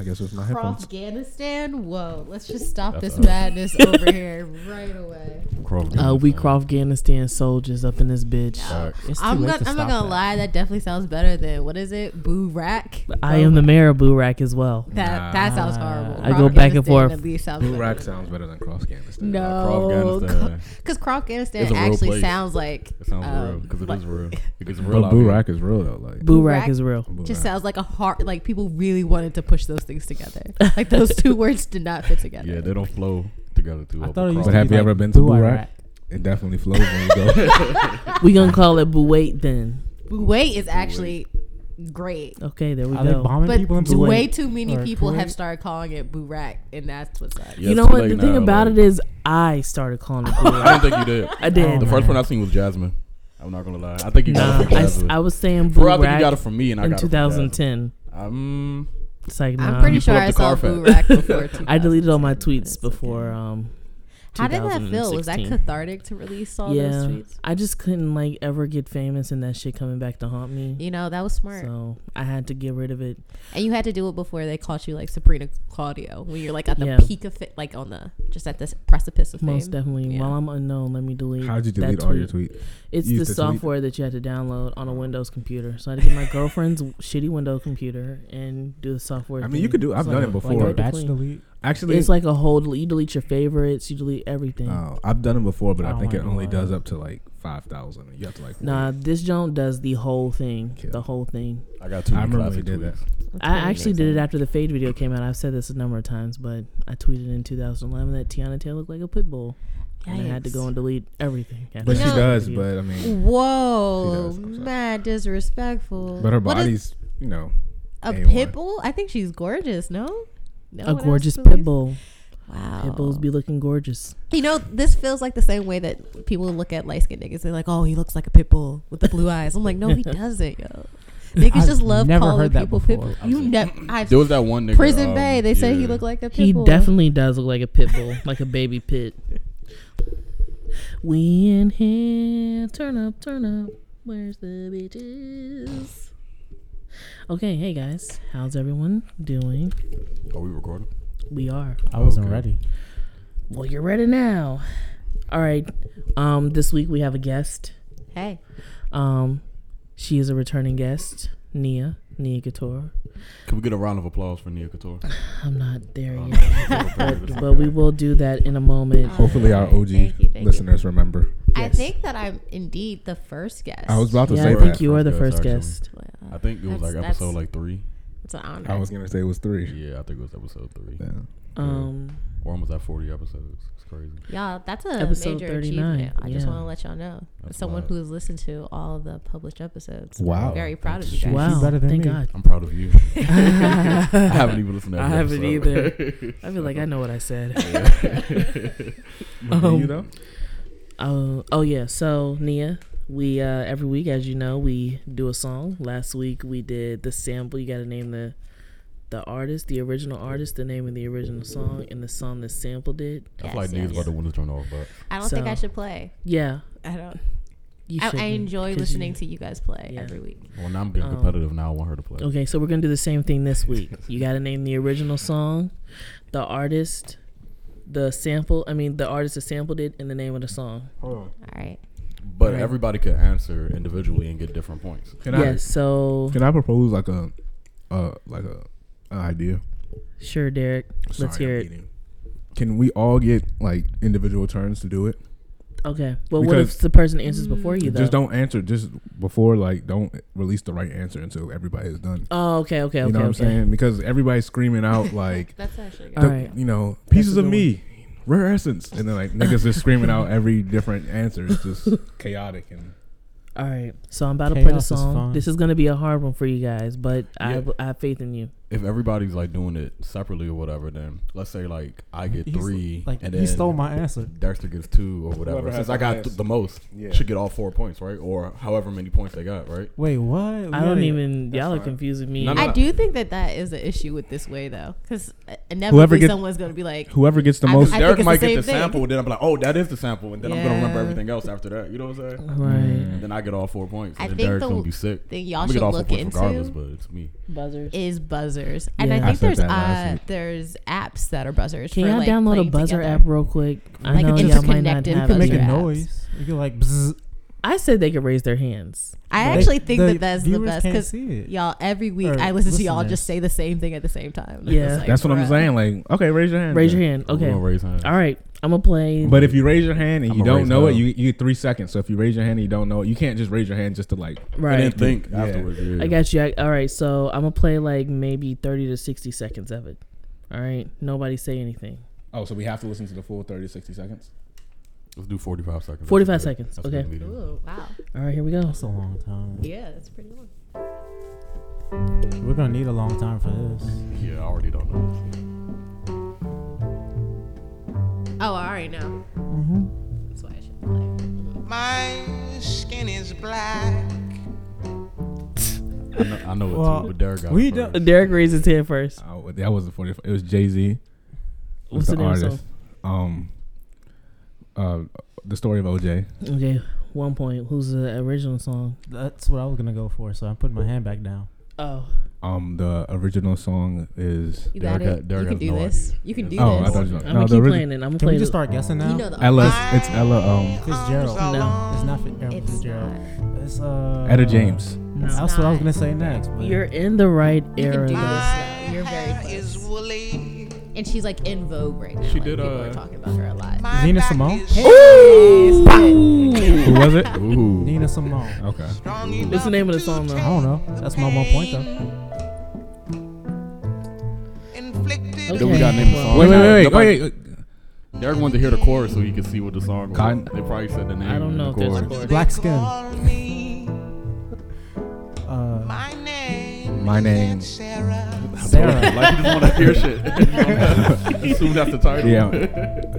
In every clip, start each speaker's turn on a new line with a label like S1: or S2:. S1: I guess with my
S2: From
S1: headphones.
S2: Afghanistan? Whoa, let's just stop
S1: That's
S2: this
S1: us.
S2: madness over here right away.
S3: Uh, we Afghanistan soldiers up in this bitch. It's too
S2: I'm
S3: late
S2: not,
S3: to
S2: I'm
S3: stop
S2: not gonna
S3: that.
S2: lie, that definitely sounds better than what is it? Boo rack.
S3: I am the mayor of Burak as well.
S2: That that sounds
S3: Nah.
S2: horrible.
S3: I go back and
S2: Afghanistan
S3: forth.
S2: At least sounds
S1: Blue
S2: better
S1: Rack
S2: than-
S1: sounds better than Cross Afghanistan.
S2: No,
S1: Cross Afghanistan.
S2: Cause
S1: It's
S2: Croc
S1: a
S2: Afghanistan
S1: real
S2: actually
S1: place.
S2: sounds like
S4: It sounds
S2: um,
S4: real because it
S2: like-
S4: is real. It's real.
S1: But
S4: out
S1: Blue
S4: here.
S1: Rack is real though. Like
S3: Burak
S2: Burak-
S3: is real.
S1: Blue
S2: Just
S1: Rack.
S2: sounds like a hard like people really wanted to push those things together. Like those two words did not fit together.
S4: Yeah, they don't flow together too.
S3: I
S4: well,
S3: thought it
S4: but
S3: used
S4: Cross-
S3: to
S1: have
S3: be
S1: you
S3: like
S1: ever been to
S3: Burak.
S1: Burak? it definitely flows when you go.
S3: We gonna call it Buwait then.
S2: Kuwait is actually great.
S3: Okay, there we
S5: Are they
S3: go.
S5: bombing
S2: But
S5: people in
S2: t-
S3: Kuwait
S2: way too many
S5: or
S2: people have
S5: Kuwait?
S2: started calling it Burak, and that's what's up.
S4: Yeah,
S3: you
S4: it's
S3: know
S4: too
S3: what?
S4: late
S3: The thing
S4: now,
S3: about
S4: like-
S3: it is, I started calling it Burak.
S4: I don't think you did.
S3: I did.
S4: The first one I seen was Jasmine. I'm not gonna lie. I think you got
S3: Nah,
S4: it from
S3: I, s-
S4: Jasmine.
S3: I was saying
S4: Bro, I think you got it
S3: Burak
S4: from me, and I
S3: in
S4: got it from
S3: 2010.
S4: Jasmine. Um,
S3: It's like, nah.
S2: I'm pretty
S4: you pull
S2: sure
S4: up
S2: I
S4: the
S2: saw
S4: Carfax.
S2: Burak before. 2000.
S3: I deleted all my tweets before. Um,
S2: How did that feel? Was that
S3: 2016.
S2: cathartic to release all those
S3: Yeah,
S2: tweets?
S3: I just couldn't like ever get famous and that shit coming back to haunt me.
S2: You know that was smart,
S3: So I had to get rid of it.
S2: and you had to do it before they caught you like Sabrina Claudio when you're like at the
S3: Yeah.
S2: peak of it, like on the just at this precipice of fame.
S3: Most definitely.
S2: Yeah.
S3: While I'm unknown, let me delete.
S1: How'd you
S3: that
S1: delete all your tweets?
S3: It's
S1: Use the
S3: the,
S1: tweet.
S3: software that you had to download on a Windows computer. So I had to get my girlfriend's shitty Windows computer and do the software.
S1: I mean, you
S3: thing.
S1: could do. I've done it
S5: Like
S1: before.
S5: a batch delete.
S1: Actually,
S3: It's like a whole. You delete your favorites. You delete everything.
S1: uh, I've done it before, but
S5: I
S1: I,
S5: don't
S1: think it
S5: wanna do
S1: only
S5: it.
S1: does up to like five thousand. You have to like.
S3: Oh Nah,
S1: wait.
S3: this joint does the whole thing.
S1: Kill.
S3: The whole thing.
S4: I got two
S1: I remember
S4: classic
S1: when you did
S4: tweets.
S2: That's
S3: I
S2: really
S3: actually
S2: amazing.
S3: did it after the Fade video came out. I've said this a number of times, but I tweeted in 2011 that Tiana Taylor looked like a pit bull, and I had to
S2: Yikes.
S3: go and delete everything. after
S1: but she
S3: that
S2: know-
S1: does.
S3: video.
S1: But I mean,
S2: Whoa,
S1: She does, I'm sorry.
S2: mad disrespectful.
S1: but her
S2: Mm. What is-
S1: body's you know
S2: a
S1: A1.
S2: pit bull. I think she's gorgeous. No, no
S3: a
S2: one else
S3: gorgeous
S2: believes-
S3: pit bull.
S2: Wow,
S3: Pit bulls be looking gorgeous.
S2: You know, this feels like the same way that people look at light skinned niggas. They're like, "Oh, he looks like a pit bull with the blue eyes." I'm like, "No, he doesn't, yo." Niggas
S5: I've
S2: just love
S5: never
S2: calling
S5: heard that
S2: people pit
S5: before.
S2: bull. You never. I've
S4: There was that one nigga.
S2: prison
S4: um,
S2: bay. They say he
S4: yeah.
S2: looked like a pit
S3: He
S2: bull.
S3: definitely does look like a pit bull, like a baby pit. We in here, turn up, turn up. Where's the bitches? Okay, hey guys, how's everyone doing?
S4: Are we recording?
S3: We are.
S5: I wasn't
S4: Okay.
S5: ready.
S3: Well, you're ready now. All right. Um, this week we have a guest.
S2: Hey,
S3: Um, she is a returning guest, Nia Nia Gator.
S4: Can we get a round of applause for Nia Couture? Uh,
S3: I'm not there
S4: Um,
S3: yet,
S4: but,
S3: but we will do that in a moment.
S1: hopefully our OG
S2: Oh, Thank you, thank you.
S1: listeners remember.
S2: I
S3: Yes.
S2: think that I'm indeed the first guest.
S1: I was about to
S3: Yeah,
S1: say
S3: I
S1: that.
S3: think you are the
S4: First
S3: first
S4: guest,
S3: guest.
S2: Wow,
S4: I think it was
S2: That's-
S4: like episode
S2: that's-
S4: like three.
S2: It's an honor.
S1: I was gonna say it was three.
S4: Yeah, I think it was episode three.
S1: Yeah.
S3: Um,
S4: We're almost at forty episodes. It's crazy.
S2: Y'all, that's a
S3: Episode
S2: major
S3: 39,
S2: achievement. I just
S3: yeah.
S2: want to let y'all know. As
S4: That's
S2: someone
S4: wild.
S2: who's listened to all the published episodes,
S1: Wow.
S2: I'm very proud of you
S5: She's
S2: guys.
S3: wow,
S5: better than
S3: thank
S5: me.
S3: God.
S4: I'm proud of you. I haven't even listened to.
S3: I
S4: every
S3: haven't
S4: episode.
S3: I feel like I know what I said. Um,
S1: Do you know?
S3: Oh, oh yeah. So Nia, we uh, every week, as you know, we do a song. Last week we did the sample. You got to name the the artist, the original artist, the name of the original song, and the song that sampled it.
S4: I feel
S2: Yes,
S4: like niggas
S2: yes.
S4: about to want to turn off, but
S2: I don't think I
S3: So-
S2: should play.
S3: Yeah,
S2: I don't.
S3: you
S2: I, I
S3: shouldn't,
S2: enjoy
S3: 'cause
S2: listening
S3: you-
S2: to you guys play
S3: Yeah.
S2: every week.
S4: well, now I'm getting
S3: Um,
S4: competitive. Now I want her to play.
S3: Okay, so we're gonna do the same thing this week. You got to name the original song, the artist, the sample. I mean, the artist that sampled it, and the name of the song.
S2: All right.
S4: But
S3: Right.
S4: everybody could answer individually and get different points.
S1: Can
S3: yes. so
S1: I can I propose like a uh like a an idea?
S3: sure, Derek. Let's
S1: Sorry,
S3: hear
S1: I'm
S3: it.
S1: eating. Can we all get like individual turns to do it?
S3: Okay. Well, what if
S1: Because-
S3: the person answers before you though?
S1: Just don't answer just before like don't release the right answer until everybody is done.
S3: Oh, okay, okay, okay.
S1: you know what I'm
S3: okay.
S1: saying? Because everybody's screaming out like
S2: That's actually
S3: All
S1: the-
S3: right.
S1: you know, pieces
S3: a
S1: of
S3: good
S1: me, rare essence, and then like niggas just screaming out every different answer. It's just chaotic and
S3: All right. So I'm about to play the
S5: Chaos is
S3: song.
S5: fun.
S3: This is gonna be a hard one for you guys, but I,
S4: Yeah.
S3: have, I have faith in you.
S4: If everybody's like doing it separately or whatever, then let's say like I get
S5: He's-
S4: three,
S5: Like
S4: and
S5: he
S4: then
S5: stole my answer.
S4: Dexter gets two or whatever.
S1: Whoever
S4: Since
S1: has
S4: I
S1: the
S4: got
S1: highest.
S4: th- the most,
S1: Yeah.
S4: should get all four points, right? Or however many points they got, right?
S5: Wait, what?
S3: I don't even. Y'all are
S1: fine.
S3: confusing me.
S4: No, no,
S2: I
S4: no.
S2: do think that that is the issue with this way though, because inevitably
S1: gets-
S2: someone's gonna be like,
S1: whoever gets the
S2: I-
S1: most
S2: I- think
S4: Derek
S2: it's the
S4: might get
S2: same
S4: the
S2: thing.
S4: sample, then I'm like, oh, that is the sample, and then I'm gonna remember
S2: Yeah.
S4: everything else after that. You know what I'm saying?
S1: Mm.
S3: Right.
S4: And then I get all four points.
S2: I
S4: And then
S2: think
S4: Derek's
S2: the
S4: gonna be sick.
S2: "Thing y'all
S4: I'm gonna
S2: should
S4: get all four
S2: look
S4: points regardless,
S2: into
S4: but it's me.
S3: Buzzers.
S2: is buzzers buzzers, and
S3: Yeah.
S2: I
S3: I
S2: think
S1: said
S2: there's
S1: that last
S2: uh,
S1: week.
S2: there's apps that are buzzers.
S3: Can
S2: for,
S3: y'all
S2: like,
S3: download a
S2: playing
S3: buzzer
S2: together.
S3: app real quick? I
S2: Like
S3: know
S2: an
S3: y'all might not
S2: interconnected
S3: have
S2: buzzer
S3: it.
S2: Make
S5: make
S2: a
S5: a
S2: apps.
S5: noise. You can like. Bzzz.
S3: I said they could raise their hands.
S2: I
S3: They-
S2: actually think
S5: the
S2: that that's the
S5: viewers
S2: best
S5: can't
S2: because
S5: see it.
S2: y'all every week
S5: Or
S2: I listen to y'all
S5: listeners.
S2: just say the same thing at the same time.
S3: Yeah.
S2: It's like,
S1: That's what I'm
S2: bruh.
S1: saying. Like, okay, raise your hand.
S3: Raise your
S1: then.
S3: hand.
S4: We're
S3: Okay.
S4: gonna raise hands.
S3: All right. I'm gonna play.
S1: But if you raise your hand and you
S4: I'ma
S1: don't
S4: raise
S1: know it,
S4: mine.
S1: you you get three seconds. So if you raise your hand and you don't know it, you can't just raise your hand just to like.
S4: I
S3: right.
S4: didn't think
S1: Yeah.
S4: afterwards. Yeah.
S3: I got you. I, all right. So I'm gonna play like maybe 30 to 60 seconds of it. All right. Nobody say anything.
S1: Oh, so we have to listen to the full 30, 60 seconds.
S4: Let's do 45 seconds.
S3: 45
S4: That's good.
S3: seconds,
S4: That's good
S3: okay.
S4: meeting.
S2: Ooh, wow.
S3: All right. Here we go.
S5: That's a long time.
S2: Yeah, that's pretty long.
S5: We're gonna need a long time for this.
S4: Yeah, I already don't know.
S2: Oh, I already know.
S5: Mm-hmm.
S2: That's why I should play.
S6: My skin is black.
S4: I know, I know
S5: Well,
S4: it too, but Derek got
S5: we
S4: it first.
S5: don't-
S3: Uh, Derek raised his hand first.
S1: Oh, that wasn't 45. It was Jay Z.
S3: What's the name of the song?
S1: Um, uh, the story of OJ.
S3: Okay. One point. Who's the original song?
S5: That's what I was gonna go for. So I'm putting my hand back down.
S3: Oh.
S1: Um, the original song is
S2: You
S4: Derek
S2: got
S4: got-
S2: it.
S4: Derek
S2: you can
S4: has
S2: do
S4: no
S2: this.
S4: idea.
S2: You can do
S1: Oh, I
S2: this.
S1: thought you- No,
S3: I'm gonna
S1: the
S3: keep
S1: origi-
S3: playing it. I'm gonna
S5: Can
S3: play
S5: we
S3: it.
S5: just start guessing now?
S2: Oh. You know the
S1: Ella.
S2: artist.
S1: It's Ella. Um,
S5: Fitzgerald.
S6: Arms
S3: No.
S6: alone.
S5: It's not Fitzgerald.
S2: It's
S5: Fitzgerald.
S2: not.
S5: It's uh.
S1: Etta James.
S2: It's
S5: That's what I was
S2: not.
S5: gonna say next. But
S3: You're in the right
S2: You can
S3: era.
S2: do this.
S3: though.
S2: Though. You're very
S6: Hair is
S2: close.
S6: woolly.
S2: And she's like in vogue right now.
S4: She
S2: like,
S4: did,
S2: People are
S4: uh,
S2: talking about her a lot.
S6: My
S5: Nina
S6: back
S5: Simone?
S6: is
S1: Who was it?
S4: Ooh.
S5: Nina Simone.
S1: Okay.
S6: strong enough
S3: What's the name of the
S6: to
S3: song
S5: I
S3: though?
S5: don't know. That's my one point though.
S6: Inflicted
S3: Okay.
S4: Then we got name the
S3: Well,
S4: song.
S1: Wait, wait, wait, wait.
S4: Nobody-
S1: wait, wait.
S4: Derek wanted to hear the chorus so he could see what the song was.
S1: Cotton-
S4: They probably said the name.
S3: I don't
S4: and
S3: know
S4: the
S3: if there's a
S4: chorus.
S3: chorus.
S5: Black skin.
S6: call me.
S5: Uh,
S6: My name.
S1: My name.
S6: is Sarah.
S5: Sarah.
S4: like you just want to hear shit. as soon as that's the title.
S1: Yeah.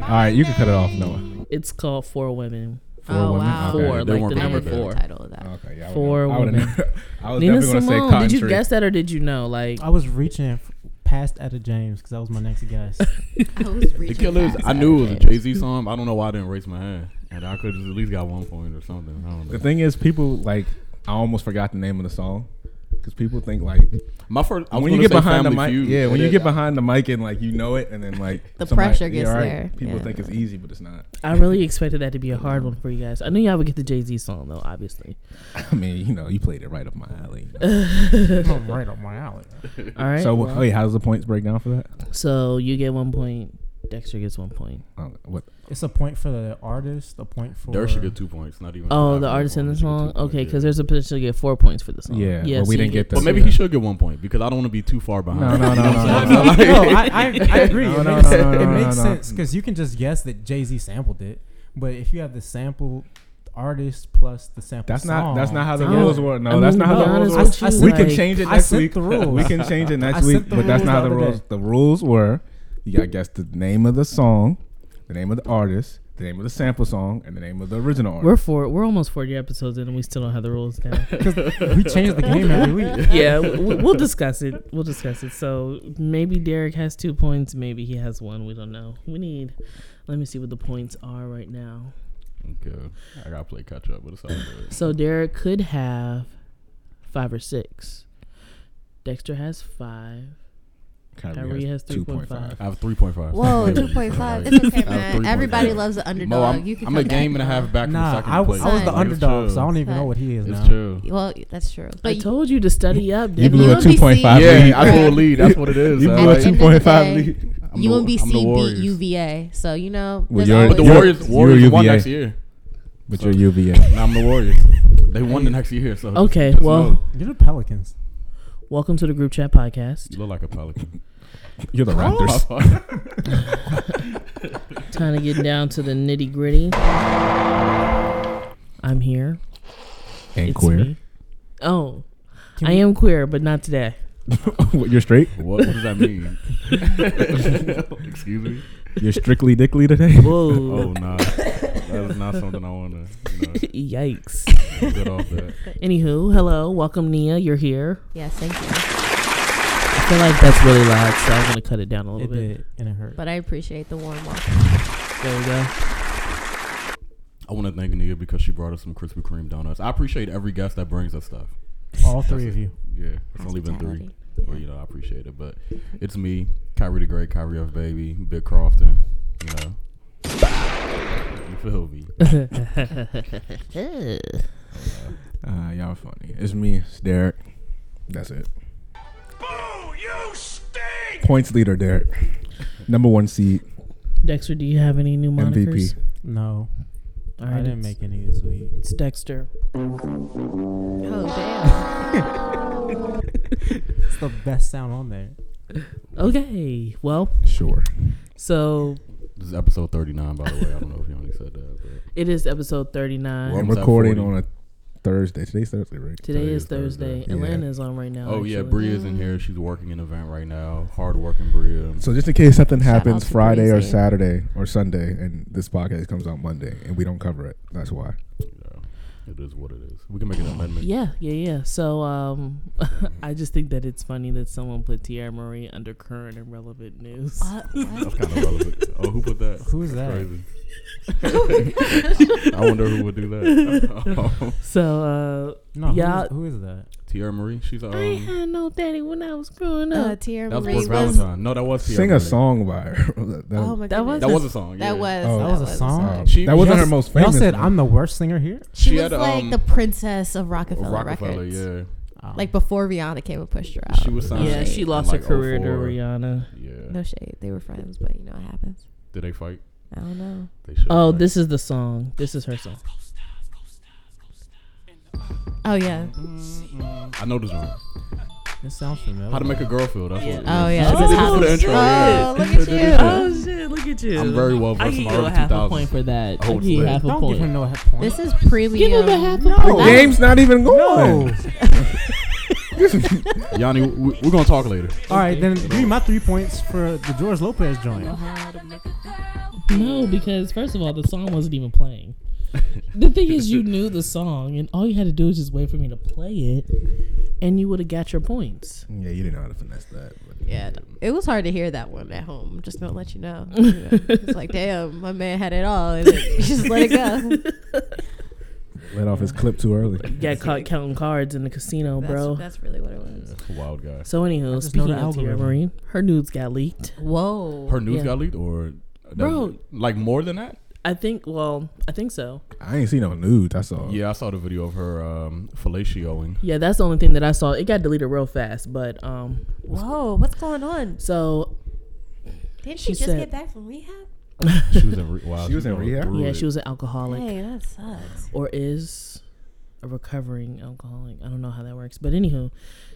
S1: All right, you can cut it off, Noah.
S3: It's called Four Women.
S1: Four
S2: oh
S1: women.
S2: wow.
S1: Okay,
S3: Four,
S4: they
S3: like
S4: weren't
S3: the
S4: very
S3: number
S4: good.
S3: four.
S2: Title of that.
S1: Okay. Yeah, I would've-
S3: Four
S1: I would've-
S3: women.
S1: I was
S3: Nina
S1: definitely gonna say
S3: Simone.
S1: Cotton
S3: Did you
S1: Tree.
S3: guess that or did you know? Like,
S5: I was reaching f- past Etta James because that was my next guess.
S2: I was
S4: The
S2: reaching
S4: Killers,
S2: past
S4: I
S2: that
S4: knew it was a
S2: shit.
S4: Jay Z song. but I don't know why I didn't raise my hand. And I could have at least got one point or something. I don't
S1: The
S4: know.
S1: thing is, people like I almost forgot the name of the song because people think like
S4: My first, I was
S1: when you
S4: gonna
S1: get
S4: say
S1: behind the
S4: Family
S1: mic,
S4: Feud,
S1: yeah,
S4: and
S1: when you
S4: then-
S1: get behind the mic and like you know it, and then like
S2: The pressure gets
S1: all
S2: there.
S1: People
S2: Yeah.
S1: think it's easy, but it's not.
S3: I really expected that to be a hard one for you guys. I knew y'all would get the Jay Z song though, obviously.
S1: I mean, you know, you played it right up my alley.
S5: I'm right up my alley.
S3: All right.
S1: so,
S3: So,
S1: wait, how's the points break down for that?
S3: you get one point. Dexter gets one point.
S1: Um, what?
S5: It's a point for the artist, a point for.
S4: Derek should get two points. Not even.
S3: Oh, the
S4: I
S3: artist in the
S4: really want
S3: song.
S4: him to get two points,
S3: Okay,
S4: yeah.
S3: because there's a potential to get four points for the song.
S1: Yeah, but we
S3: you
S1: didn't get
S4: But
S1: that.
S4: maybe he should get one point because I don't want to be too far
S1: No,
S4: behind.
S1: no, no, no, no,
S5: no,
S1: no.
S5: I, I, I agree.
S1: No,
S5: it
S1: no,
S5: makes,
S1: no, no,
S5: it
S1: no,
S5: makes
S1: no.
S5: sense because you can just guess that Jay Z sampled it, but if you have the sample artist plus the sample,
S1: That's not. That's not how the
S3: Song.
S1: rules were. No,
S3: I
S1: that's not
S3: mean,
S1: how
S3: be
S1: the rules
S3: honest
S1: were.
S3: with
S5: I
S3: you,
S5: said-
S1: We
S3: like,
S1: can change it
S5: I
S1: next
S5: sent
S1: week.
S5: the rules.
S1: We can change it
S5: I
S1: next
S5: sent
S1: week,
S5: the
S1: but that's
S5: rules
S1: not
S5: the
S1: the
S5: other
S1: rules.
S5: day.
S1: The rules were you gotta guess the name of the song, the name of the artist, the name of the sample song, and the name of the original
S3: We're
S1: artist.
S3: four. We're almost forty episodes in, and we still don't have the rules down.
S5: We change the game every week.
S3: yeah, we'll, we'll discuss it. We'll discuss it. So maybe Derek has two points. Maybe he has one. We don't know. We need. Let me see what the points are right now.
S4: Okay, I gotta play catch up, but it's all good.
S3: So Derek could have five or six. Dexter has five. Kyrie has 3.5.
S4: I have three point five.
S2: Whoa, two point five. It's okay, man. Everybody loves the underdog.
S4: Mo, I'm,
S2: you can
S4: I'm a
S2: come
S4: game
S2: back,
S4: and a half
S2: Mo.
S4: back from
S5: Nah,
S4: second
S5: I, was-
S4: place.
S5: I was
S2: Son.
S5: the
S4: Like, it's
S5: underdog,
S4: chill.
S5: so I don't even know
S2: Son.
S5: what he is
S4: It's
S5: now.
S4: chill.
S2: Well, that's true.
S3: I
S2: But you,
S3: told you to study up.
S1: You
S3: didn't
S1: blew
S3: I?
S1: a
S2: won't be
S1: two point five
S2: seen.
S1: lead.
S4: Yeah, I blew a lead. That's what it is.
S1: You
S4: all
S1: blew a
S2: At
S4: right.
S2: the
S1: two
S2: end of the
S1: point five
S2: day,
S1: lead.
S4: I'm the-
S2: UMBC
S4: I'm the
S2: beat
S4: Warriors.
S2: UVA, so you know.
S1: Well,
S2: there's
S1: you're-
S2: always-
S4: But the
S1: You're-
S4: Warriors,
S1: you're
S4: Warriors won
S1: UVA.
S4: next year.
S1: But you're UVA.
S4: Now I'm the Warriors. They won the next year. So
S3: Okay,
S4: just
S3: well-
S4: know,
S5: You're the Pelicans.
S3: Welcome to the group chat podcast.
S4: you look like a pelican.
S1: You're the Raptors.
S3: Time to get down to the nitty gritty. I'm here.
S1: And
S3: It's
S1: queer.
S3: me. Oh,
S5: Can
S3: I
S5: we-
S3: am queer, but not today.
S1: What, you're straight.
S4: What, what does that mean? Excuse me.
S1: You're strictly dickly today.
S3: Whoa.
S4: Oh nah, that is not something I want to. You know,
S3: Yikes.
S4: get off that.
S3: Anywho, hello. Welcome, Nia. You're here.
S2: Yes, thank you.
S3: I feel like that's really loud, so I'm going to cut it down a little
S5: It
S3: bit.
S5: did, and it hurt.
S2: But I appreciate the warm welcome.
S3: There we go.
S4: I want to thank Nia because she brought us some Krispy Kreme donuts. I appreciate every guest that brings us stuff.
S5: All three of you.
S4: Yeah, it's only been three.
S2: Hospitality.
S4: or you know, I appreciate it. But it's me, Kyrie the Great, Kyrie of Baby, Big Crofton. You know, you feel me?
S1: Uh, y'all funny. It's me. It's Derek. That's it. Points leader, Derek. Number one seed,
S3: Dexter, do you have any new monikers?
S1: MVP.
S5: No,
S3: All
S5: I
S3: right,
S5: didn't
S3: it's-
S5: make any this week.
S3: It's Dexter.
S2: Oh damn.
S5: It's the best sound on there.
S3: Okay, well,
S1: Sure.
S3: so
S4: This is episode thirty nine, by the way. I don't know if you already said that, but
S3: it is episode 39.
S4: Well,
S1: I'm
S4: Almost at
S1: recording
S4: 40.
S1: on a Thursday. Today's Thursday, right?
S3: Today
S4: Today
S3: is
S4: is Thursday.
S3: Thursday.
S1: Yeah.
S3: Atlanta is on right now.
S4: oh yeah,
S3: actually.
S4: Bria is in here. She's working an event right now. Hard working Bria.
S1: So just in case something
S2: Shout out
S1: happens
S2: to
S1: Friday or
S2: Breezy.
S1: Saturday or Sunday, and this podcast comes out Monday, and we don't cover it, that's why.
S4: You know, it is what it is. We can make an amendment.
S3: Yeah, yeah, yeah. So um, I just think that it's funny that someone put Tierra Marie under current and relevant news.
S4: That's kind of relevant. Oh, who put that?
S5: Who is
S4: That's
S5: that?
S4: Crazy. I wonder who would do that.
S3: So
S5: No,
S3: Yeah.
S5: yeah. who is that?
S4: Tierra Marie, she's
S3: uh, I ain't
S4: um,
S3: had no daddy when I was growing
S2: Uh,
S3: up.
S2: Tierra
S4: that was
S2: Marie
S4: Fourth
S2: was.
S4: Valentine. No, that was Tierra
S1: Sing a
S4: Marie.
S1: song by her. that, that-
S2: Oh my
S3: That
S2: goodness.
S3: was
S4: That was a song.
S2: That
S4: yeah.
S2: was.
S1: Oh.
S2: that
S5: That was a song?
S1: oh.
S4: She-
S1: that wasn't
S5: Y'all
S1: her
S5: s-
S1: most famous.
S5: Y'all said
S1: one.
S5: I'm the worst singer here.
S2: She,
S4: She
S2: was
S4: had a,
S2: like
S4: um,
S2: the princess of Rockefeller,
S4: Rockefeller,
S2: Records.
S4: yeah.
S5: Oh.
S2: Like before Rihanna came and pushed her out.
S4: She was signed.
S3: yeah,
S2: Right.
S3: she
S4: in,
S3: lost
S4: like,
S3: her career to
S4: 04.
S3: Rihanna.
S4: Yeah.
S2: No shade. They were friends, but you know it happens.
S4: Did they fight?
S2: I don't know.
S4: They should.
S3: Oh, this is the song. This is her song.
S2: Oh yeah.
S4: I know this one.
S5: This sounds familiar.
S4: How to make a girl feel. That's what.
S2: Oh yeah.
S3: She
S2: This is
S3: did
S2: how
S3: it for the
S2: this-
S4: intro, yeah.
S2: Oh, look
S4: She did it.
S2: at you.
S4: Oh,
S3: shit! Look at you.
S4: I'm very well versed in the early 2000s.
S3: for that.
S4: Oh, it's lit.
S5: Don't give him no half point.
S2: This is premium.
S3: Give him a half a
S5: No.
S1: The
S2: That-
S1: game's not even going.
S5: no.
S4: Yanni, we, we're gonna talk later.
S5: All right, then give me my three points for the George Lopez joint.
S3: No, because first of all, the song wasn't even playing. the thing is, you knew the song, and all you had to do was just wait for me to play it, and you would have got your points.
S1: Yeah, you didn't know how to finesse that. but-
S2: Yeah, th- it was hard to hear that one at home. Just gonna let you know. You know, It's like, damn, my man had it all, and then you just let it go.
S1: Let off his clip too early.
S3: Got caught counting cards in the casino,
S2: That's,
S3: bro.
S2: that's really what it was.
S4: Wild guy.
S3: so, anywho,
S5: just know
S3: speaking
S5: the
S3: of Tierra
S5: algorithm.
S3: Marie, her nudes got leaked.
S2: Whoa.
S4: Her news
S3: Yeah.
S4: got leaked, or that
S3: Bro.
S4: was- like more than that?
S3: I think. Well, I think so.
S1: I ain't seen no nudes. I saw.
S4: Yeah, I saw the video of her um, fellatioing.
S3: Yeah, that's the only thing that I saw. It got deleted real fast, but um.
S2: Whoa, what's going on?
S3: So
S2: Didn't
S3: She
S2: she, just
S3: said-
S2: get back from rehab?
S4: She was in re- wow,
S1: She was in
S4: going
S1: rehab?
S4: through
S3: yeah,
S4: it.
S3: she was an alcoholic.
S2: Hey, that sucks.
S3: or is a recovering alcoholic. I don't know how that works, but anywho,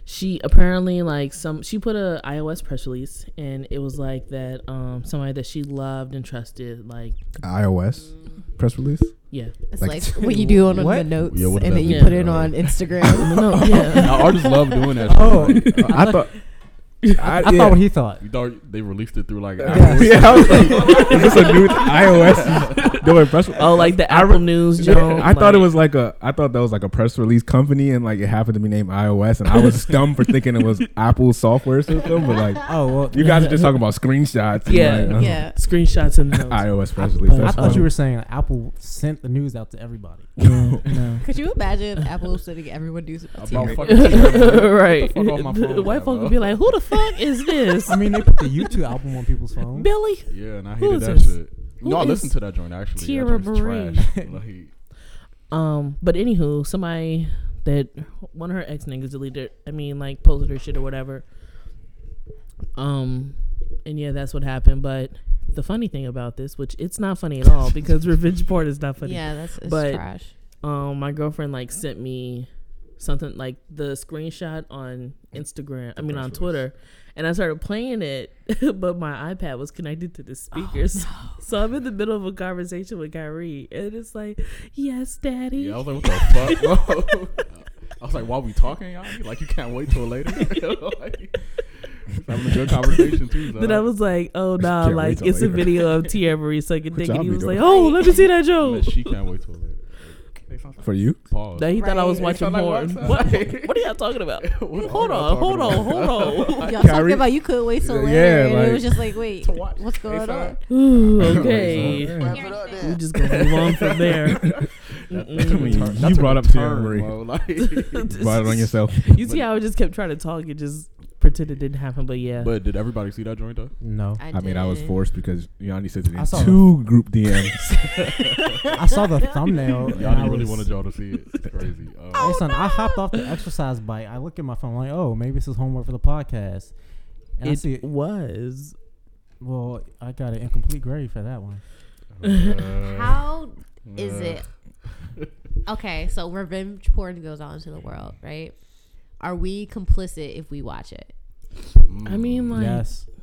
S3: she apparently like some she put a iOS press release and it was like that um somebody that she loved and trusted like
S1: iOS press release.
S3: yeah
S2: It's
S1: Like-
S2: like, what you do on the
S5: What?
S2: notes,
S4: Yeah, what
S2: and
S4: does
S2: then
S4: that
S2: you
S3: mean?
S2: put it on Instagram.
S3: no yeah
S4: Now, artists love doing that. Oh,
S1: I thought. I,
S5: I
S1: yeah.
S5: thought what he thought.
S4: you thought they released it through like
S1: Yeah, I was like, is this a new iOS doing press?
S3: oh like the Apple News Joan
S1: I thought it
S3: like-
S1: was like a. I thought that was like a press release company, and like it happened to be named iOS, and I was dumb for thinking it was Apple software system. But like,
S5: Oh well,
S1: you guys are just talking about screenshots. and,
S3: Yeah.
S1: like, uh,
S2: yeah.
S3: screenshots and notes.
S1: iOS press
S5: I,
S1: release.
S5: I
S1: that's
S5: thought you
S1: funny.
S5: were saying Apple sent the news out to everybody.
S3: no, no.
S2: Could you imagine Apple sending everyone do
S4: about
S2: something?
S4: fucking Tierra Marie.
S3: right
S4: fuck off my
S3: The
S4: phone,
S3: white folk
S4: bro.
S3: would be like who the fuck is this
S5: I mean, they put the U2 album on people's phones.
S3: Billy
S4: Yeah, and I
S3: Who
S4: hated
S3: is
S4: that
S3: this?
S4: shit.
S3: Who
S4: no, I
S3: is
S4: listened to that joint actually.
S3: Tierra
S4: that joint's
S3: Marie?
S4: trash. Like,
S3: Um, but anywho, somebody that one of her ex niggas deleted, I mean, like posted her shit or whatever. Um, and yeah, that's what happened. But the funny thing about this, which it's not funny at all, because revenge porn is not funny.
S2: Yeah, that's it's
S3: But-
S2: trash.
S3: Um, my girlfriend like sent me something like the screenshot on Instagram. I mean on Twitter, and I started playing it, but my iPad was connected to
S4: Oh,
S3: the speakers. So I'm in the middle of a conversation with Kyrie, and it's like, "Yes, Daddy."
S4: yeah, I was like, what the fuck? bro? I was like, while we talking, y'all, You like you can't wait till later. like, having a good conversation too.
S3: Then I was like, oh nah,
S1: Can't wait
S3: like
S1: till
S3: it's a
S1: later.
S3: video of Tierra Marie sucking
S1: What
S3: dick, and
S1: y'all
S3: he
S1: be
S3: was
S1: doing?
S3: like, oh, let me see that joke.
S4: she can't wait till later. Like,
S1: for you.
S4: Pause.
S3: Now he thought I was
S2: Right.
S3: watching
S4: Sound like
S3: porn.
S4: Roxanne.
S3: What, what are y'all talking about?
S4: What
S3: hold
S4: are
S3: on,
S4: y'all
S3: hold on,
S4: talking about?
S3: hold on.
S2: Y'all
S1: Kyrie-
S2: talking about you could wait till
S1: Yeah,
S2: later, and
S1: like-
S2: it was just like, wait,
S4: watch.
S2: what's going on?
S3: Ooh,
S1: Yeah.
S3: okay. we just gonna move on from there.
S1: I mean,
S4: Turn-
S1: you
S4: that's
S1: brought
S4: a
S1: up Tierra
S4: turn,
S1: Marie.
S4: bro, like-
S1: Brought it on yourself.
S3: You see how I just kept trying to talk and just pretend it didn't happen, but yeah.
S4: But did everybody see that joint though?
S5: No,
S1: I mean, I was
S2: did.
S1: forced because Yanni sent it
S5: I
S1: in
S5: saw
S1: two group DMs.
S5: I saw the thumbnail. and I
S4: Y'all really
S5: was-
S4: wanted y'all to see it. It's crazy. Um,
S5: Hey, son, I hopped off the exercise bike. I look at my phone like, oh, maybe this is homework for the podcast. And I
S3: it
S5: see it.
S3: was.
S5: Well, I got an incomplete grade for that one.
S4: uh,
S2: How is it? Okay, so revenge porn goes out into the world, right? Are we complicit if we watch it?
S3: I mean, like,
S5: yes.
S4: uh, mm.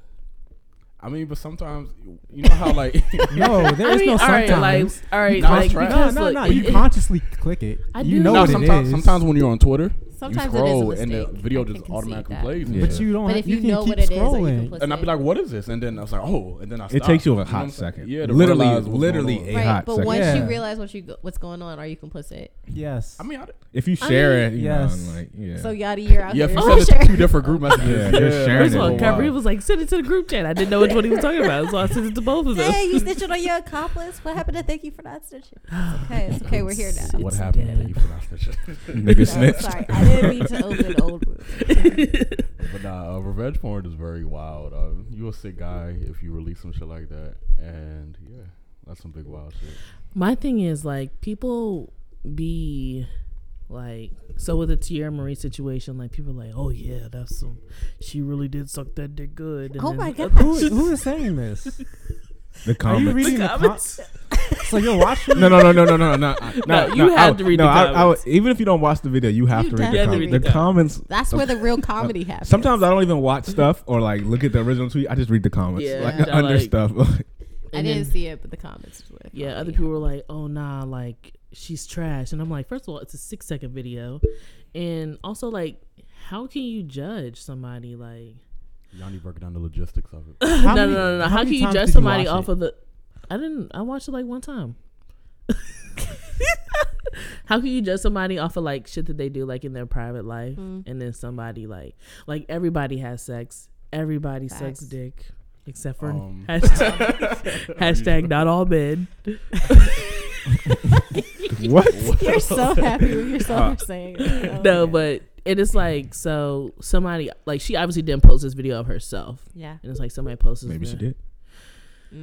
S4: I mean, but sometimes you know how like
S5: No, there's no sometimes.
S3: all right,
S4: No,
S3: like,
S4: it's right.
S5: no,
S3: because,
S5: no,
S3: look,
S5: no.
S3: it-
S5: You
S3: it-
S5: consciously click it.
S3: I
S5: you
S3: do.
S5: know
S4: no,
S5: what
S4: sometimes
S5: it is.
S4: sometimes when you're on Twitter,
S2: Sometimes
S4: you
S2: it is a
S4: scroll and the
S2: mistake.
S4: video
S2: I can
S4: just
S2: concede
S4: automatically
S2: that.
S4: plays.
S1: Yeah.
S4: and
S5: But
S4: shit.
S5: you don't.
S2: But
S5: have-
S2: if you,
S5: can
S2: know
S5: keep
S2: what it is, are you
S5: scrolling.
S2: complicit?
S4: and I'd be like, "What is this?" And then I was like, "Oh!" And then I.
S1: It
S4: Stopped.
S1: takes you a
S4: know what I'm
S1: hot
S4: saying?
S1: second.
S4: Yeah, to
S1: literally,
S4: realize what's going
S1: literally
S4: on.
S1: a
S2: right?
S1: hot
S2: But
S1: second.
S2: once you
S5: Yeah.
S2: realize what you go, what's going on, are you complicit?
S5: yes.
S4: I mean, I,
S1: If you
S2: I
S1: share
S2: mean-
S1: it, you
S5: Yes.
S1: know, like yeah.
S2: So yada, you're out
S4: yeah, if
S2: here.
S4: you
S2: Oh,
S4: send it
S2: sure.
S4: to two different group messages,
S1: Yeah, just sharing
S4: that's
S3: First
S1: it
S3: of
S4: a
S3: all,
S1: Wow.
S4: while.
S3: Kyrie was like, send it to the group chat. I didn't know which one he was talking about, so I sent it to both of them.
S2: Hey, you snitching on your accomplice? What happened to thank you for not snitching? It's okay, it's okay. We're here now.
S4: What
S3: It's
S4: happened?
S3: dead.
S4: Thank you for not snitching.
S1: nigga
S2: No,
S1: snitched.
S2: sorry, I didn't mean to open old wounds.
S4: But nah, uh, revenge porn is very wild. Uh, you a sick guy if you release some shit like that, and yeah, that's some big wild shit.
S3: My thing is like people be like so with the Tierra Marie situation, like people are like, oh yeah, that's some. She really did suck that dick good.
S2: Oh my
S3: then-
S2: God.
S5: who, is- who is saying this?
S1: The
S5: Are you
S1: comment.
S5: reading the comments?
S3: Comments.
S5: So you're watching?
S1: no, no, no, no, no, no, no. I-
S3: No,
S1: no,
S3: you
S1: no,
S3: had
S1: I-
S3: to read
S1: no,
S3: the
S1: I- I
S3: comments.
S1: would- even if you don't watch the video, you have
S2: You
S1: to read
S2: definitely
S1: the
S2: read
S1: comments.
S3: the
S1: The comments.
S2: That's where the real comedy happens.
S1: Sometimes I don't even watch stuff or like look at the original tweet. I just read the comments,
S3: Yeah,
S1: like
S3: I
S1: the under
S3: like-
S1: stuff.
S2: I
S3: And
S2: didn't
S3: then-
S2: see it, but the comments were.
S3: Yeah, other people were like, "Oh nah, like she's trash," and I'm like, first of all, it's a six second video, and also like, how can you judge somebody like?
S4: Yanni broke down the logistics of it.
S5: How
S3: no,
S5: many-
S3: no, no, no. How,
S5: many
S3: can you
S5: times did
S3: judge somebody
S5: watch
S3: off
S5: it?
S3: of the? I didn't. I watched it like one time. how can you judge somebody off of like shit that they do like in their private life, and then somebody like like everybody has sex, everybody
S2: Facts.
S3: sucks dick, except for
S1: Oh.
S4: Um,
S3: hashtag, hashtag not all men.
S1: what? Uh,
S2: You're so happy with yourself for saying that. Oh,
S3: No,
S2: man.
S3: but it is like so somebody like she obviously didn't post this video of herself,
S2: Yeah.
S3: and it's like somebody posted.
S1: Maybe she did.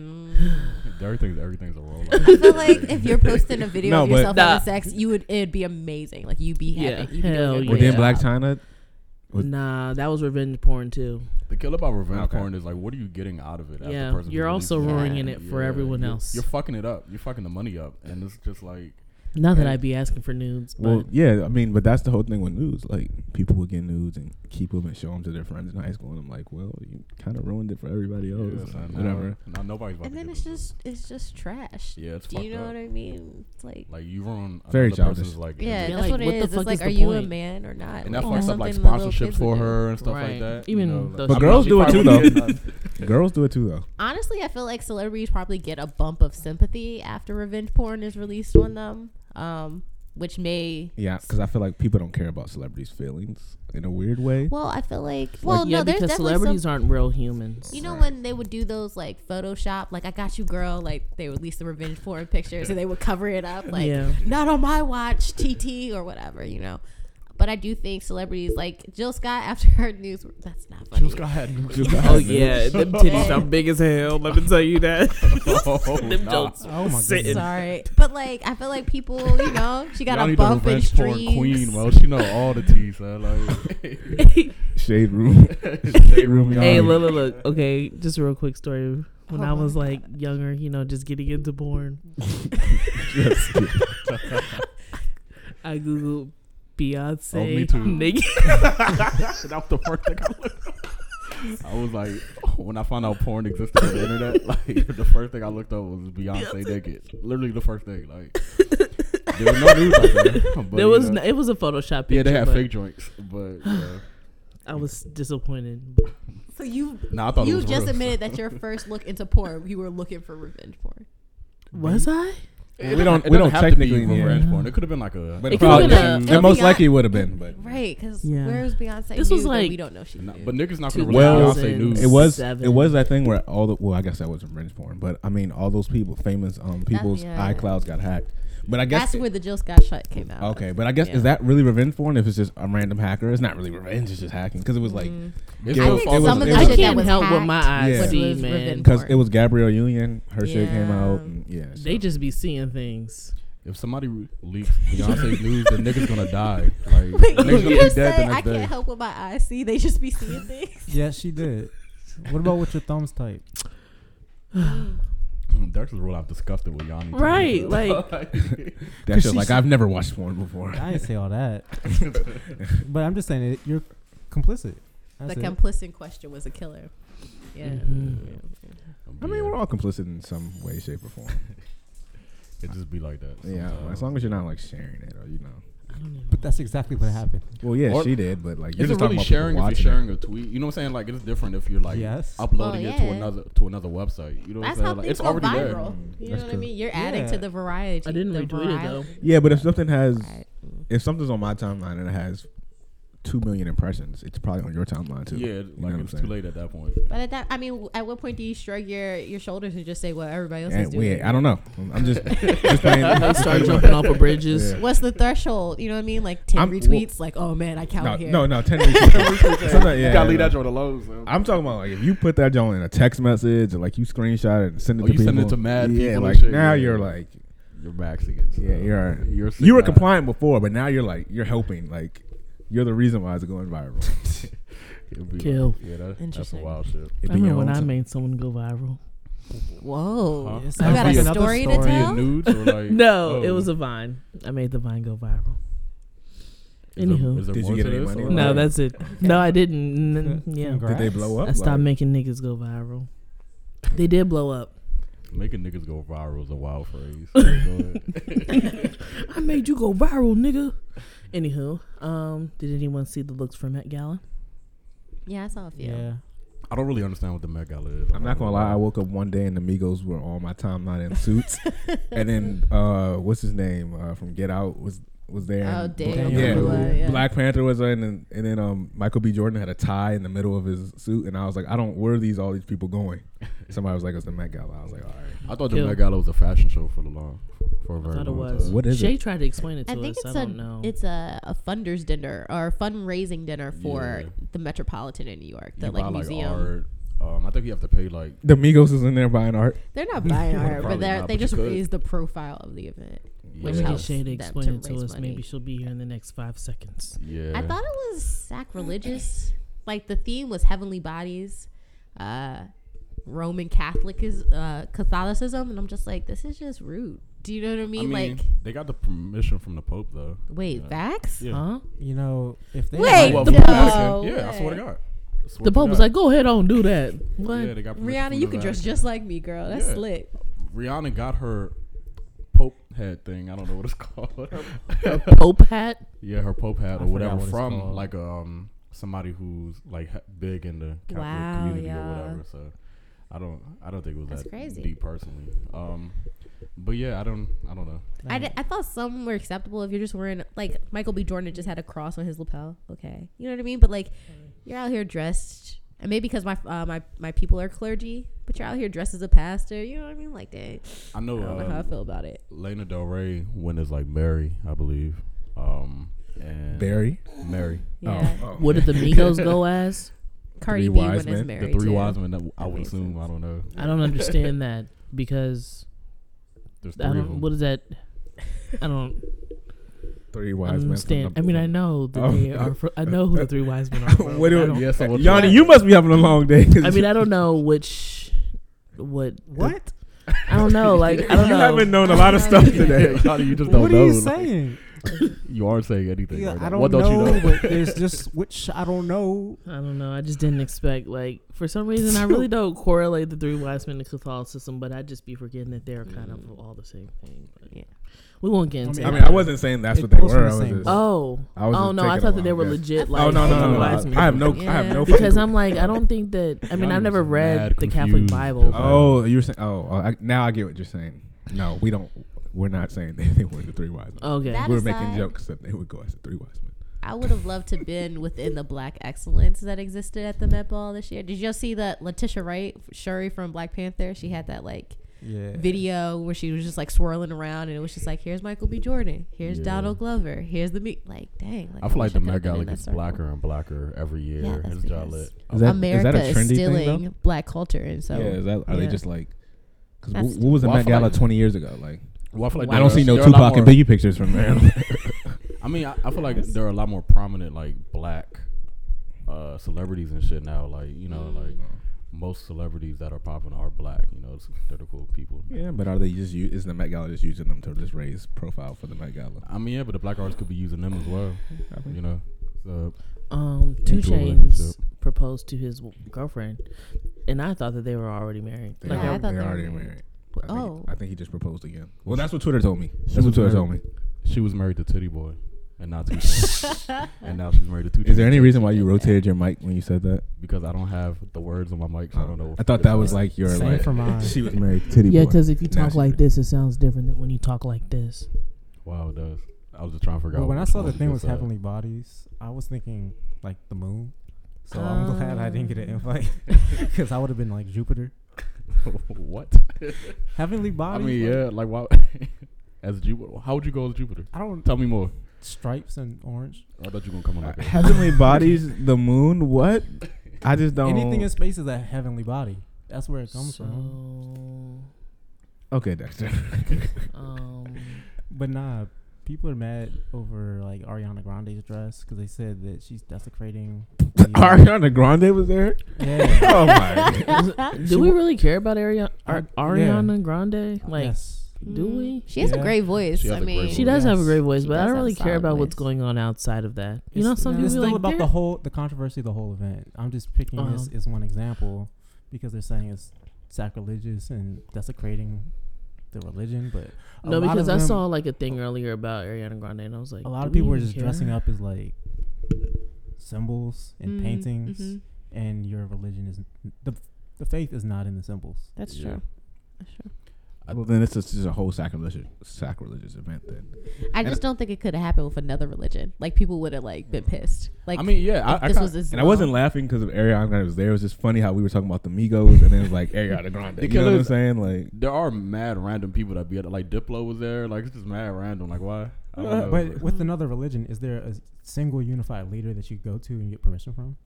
S4: everything's everything's a roll.
S2: I feel like if you're posting a video
S1: No,
S2: of
S1: but-
S2: yourself
S3: Nah.
S2: having sex, you would it'd be amazing. Like you'd be
S3: Yeah,
S2: happy. You'd be
S3: hell
S2: doing
S3: yeah.
S1: Well,
S2: your
S1: then
S2: job.
S1: Black China. Was-
S3: Nah, that was revenge porn too.
S4: The kill about revenge
S1: Okay.
S4: porn is like, what are you getting out of it? as
S3: Yeah,
S4: the person who
S3: you're also
S4: releases
S3: ruining it for everyone
S4: you're-
S3: else.
S4: You're fucking it up. You're fucking the money up, and it's just like
S3: Not that I'd be asking for nudes, but
S1: Well, yeah, I mean, but that's the whole thing with nudes. Like, people would get nudes and keep them and show them to their friends in high school, and I'm like, well, you kind of ruined it for everybody else.
S4: yeah,
S1: like,
S4: son,
S1: whatever.
S4: Now, now nobody's. About
S2: And
S4: to
S2: then
S4: get
S2: it's
S4: it.
S2: just it's just trash.
S4: yeah, it's
S2: Do
S4: fucked
S2: you know
S4: up.
S2: what I mean? It's like
S4: Like you ruin
S1: Very
S4: another
S1: childish.
S4: person's, Like
S2: yeah,
S4: image.
S3: Yeah,
S2: that's
S3: like,
S2: what it
S3: what the
S2: is. It's
S3: fuck
S2: like,
S3: is
S2: are
S3: the
S2: you a
S3: point?
S2: man or not?
S4: and that
S2: Like,
S4: fucks up like
S2: something the little
S4: sponsorships
S2: kids
S4: for
S2: would do.
S4: her and stuff
S3: Right.
S4: like that.
S3: Even
S4: you know, like-
S3: though
S1: But
S3: she
S1: girls
S3: probably
S1: do it too,
S3: probably did.
S1: though. girls do it too, though.
S2: Honestly, I feel like celebrities probably get a bump of sympathy after revenge porn is released on them, um, which may.
S1: Yeah, because I feel like people don't care about celebrities' feelings in a weird way.
S2: Well, I feel like. Well,
S3: yeah,
S2: no, there's
S3: because
S2: definitely
S3: celebrities
S2: some,
S3: aren't real humans.
S2: You know when they would do those like Photoshop, like I got you, girl. Like they would release the revenge porn pictures, and they would cover it up, like
S3: Yeah.
S2: not on my watch, TT or whatever, you know. But I do think celebrities like Jill Scott after her news. That's not funny.
S4: Jill Scott had new
S3: Oh yeah, them titties are big as hell. Let me tell you that. them jokes.
S5: Oh my
S3: Sitting.
S5: goodness.
S2: Sorry, but like I feel like people, you know, she got a bump in
S4: revenge porn
S2: streaks.
S4: queen, bro. She know all the teas, man. Like,
S1: Shade room. Shade room. y'all.
S3: hey, look, look, look. Okay, just a real quick story. When
S2: Oh my
S3: I was like younger, you know, just getting into porn,
S1: Yes.
S3: I googled Beyonce
S4: Oh, me too.
S3: naked.
S4: that was the first thing I looked up. I was like, when I found out porn existed on the internet, like the first thing I looked up was Beyonce, naked. Literally the first thing. Like there was no news out there. but,
S3: There
S4: you
S3: was
S4: know,
S3: no, it was a Photoshop. Picture,
S4: yeah, they had
S3: but
S4: fake joints, but yeah.
S3: I was disappointed.
S2: So you,
S4: nah, I thought it
S2: you
S4: was
S2: just
S4: real.
S2: admitted that your first look into porn, you were looking for revenge porn.
S3: Was I?
S4: It
S1: We don't-
S4: doesn't
S1: we
S4: have
S1: don't
S4: to be
S1: technically- yeah.
S4: revenge porn. It could have been like a.
S1: But
S3: It
S1: it
S3: could've
S1: probably,
S3: been
S2: a-
S1: the most
S2: Beyonce-
S1: likely it would have been, but
S2: Right, because
S3: Yeah.
S2: where's Beyonce?
S3: This was
S2: nude that
S3: like-
S2: we don't know she.
S4: Nah,
S2: nude?
S4: but niggas not gonna release
S1: Well,
S4: Beyonce news.
S1: it was it
S3: Seven.
S1: was that thing where all the well I guess that wasn't revenge porn, but I mean all those people, famous um people's
S2: yeah.
S1: iClouds got hacked. But I guess
S2: That's where the Jill Scott shot came out. of.
S1: Okay, but I guess
S2: Yeah.
S1: is that really revenge porn if it's just a random hacker? It's not really revenge; it's just hacking because it was
S2: Mm,
S1: like
S2: Mm-hmm.
S4: It's
S1: I
S4: so
S1: think
S4: far-
S1: some
S4: it
S1: of the
S4: was-
S3: I
S1: shit
S2: that
S3: can't
S2: was
S3: help what my
S1: hacked
S3: eyes
S1: was
S3: see,
S2: revenge
S3: man.
S1: because
S2: porn.
S1: it was Gabrielle Union. Her shit came
S2: Yeah.
S1: out. and yeah, so.
S3: They just be seeing things.
S4: If somebody re- leaks Beyonce news, the nigga's gonna die. Like the nigga's gonna be
S2: you
S4: dead the
S2: say I
S4: next
S2: can't
S4: day.
S2: help what my eyes see. They just be seeing things.
S5: Yeah, she did. What about with your thumbs type?
S4: Mm, Dark's rule out disgusted with Yanni.
S3: Right,
S1: that shit
S5: she's-
S1: like I've never watched porn before.
S5: I didn't say all that, but I'm just saying it, you're complicit. That's
S2: the
S5: it. Mm-hmm.
S2: complicit in question was a killer. Yeah.
S3: Mhm.
S2: Yeah.
S1: I mean, we're all complicit in some way, shape, or form.
S4: it just be like that.
S1: yeah,
S4: sometimes.
S1: as long as you're not like sharing it, or you know.
S3: I don't even
S5: but that's exactly what happened.
S1: Well, yeah,
S4: Or-
S1: she did, but like you're
S4: Is it
S1: just
S4: really sharing
S1: talking
S4: if
S1: about people
S4: you're
S1: watching
S4: sharing a tweet? You know what I'm saying? Like it's different if you're like
S5: Yes.
S4: uploading
S2: Well,
S4: it to
S2: yeah.
S4: another to another website. You know what I'm
S2: That's
S4: saying?
S2: how
S4: Like,
S2: things
S4: it's
S2: go
S4: already
S2: viral.
S4: there.
S2: You know
S1: Mm-hmm. That's
S2: what I
S1: true.
S2: mean? You're adding
S5: Yeah.
S2: to the variety.
S3: I didn't
S2: the
S3: retweet it, though.
S1: it. Yeah, but if something has
S2: Right.
S1: if something's on my timeline and it has two million impressions, it's probably on your timeline too.
S4: Yeah,
S1: know what
S4: like
S1: I'm
S4: it's too
S1: saying?
S4: late at that point.
S2: But at that, I mean, w- at what point do you shrug your, your shoulders and just say, well, everybody else is
S1: And
S2: doing
S1: we,
S2: it?
S1: I don't know. I'm- I'm just, just playing.
S3: They start jumping off of bridges.
S1: Yeah.
S2: What's the threshold? You know what I mean? Like 10
S1: I'm- well-
S2: retweets? like, oh man, I count
S1: No,
S2: here.
S1: no, no, ten retweets. Sometimes- yeah,
S4: you gotta leave
S1: yeah.
S4: that joint alone. son.
S1: I'm talking about like if you put that joint in a text message or like you screenshot it and send it
S4: Oh,
S1: to
S4: you
S1: people.
S4: send it to mad
S1: yeah,
S4: people and
S1: like
S4: shit,
S1: now
S4: yeah.
S1: you're like
S4: You're maxing it. son.
S1: yeah you're
S4: You're a sick
S1: you were
S4: guy.
S1: compliant before, but now you're like you're helping like you're the reason why it's going viral.
S4: It'd be like-
S3: Kill.
S4: Yeah, that, that's some
S2: Interesting.
S4: wild shit.
S1: It
S3: I
S1: be your
S3: remember when
S1: own
S3: I
S1: time.
S3: made someone go viral.
S2: Whoa.
S5: Huh?
S2: You got
S5: That's
S2: a
S5: another
S2: story to
S5: story.
S4: Via
S2: tell?
S4: nudes or like
S3: No,
S4: oh,
S3: it was a vine. I made the vine go viral.
S4: is there-
S3: Anywho.
S4: is there
S1: Did you
S4: more
S1: get
S4: to
S1: any
S4: this,
S1: money?
S4: or,
S1: No,
S3: No,
S4: like-
S3: that's it. No, I didn't. N- Yeah.
S5: Congrats.
S1: Did they blow up?
S3: I stopped
S1: Like,
S3: making niggas go viral. They did blow up.
S4: making niggas go viral is a wild phrase. Go ahead.
S3: I made you go viral, nigga. Anywho, um, did anyone see the looks for Met Gala?
S2: Yeah, I saw a few.
S5: Yeah.
S4: I don't really understand what the Met Gala is.
S1: I'm not gonna lie. I woke up one day and the Migos were on my timeline in suits, and then uh, what's his name uh, from Get Out was was there.
S2: Oh,
S1: and
S2: Daniel
S1: yeah,
S2: Kaluuya, yeah.
S1: Black Panther was there, and then, and then um, Michael B. Jordan had a tie in the middle of his suit, and I was like, I don't where are these all these people going? Somebody was like, it's the Met Gala. I was like, all right,
S4: I thought the
S3: Kill.
S4: Met Gala was a fashion show for the long, for a very
S3: thought it
S4: long
S3: was.
S4: time.
S1: what is
S3: Shay
S1: it?
S3: tried to explain it
S2: I
S3: to
S2: think
S3: us.
S2: it's
S3: I
S2: a
S3: don't know.
S2: it's a, a funders dinner or a fundraising dinner for
S4: Yeah.
S2: the Metropolitan in New York, the
S4: You
S2: like
S4: buy,
S2: museum.
S4: art. Um, I think you have to pay like
S1: The Migos is in there buying art.
S2: They're not buying art,
S4: Probably
S2: but they
S4: not,
S2: they
S4: but you
S2: just
S4: could.
S2: raise the profile of the event.
S3: When
S2: Which
S3: we
S4: yeah.
S3: get
S2: helps
S3: Shay to
S2: them
S3: explain it to
S2: raise
S3: us,
S2: money.
S3: maybe she'll be here in the next five seconds.
S4: yeah.
S2: I thought it was sacrilegious. Like the theme was heavenly bodies, uh, Roman Catholic is uh, Catholicism, and I'm just like, this is just rude. Do you know what I
S4: I
S2: mean?
S4: mean,
S2: like,
S4: they got the permission from the Pope though.
S2: wait,
S4: yeah.
S2: facts?
S4: Yeah.
S3: Huh?
S5: You know, if they
S2: Wait,
S4: Well,
S2: the
S4: from the
S2: Pope.
S4: Vatican. Yeah, I swear to God. I swear
S3: The
S4: to
S3: Pope was
S4: God.
S3: like, "Go ahead on, do that." What?
S4: Yeah, they got permission
S2: Rihanna,
S4: from
S2: you
S4: the
S2: can dress
S4: Vatican.
S2: just like me, girl. That's
S4: Yeah.
S2: slick.
S4: Rihanna got her Pope hat thing. I don't know what it's called.
S3: Pope hat.
S4: yeah, her Pope hat
S5: I
S4: or
S5: forgot
S4: whatever
S5: what it's
S4: from
S5: called.
S4: like um somebody who's like ha- big in the Catholic
S2: Wow,
S4: community
S2: yeah.
S4: or whatever. So I don't I don't think it was
S2: That's
S4: that
S2: crazy.
S4: deep personally. Um, but yeah, I don't I don't know.
S2: I, di- I thought some were acceptable if you're just wearing like Michael B. Jordan just had a cross on his lapel. Okay, you know what I mean. But like, you're out here dressed, and maybe because my uh, my my people are clergy, but you're out here dressed as a pastor. You know what I mean? Like, dang,
S4: I know.
S2: I don't know
S4: uh,
S2: how I feel about it.
S4: Lena Del Rey went as like Mary, I believe. Um, and
S1: Barry.
S4: Mary,
S2: Yeah,
S1: Oh,
S3: What did the Migos go as?
S2: Cardi
S1: Three
S2: B
S1: wise
S2: when is
S1: men.
S4: the
S2: married.
S4: three
S2: too.
S4: wise men. That I would
S2: makes
S4: assume. I don't know.
S3: I don't understand that because
S4: There's three
S3: I
S4: of them.
S3: don't. What is that? I don't
S1: Three wise men. from
S3: understand.
S1: the-
S3: I mean, I know that
S1: Oh.
S3: they are. Fr- I know who the three wise men are. From.
S1: What do-
S3: I, don't-
S4: yeah, so what-
S1: Yanni, you must be having a long day.
S3: I mean, I don't know which. What?
S5: what?
S3: I don't know. Like I don't
S1: you
S3: know.
S1: haven't known a lot of stuff today.
S4: Yeah, Yanni, you just don't
S5: What
S4: know.
S5: are you
S4: like,
S5: saying?
S4: you aren't saying anything.
S5: Yeah,
S4: right
S5: I
S4: now.
S5: don't
S4: what
S5: know,
S4: don't you know?
S5: but there's just which I don't know.
S3: I don't know. I just didn't expect like for some reason I really don't correlate the three wise men to Catholicism, but I just be forgetting that they're kind of all the same thing. But
S2: Yeah.
S3: we won't get
S5: I
S3: into.
S5: mean,
S1: I
S3: that.
S1: mean, I wasn't saying that's
S5: It
S1: what they
S5: pulls from
S1: were.
S5: the
S1: I was
S5: same
S1: just-
S3: Oh,
S5: bowl.
S1: I was
S3: oh
S1: just
S3: no! I
S1: thinking
S3: thought that
S1: about
S3: they
S1: it,
S3: were
S1: yes.
S3: legit.
S2: Oh,
S3: Like,
S1: oh no no no! no.
S3: wise men.
S1: I have no I have no
S2: Yeah.
S3: because
S1: fucking
S3: I'm like I don't think that. I mean,
S4: Y'all
S3: I've never
S4: was
S3: read
S4: mad
S3: the Catholic
S4: confused.
S3: Bible.
S4: Just-
S1: Oh, you were saying. Oh, oh, I, now I get what you're saying. No, we don't. We're not saying they, they were the three wise men.
S3: Okay.
S2: That
S1: we were
S2: is
S1: making
S2: sad.
S1: jokes that they would go as the three wise men.
S2: I would have loved to been within the black excellence that existed at the Met Ball this year. Did y'all see that Letitia Wright, Shuri from Black Panther? She had that like
S5: Yeah.
S2: video where she was just like swirling around and it was just like here's Michael B. Jordan, here's
S4: Yeah.
S2: Donald Glover, here's the me like dang.
S4: I feel
S2: wish
S4: like the
S2: could've
S4: Met
S2: been
S4: Gala
S2: in that
S4: gets
S2: circle.
S4: blacker and blacker every year.
S2: Yeah, that's
S4: it's got
S2: because-
S4: lit.
S1: Is that- is that
S2: America
S1: a
S2: is,
S1: trendy thing,
S2: stealing
S1: though?
S2: black culture and so
S1: yeah, is that, are they
S2: yeah.
S1: just like? Because
S2: That's-
S1: what was the
S4: Well, I
S1: Met
S4: feel
S1: Gala
S4: like-
S1: 20 years ago? Like,
S4: Well, I feel like
S1: I
S4: there
S1: don't
S4: are-
S1: see no
S4: there are a lot
S1: Tupac and
S4: more-
S1: Biggie pictures from there.
S4: I mean, I, I feel like there are a lot more prominent like black uh, celebrities and shit now. Like you know, like
S5: Mm.
S4: most celebrities that are popping are black. You know, it's, they're the cool people.
S1: yeah, but are they just u- is the Met Gala just using them to just raise profile for the Met Gala?
S4: I mean, yeah, but the black artists could be using them as well. You know, so
S3: Um, Two
S4: Into a
S3: Chains
S4: relationship.
S3: proposed to his w- girlfriend, and I thought that they were already married.
S1: They
S2: Yeah,
S1: are-
S2: I thought
S1: they're
S2: they were
S1: already
S2: married.
S1: married. I think,
S2: oh
S1: I think he just proposed again. Well, that's what Twitter told me.
S4: was
S1: That's what Twitter
S4: married.
S1: told me.
S4: she was married to Titty Boy, and now Two Chainz. and now she's married to Two.
S1: Is there any
S4: Chainz.
S1: reason why you rotated your mic when you said that?
S4: Because I don't have the words on my mic, so I don't know.
S1: I thought that was like your
S5: Same
S1: like
S5: for mine.
S1: she was married to titty
S3: Yeah,
S1: boy.
S3: because if you
S1: Now
S3: talk
S1: she's
S3: like
S1: married.
S3: this, it sounds different than when you talk like this.
S4: wow, it does. I was just trying to figure
S5: But
S4: out.
S5: when I
S4: which
S5: saw the
S4: one
S5: thing was
S4: because, uh,
S5: heavenly bodies, I was thinking like the moon. So
S3: Oh.
S5: I'm glad I didn't get an invite because I would have been like Jupiter.
S4: what?
S5: Heavenly
S4: I
S5: bodies.
S4: mean,
S5: like,
S4: yeah, like why? as Jupiter, how would you go as Jupiter?
S5: I don't
S4: Tell me more.
S5: stripes and orange.
S4: I thought you were gonna come on. Like that.
S1: Heavenly bodies, the moon, what? I just don't.
S5: Anything in space is a heavenly body. That's where it comes
S3: so,
S5: from. um,
S1: okay, Dexter.
S3: um,
S5: But nah, people are mad over like Ariana Grande's dress because they said that she's desecrating. the-
S1: Ariana Grande was there.
S5: Yeah.
S1: Oh my!
S2: Mm-hmm.
S3: do we really care about Ariana, Ar-
S5: Mm, Yeah.
S3: Ariana Grande? Like,
S5: yes.
S3: do we?
S2: she has a
S5: Yeah.
S2: great voice.
S4: She has
S2: I
S4: a great
S2: mean,
S4: voice.
S3: She does have a
S5: Yes.
S3: great voice,
S2: Mm. She
S3: but I
S2: does
S3: don't
S2: have a
S3: really care
S2: solid
S3: about what's
S2: voice.
S3: going on outside of that. You know,
S5: It's-
S3: some
S5: it's
S3: people
S5: still
S3: like
S5: about
S3: "They're-
S5: the whole the controversy of the whole event. I'm just picking this
S3: Uh-huh.
S5: as one example because they're saying it's sacrilegious and desecrating the religion. But a
S3: No,
S5: lot
S3: because
S5: of
S3: I
S5: them-
S3: saw like a thing earlier about Ariana Grande, and I was like,
S5: a lot of
S3: "Do
S5: people
S3: we
S5: are just
S3: care?"
S5: dressing up as like symbols and
S3: Mm-hmm.
S2: Mm,
S5: paintings,
S2: mhm.
S5: and your religion is the the faith is not in the symbols.
S2: That's
S4: Yeah.
S2: true.
S1: well, then it's just, it's a whole sacrilegious sacrilegious event. Then
S2: I just don't think it could have happened with another religion. Like people would have like been pissed. Like
S4: I mean, yeah, I,
S2: this
S4: I kinda-
S2: was Islam.
S1: And I wasn't laughing because of Ariana Grande was there. It was just funny how we were talking about the Migos and then it was like Ariana Grande. You know what I'm
S4: Because-
S1: saying? Like,
S4: There are mad random people that be at like Diplo was there. Like it's just mad random. Like why? I
S1: Uh,
S4: don't know,
S5: but with another religion, is there a single unified leader that you go to and get permission from?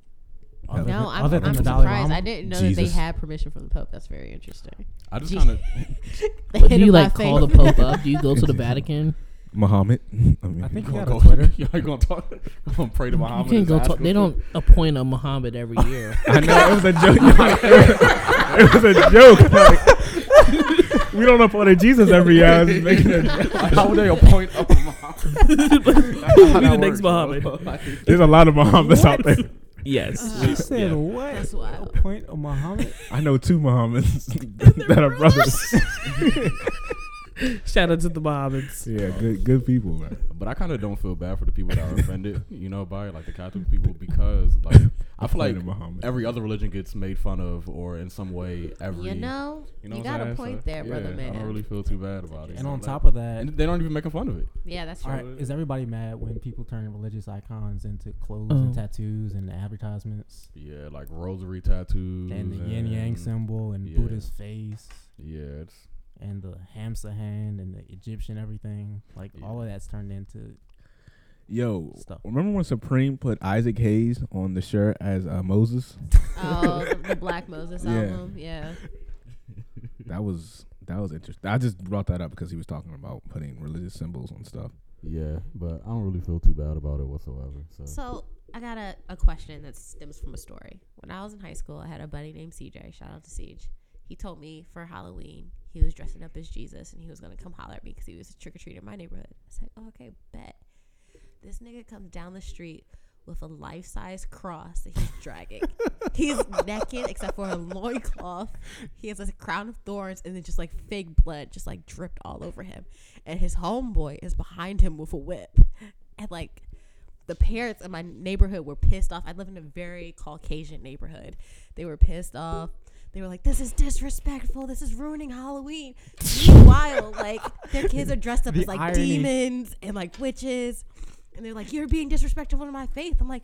S1: No,
S5: than-
S2: Oh, No, I'm,
S5: other than
S2: I'm
S5: the Dalai
S2: surprised.
S5: Lama?
S2: I didn't know that
S1: Jesus.
S2: they had permission from the Pope. That's very interesting.
S4: I just
S2: Gee.
S4: kind of
S3: But
S2: Hit
S3: do you
S2: him by
S3: like call the
S2: faith.
S3: Pope up? Do you go to the Vatican?
S1: Muhammad. I mean,
S5: I think you
S4: gonna
S5: got a
S4: go.
S5: Twitter.
S4: Y'all gonna talk? I'm gonna pray to
S3: You
S4: Muhammad.
S3: can't
S4: and
S3: go
S4: ask
S3: talk.
S4: him
S3: They
S4: for-
S3: don't appoint a Muhammad every year.
S1: I know it was a joke. it was a joke. Like, we don't applaud at Jesus every year. I was just making a-
S4: How would they appoint a Muhammad?
S3: Who be the next Muhammad?
S1: There's a lot of Muhammads out there.
S3: Yes.
S5: She said what?
S2: That's wild.
S5: Point of Muhammad.
S1: I know two Muhammads that are brothers.
S3: Shout out to the Muhammads.
S1: yeah, good good people, man.
S4: But I kind of don't feel bad for the people that are offended, you know, by it, like the Catholic people, because like I feel like
S1: Pointing at Muhammad.
S4: every other religion gets made fun of or in some way every.
S2: You know, you,
S4: what I'm
S2: got a
S4: saying?
S2: point
S4: So,
S2: there, brother
S4: yeah, I
S2: man.
S4: don't really feel too bad about it.
S5: And on
S4: Like,
S5: top of that,
S4: and they don't even making fun of it.
S2: yeah, that's
S5: All
S2: right.
S5: right, is everybody mad when people turn religious icons into clothes
S3: Oh.
S5: and tattoos and advertisements
S4: Yeah, like rosary tattoos
S5: and the yin yang symbol and
S4: yeah.
S5: Buddha's face
S4: Yeah, it's,
S5: and the hamster hand and the Egyptian everything? Like all of that's turned into
S1: Yo,
S5: Stuff.
S1: remember when Supreme put Isaac Hayes on the shirt as uh, Moses?
S2: Oh, the, the Black Moses
S1: Yeah.
S2: album. Yeah.
S4: Hmm.
S1: That was that was interesting. I just brought that up because he was talking about putting religious symbols on stuff.
S4: yeah, but I don't really feel too bad about it whatsoever. So,
S2: So I got a, a question that stems from a story. When I was in high school, I had a buddy named CJ. Shout out to Siege. He told me for Halloween he was dressing up as Jesus and he was gonna come holler at me because he was trick or treating in my neighborhood. I said, oh, "Okay, bet." This nigga comes down the street with a life size cross that he's dragging. he's naked except for a loincloth. He has a crown of thorns and then just like fake blood just like dripped all over him. And his homeboy is behind him with a whip. And like the parents in my neighborhood were pissed off. I live in a very Caucasian neighborhood. They were pissed off. They were like, "This is disrespectful. This is ruining Halloween." Meanwhile, like their kids are dressed up
S5: The
S2: as like
S5: irony.
S2: demons and like witches, and they're like, "You're being disrespectful to my faith." I'm like,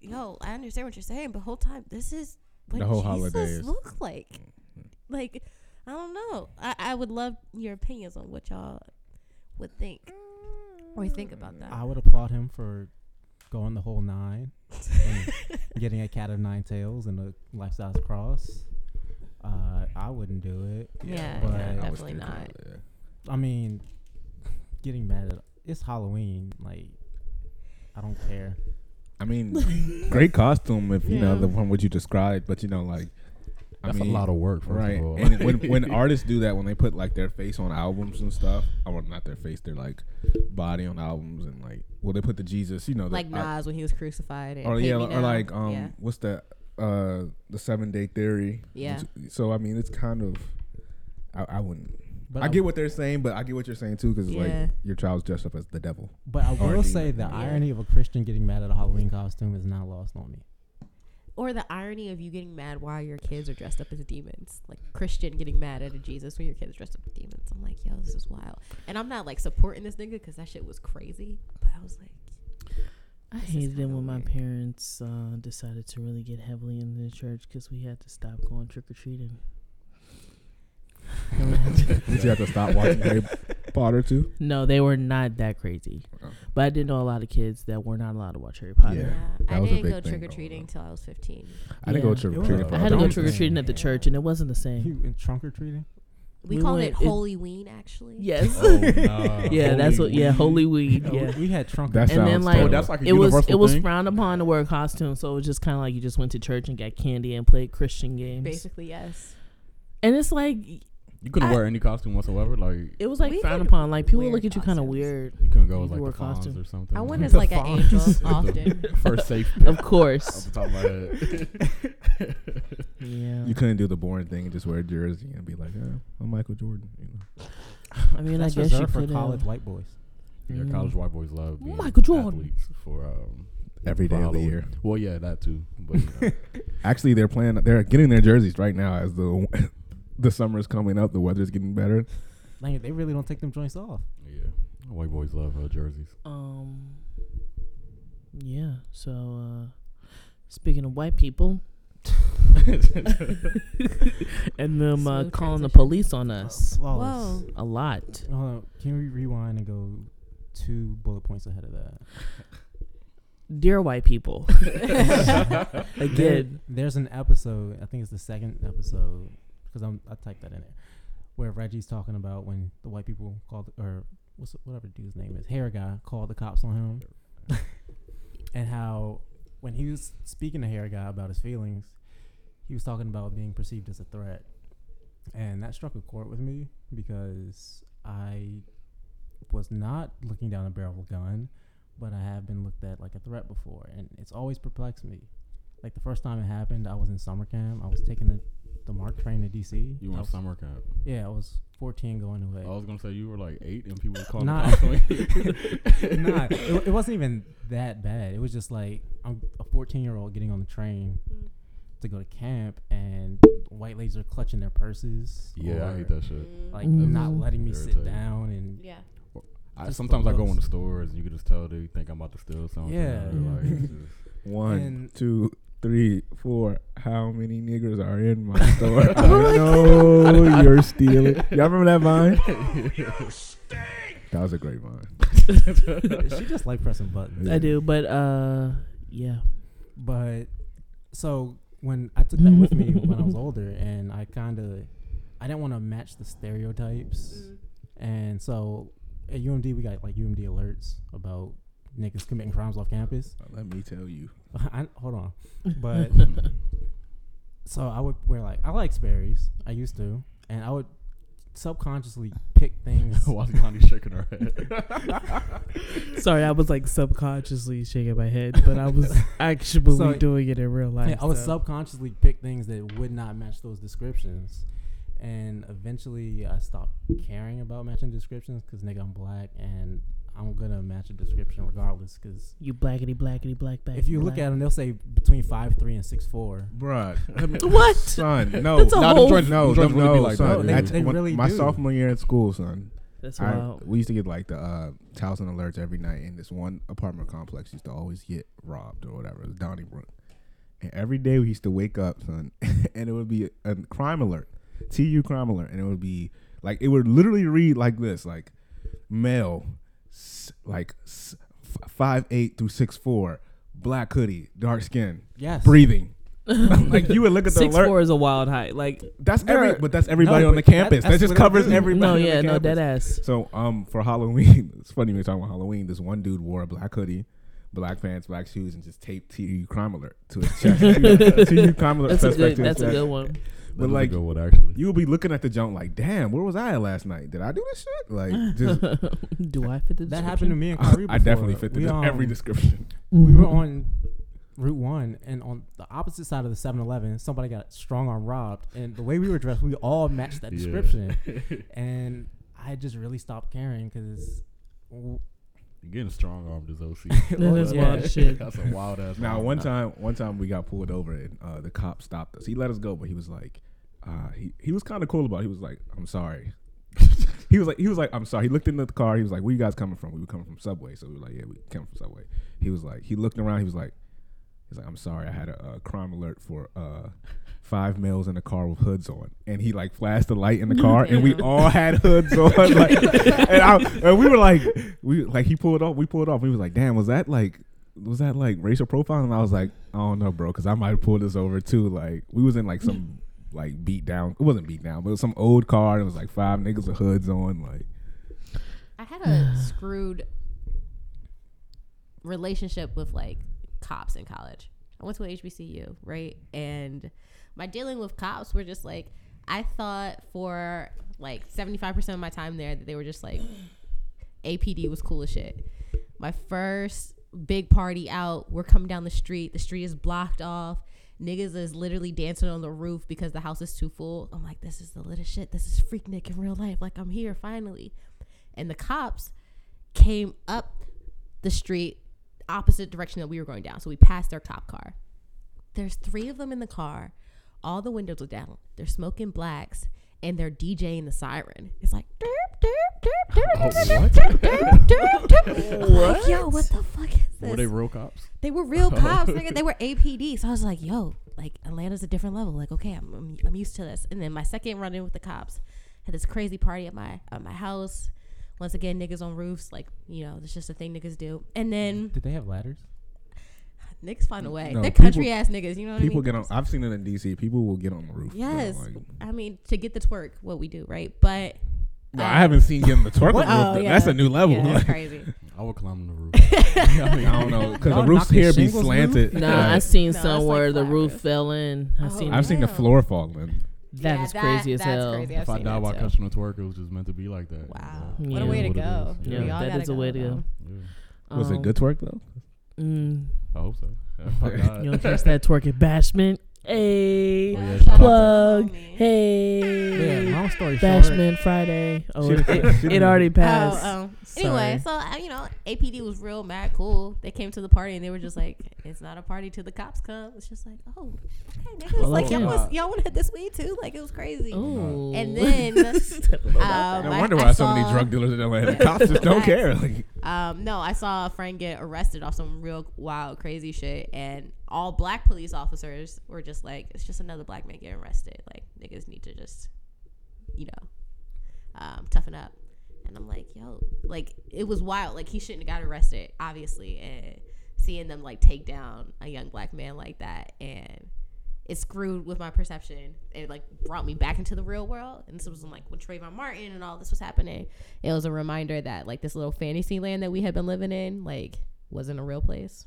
S2: "Yo, I understand what you're saying, but whole time this is what
S1: The whole
S2: Jesus
S1: holidays.
S2: looked like." Like, I don't know. I, I would love your opinions on what y'all would think or think about that.
S5: I would applaud him for going the whole nine, and getting a cat of nine tails and a life size cross. Uh, I wouldn't do it.
S2: Yeah,
S5: but
S2: yeah,
S5: I
S2: definitely
S1: was thinking
S2: not.
S1: about that.
S5: I mean, getting mad at it's Halloween. Like, I don't care.
S1: I mean, great costume if you know
S2: Yeah.
S1: the one what you described, but you know, like
S4: That's
S1: I mean,
S4: a lot of work, first
S1: right?
S4: of all.
S1: And when when artists do that, when they put like their face on albums and stuff, or not their face, their like body on albums and like, well, they put the Jesus, you know, the,
S2: like Nas when he was crucified. And
S1: or
S2: Hate
S1: yeah,
S2: Me
S1: or
S2: Now.
S1: like um,
S2: yeah.
S1: what's that? Uh, the Seven Day Theory.
S2: Yeah.
S1: Which- So I mean, it's kind of, I, I wouldn't.
S5: But
S1: I get what they're saying, but I get what you're saying too, because
S2: Yeah.
S1: like your child's dressed up as the devil.
S5: But I
S1: Or
S5: will
S1: demon.
S5: say the
S1: Yeah.
S5: irony of a Christian getting mad at a Halloween costume is not lost on me.
S2: Or the irony of you getting mad while your kids are dressed up as demons. Like Christian getting mad at a Jesus when your kid is dressed up as demons. I'm like, yo, this is wild. And I'm not like supporting this nigga because that shit was crazy. But I was like,
S3: I
S2: This is
S3: hated it
S2: kinda
S3: when my
S2: weird.
S3: parents uh, decided to really get heavily into the church because we had to stop going trick or treating.
S1: Did you have to stop watching Harry Potter too?
S3: no, they were not that crazy,
S1: Oh.
S3: but I did know a lot of kids that were not allowed to watch Harry Potter.
S1: Yeah, that
S2: I
S1: was a
S2: didn't
S1: big
S2: go
S1: thing
S2: trick or treating
S1: going on.
S2: till I was 15.
S1: I didn't go
S3: Yeah.
S1: trick
S5: It
S1: or
S5: was
S1: treating.
S5: a-
S1: for
S3: I had to go
S5: Don't
S1: adults.
S3: trick or treating at the church, and it wasn't the same.
S5: You in trunk or treating?
S2: We,
S3: We
S2: called
S3: went-
S2: it
S3: it-
S2: Holy Ween, actually.
S3: Yes.
S4: Oh, nah.
S3: yeah, that's
S4: Holy
S3: what. Yeah,
S4: weed.
S3: holy weed.
S5: Oh,
S3: Yeah.
S5: we had trunk.
S1: That
S5: or
S3: And
S1: sounds
S3: then, like-
S4: Oh,
S1: terrible.
S4: that's like a
S3: It was
S4: universal
S3: it was
S4: thing?
S3: frowned upon to wear a costume, so it was just kind of like you just went to church and got candy and played Christian games.
S2: Basically, yes.
S3: And it's like
S4: you couldn't
S3: I-
S4: wear any costume whatsoever. Like
S3: it was like
S2: We
S3: frowned
S2: could
S3: upon. Like people
S2: wear
S3: look at you kind of
S2: costumes.
S3: weird.
S4: you couldn't go as
S3: You
S4: like
S3: wore
S4: the
S3: a costume.
S4: costume or something.
S2: I went as
S5: The
S2: like an
S5: font.
S2: angel
S4: The
S2: often.
S4: first safe
S3: Of
S4: off
S3: course.
S4: the top of my head.
S3: Yeah.
S1: You couldn't do the boring thing and just wear a jersey and be like, yeah, I'm Michael Jordan. You know,
S3: I mean,
S5: That's
S3: I guess you
S5: reserved for
S3: could
S5: college white boys.
S4: Yeah, college white boys love being
S3: Michael Jordan.
S4: athletes for um,
S1: every day
S4: for
S1: of the
S4: Halloween.
S1: year.
S4: Well, yeah, that too. But you know,
S1: Actually, they're playing. They're getting their jerseys right now as the the summer is coming up. The weather's getting better.
S5: Like they really don't take them joints off.
S4: yeah, white boys love uh, jerseys.
S3: Um. Yeah. So, uh, speaking of white people, and them uh,
S2: Smooth
S3: calling the
S2: transition.
S3: police on us
S4: Oh,
S5: Flawless.
S3: a lot.
S5: Hold on. Can we rewind and go two bullet points ahead of that?
S3: Dear white people,
S5: There-
S3: again,
S5: there's an episode. I think it's the second episode because I'm I typed that in there, where Reggie's talking about when the white people called or what's whatever dude's name is hair guy called the cops on him, and how when he was speaking to hair guy about his feelings, he was talking about being perceived as a threat, and that struck a chord with me because I was not looking down a barrel of a gun. But I have been looked at like a threat before, and it's always perplexed me. Like the first time it happened, I was in summer camp. I was taking the, the Mark train to DC.
S4: You
S5: I
S4: went
S5: was,
S4: summer camp.
S5: Yeah, I was 14 going away.
S4: I was gonna say you were like eight, and people were calling
S5: Nah.
S4: the cops on you.
S5: nah, it, it wasn't even that bad. It was just like I'm a 14 year old getting on the train
S2: Mm.
S5: to go to camp, and white ladies are clutching their purses.
S4: Yeah, I
S5: or,
S4: hate that shit.
S5: Like
S3: Mm.
S5: not letting me sit
S4: Irritating.
S5: down, and
S2: Yeah.
S4: I,
S5: Just the
S4: sometimes I go
S5: looks.
S4: in the stores and you can just tell they think I'm about to steal something.
S5: Yeah.
S4: Like, it's just-
S1: One,
S5: And-
S1: two, three, four. How many niggers are in my store? I
S3: my
S1: know you're stealing. Y'all remember that vine? That was a great vine.
S5: she just like pressing buttons.
S3: I do. But uh, yeah.
S5: But so when I took that with me when I was older, and I kind of I didn't want to match the stereotypes,
S4: Mm-hmm.
S5: and so at UMD we got like UMD alerts about niggas committing crimes off campus.
S1: Let me tell you.
S5: I, hold on, but so I would wear like I like Sperry's. I used to, and I would subconsciously pick things.
S4: Why is Connie shaking her head?
S3: Sorry, I was like subconsciously shaking my head, but I was actually
S5: So-
S3: doing it in real life.
S5: Yeah, I would
S3: so.
S5: subconsciously pick things that would not match those descriptions. And eventually I stopped caring about matching descriptions because, nigga, I'm black and I'm going to match a description regardless. Because
S3: You blackety blackety black back.
S5: if you look at them, they'll say between five three and six four.
S1: Bruh.
S3: What?
S1: Son, no.
S3: That's a
S1: no,
S3: whole-
S1: them joints- no,
S4: them joints
S1: them
S4: really be
S1: no,
S4: like that,
S1: son.
S4: yeah.
S1: That's-
S5: They
S1: when-
S5: really
S1: my
S5: do.
S1: sophomore year in school, son.
S3: that's
S1: I-
S3: wild.
S1: we used to get like the uh, thousand alerts every night, and this one apartment complex used to always get robbed or whatever. It was Donnybrook, and every day we used to wake up, son, and it would be a crime alert. TU crime alert, and it would be like it would literally read like this, like male, s- like s- f- five eight through six four, black hoodie, dark skin,
S5: Yes.
S1: breathing. like you would look at the
S7: Six
S1: alert.
S7: four is a wild height. Like
S1: That's
S7: There
S1: every,
S7: are-
S1: but that's everybody
S5: No,
S1: on the
S5: but that-
S1: campus. That,
S5: that's
S1: just
S5: what it
S1: covers
S5: is.
S1: everybody.
S3: No,
S1: on the
S3: yeah, no,
S1: campus.
S3: dead ass.
S1: So um for Halloween, it's funny we're talking about Halloween. This one dude wore a black hoodie, black pants, black shoes, and just taped TU crime alert to his chest. TU crime alert.
S3: That's a
S1: suspect
S3: good.
S1: to his
S3: That's a
S1: chest.
S3: good one.
S1: But like
S4: good one actually.
S1: you would be looking at the jump like, damn, where was I at last night? Did I do this shit? Like just
S3: Do I fit the?
S5: That happened to me and Kyrie.
S1: I definitely
S5: before.
S1: fit the,
S5: We, um,
S1: every description.
S5: we were on Route One, and on the opposite side of the 7-Eleven, somebody got strong arm robbed, and the way we were dressed, we all matched that
S4: Yeah.
S5: description, and I just really stopped caring because.
S4: You're getting strong armed as OC.
S3: That is wild shit.
S4: That's a wild ass.
S1: Now
S4: arm.
S1: one time, one time we got pulled over and uh, the cop stopped us. He let us go, but he was like, uh, he he was kind of cool about. it. He was like, I'm sorry. he was like, he was like, I'm sorry. He looked into the car. He was like, Where you guys coming from? We were coming from Subway, so we were like, Yeah, we came from Subway. He was like, he looked around. He was like, he's like, I'm sorry. I had a, uh crime alert for uh, five males in a car with hoods on, and he like flashed the light in the car, and we
S2: Damn.
S1: all had hoods on. Like, and, I, and we were like, we like he pulled off. We pulled off. We was like, damn, was that like was that like racial profiling? And I was like, I don't know, bro, because I might pull this over too. Like we was in like some like beat down. It wasn't beat down, but it was some old car. And it was like five niggas with hoods on. Like
S2: I had a screwed relationship with like cops in college. I went to an HBCU, right? And my dealing with cops were just like I thought for like seventy five percent of my time there that they were just like APD was cool as shit. My first big party out, we're coming down the street. The street is blocked off. Niggas is literally dancing on the roof because the house is too full. I'm like, this is the little shit. This is Freaknik in real life. Like, I'm here finally. And the cops came up the street opposite direction that we were going down. So we passed their cop car. There's three of them in the car. All the windows are down. They're smoking blacks and they're DJing the siren. It's like derp, derp, derp,
S4: Oh,
S2: derp, derp, derp, derp, derp, derp. I'm like, yo, what the fuck is this?
S4: were they real cops?
S2: They were real cops, nigga. They were APD. So I was like, yo, like Atlanta's a different level. Like, okay, I'm, I'm, I'm used to this. And then my second run in with the cops had this crazy party at my at my house. Once again, niggas on roofs, like you know, it's just a thing niggas do. And then
S5: Did they have ladders?
S2: niggas find a way.
S1: No,
S2: They're
S1: people-
S2: country ass niggas. You know what I mean?
S1: people get on. I've seen it in DC. People will get on the roof. you know,
S2: Yes,
S1: like-
S2: I mean to get the twerk, what we do, right? But
S1: no, I haven't seen getting the twerk on the
S2: What?
S1: roof.
S2: Oh,
S1: though.
S2: yeah.
S1: That's a new level.
S2: yeah, that's
S1: Like,
S2: crazy.
S4: I would climb on the roof. I, mean,
S1: I don't know because the
S5: Y'all
S1: roofs
S5: knocked the
S1: here be
S5: shingles loose?
S1: slanted.
S3: Nah,
S1: Like,
S3: I seen
S2: No, it's
S3: some
S2: like
S3: where the
S2: flat
S3: roof
S2: roof.
S3: fell in. I
S2: Oh.
S3: seen.
S1: I've
S3: that.
S1: seen the
S2: Wow.
S1: floor fall in.
S3: That
S2: Yeah,
S3: is crazy as
S2: that's
S3: hell.
S2: Crazy. I've
S4: if I
S2: seen
S4: die
S2: that
S4: while
S2: too.
S4: catching a twerk, it was just meant to be like that.
S2: Wow,
S4: You know?
S2: what a
S3: Yeah.
S2: way to
S4: It is
S2: go.
S4: what it is.
S3: Yeah,
S2: We all
S3: that
S2: gotta
S3: is a way to go.
S2: though.
S4: Yeah.
S1: Was it
S3: Um,
S1: good twerk though?
S3: Mm,
S4: I hope so. If I die-
S3: you don't catch that twerking bashment. Hey,
S4: Oh, yeah,
S2: Shout out to
S3: plug.
S2: homie.
S3: Hey,
S5: Yeah, long story short.
S3: bashment Friday. Oh, it, it, it already passed.
S2: Oh, oh. Anyway, so uh, you know, APD was real mad cool. They came to the party and they were just like, "It's not a party till the cops come." It's just like, "Oh, okay, niggas,
S3: Well,
S2: like
S3: yeah.
S2: y'all was, y'all want to hit this weed too?" Like it was crazy.
S3: Ooh.
S2: And then,
S1: No
S2: um, I-
S1: Oh. wonder
S2: I
S1: why so many
S2: saw-
S1: drug dealers in Atlanta. Cops just don't
S2: Facts.
S1: care. Like,
S2: Um, no, I saw a friend get arrested off some real wild, crazy shit, and all black police officers were just like, "It's just another black man getting arrested. Like niggas need to just, you know, um, toughen up." And I'm like, "Yo, like it was wild. Like he shouldn't have got arrested, obviously." And seeing them like take down a young black man like that, and it screwed with my perception. It like brought me back into the real world. And this was like when Trayvon Martin and all this was happening. It was a reminder that like this little fantasy land that we had been living in, like, wasn't a real place.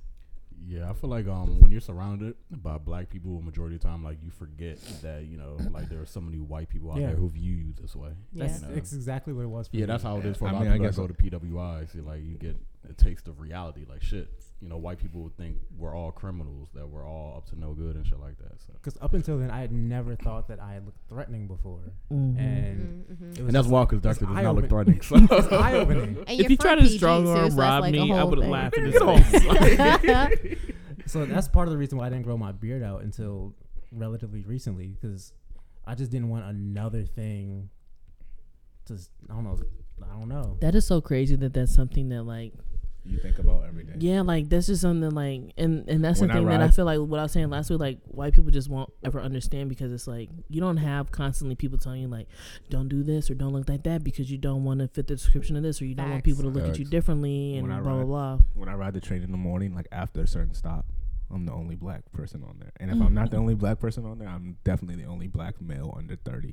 S4: Yeah, I feel like um when you're surrounded by black people, majority of the time, like you forget that you know like there are so many white people out
S5: Yeah.
S4: there who view you this way.
S2: Yeah.
S5: That's
S4: You know?
S5: it's exactly what it was for
S4: Yeah,
S5: me.
S4: that's how it is for a
S1: I
S4: lot
S1: mean,
S4: of
S1: I
S4: people that
S1: guess
S4: go to PWI. See, like you get a taste of reality. Like shit, you know, white people would think we're all criminals, that we're all up to no good and shit like that. So.
S5: Because up until then, I had never thought that I had looked threatening before,
S3: Mhm.
S5: and
S2: Mm-hmm.
S5: it was
S4: And that's
S5: just-
S4: why, because
S5: it's
S4: Dexter does not look
S5: eye-opening.
S4: threatening. So.
S5: It's eye opening.
S2: And
S7: if
S2: you're
S7: you
S2: from
S7: tried to
S2: PG,
S7: strong
S2: so it's
S7: arm
S2: just,
S7: rob
S2: like, a
S7: me, I
S2: whole
S7: would
S2: thing.
S7: laugh in his face.
S5: So that's part of the reason why I didn't grow my beard out until relatively recently, because I just didn't want another thing. To s- I don't know. I don't know.
S3: That is so crazy that that's something that like
S1: you think about every day.
S3: Yeah, like that's just something like, and and that's
S1: When
S3: the
S1: I
S3: thing that I
S1: ride-
S3: feel like what I was saying last week, like white people just won't ever understand because it's like you don't have constantly people telling you like, don't do this or don't look like that because you don't want to fit the description of this or you don't want
S2: Facts.
S3: people to look at you
S1: Facts.
S3: differently and
S1: When I
S3: blah blah
S1: ride-
S3: blah.
S1: When I ride the train in the morning, like after a certain stop, I'm the only black person on there. And if I'm not the only black person on there, I'm definitely the only black male under 30.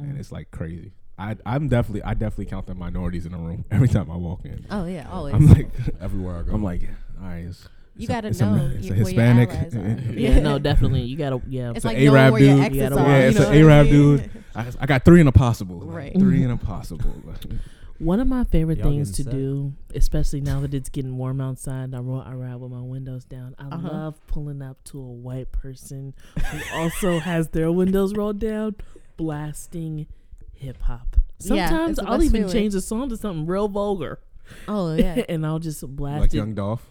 S3: Mm.
S1: And it's like crazy. I, I'm definitely, I definitely count the minorities in the room every time I walk in.
S2: Oh yeah, always.
S1: I'm like,
S4: everywhere I go.
S1: I'm like, all right, it's,
S2: you
S1: it's a-
S2: gotta
S1: it's a-
S2: know
S1: it's
S2: your,
S1: a
S2: where your
S1: Hispanic.
S2: allies are.
S3: Yeah, no, definitely you gotta yeah.
S2: It's
S1: a
S2: like knowing
S1: Arab
S2: where your
S1: dude.
S2: exes
S3: You gotta
S2: are.
S3: walk-
S1: yeah,
S2: you
S1: it's
S2: know
S1: an
S2: what I
S1: Arab
S2: mean?
S1: dude. I, I got three in a possible. Like,
S2: Right.
S1: Three in a possible.
S3: One of my favorite
S5: Y'all
S3: things to
S5: getting set?
S3: do, especially now that it's getting warm outside, I roll, I ride with my windows down. I
S2: Uh-huh.
S3: love pulling up to a white person who also has their windows rolled down, blasting hip hop.
S2: Yeah,
S3: Sometimes
S2: it's the
S3: I'll
S2: best
S3: even
S2: feeling.
S3: change the song to something real vulgar,
S2: Oh yeah.
S3: and I'll just blast
S1: like
S3: it.
S1: Young Dolph.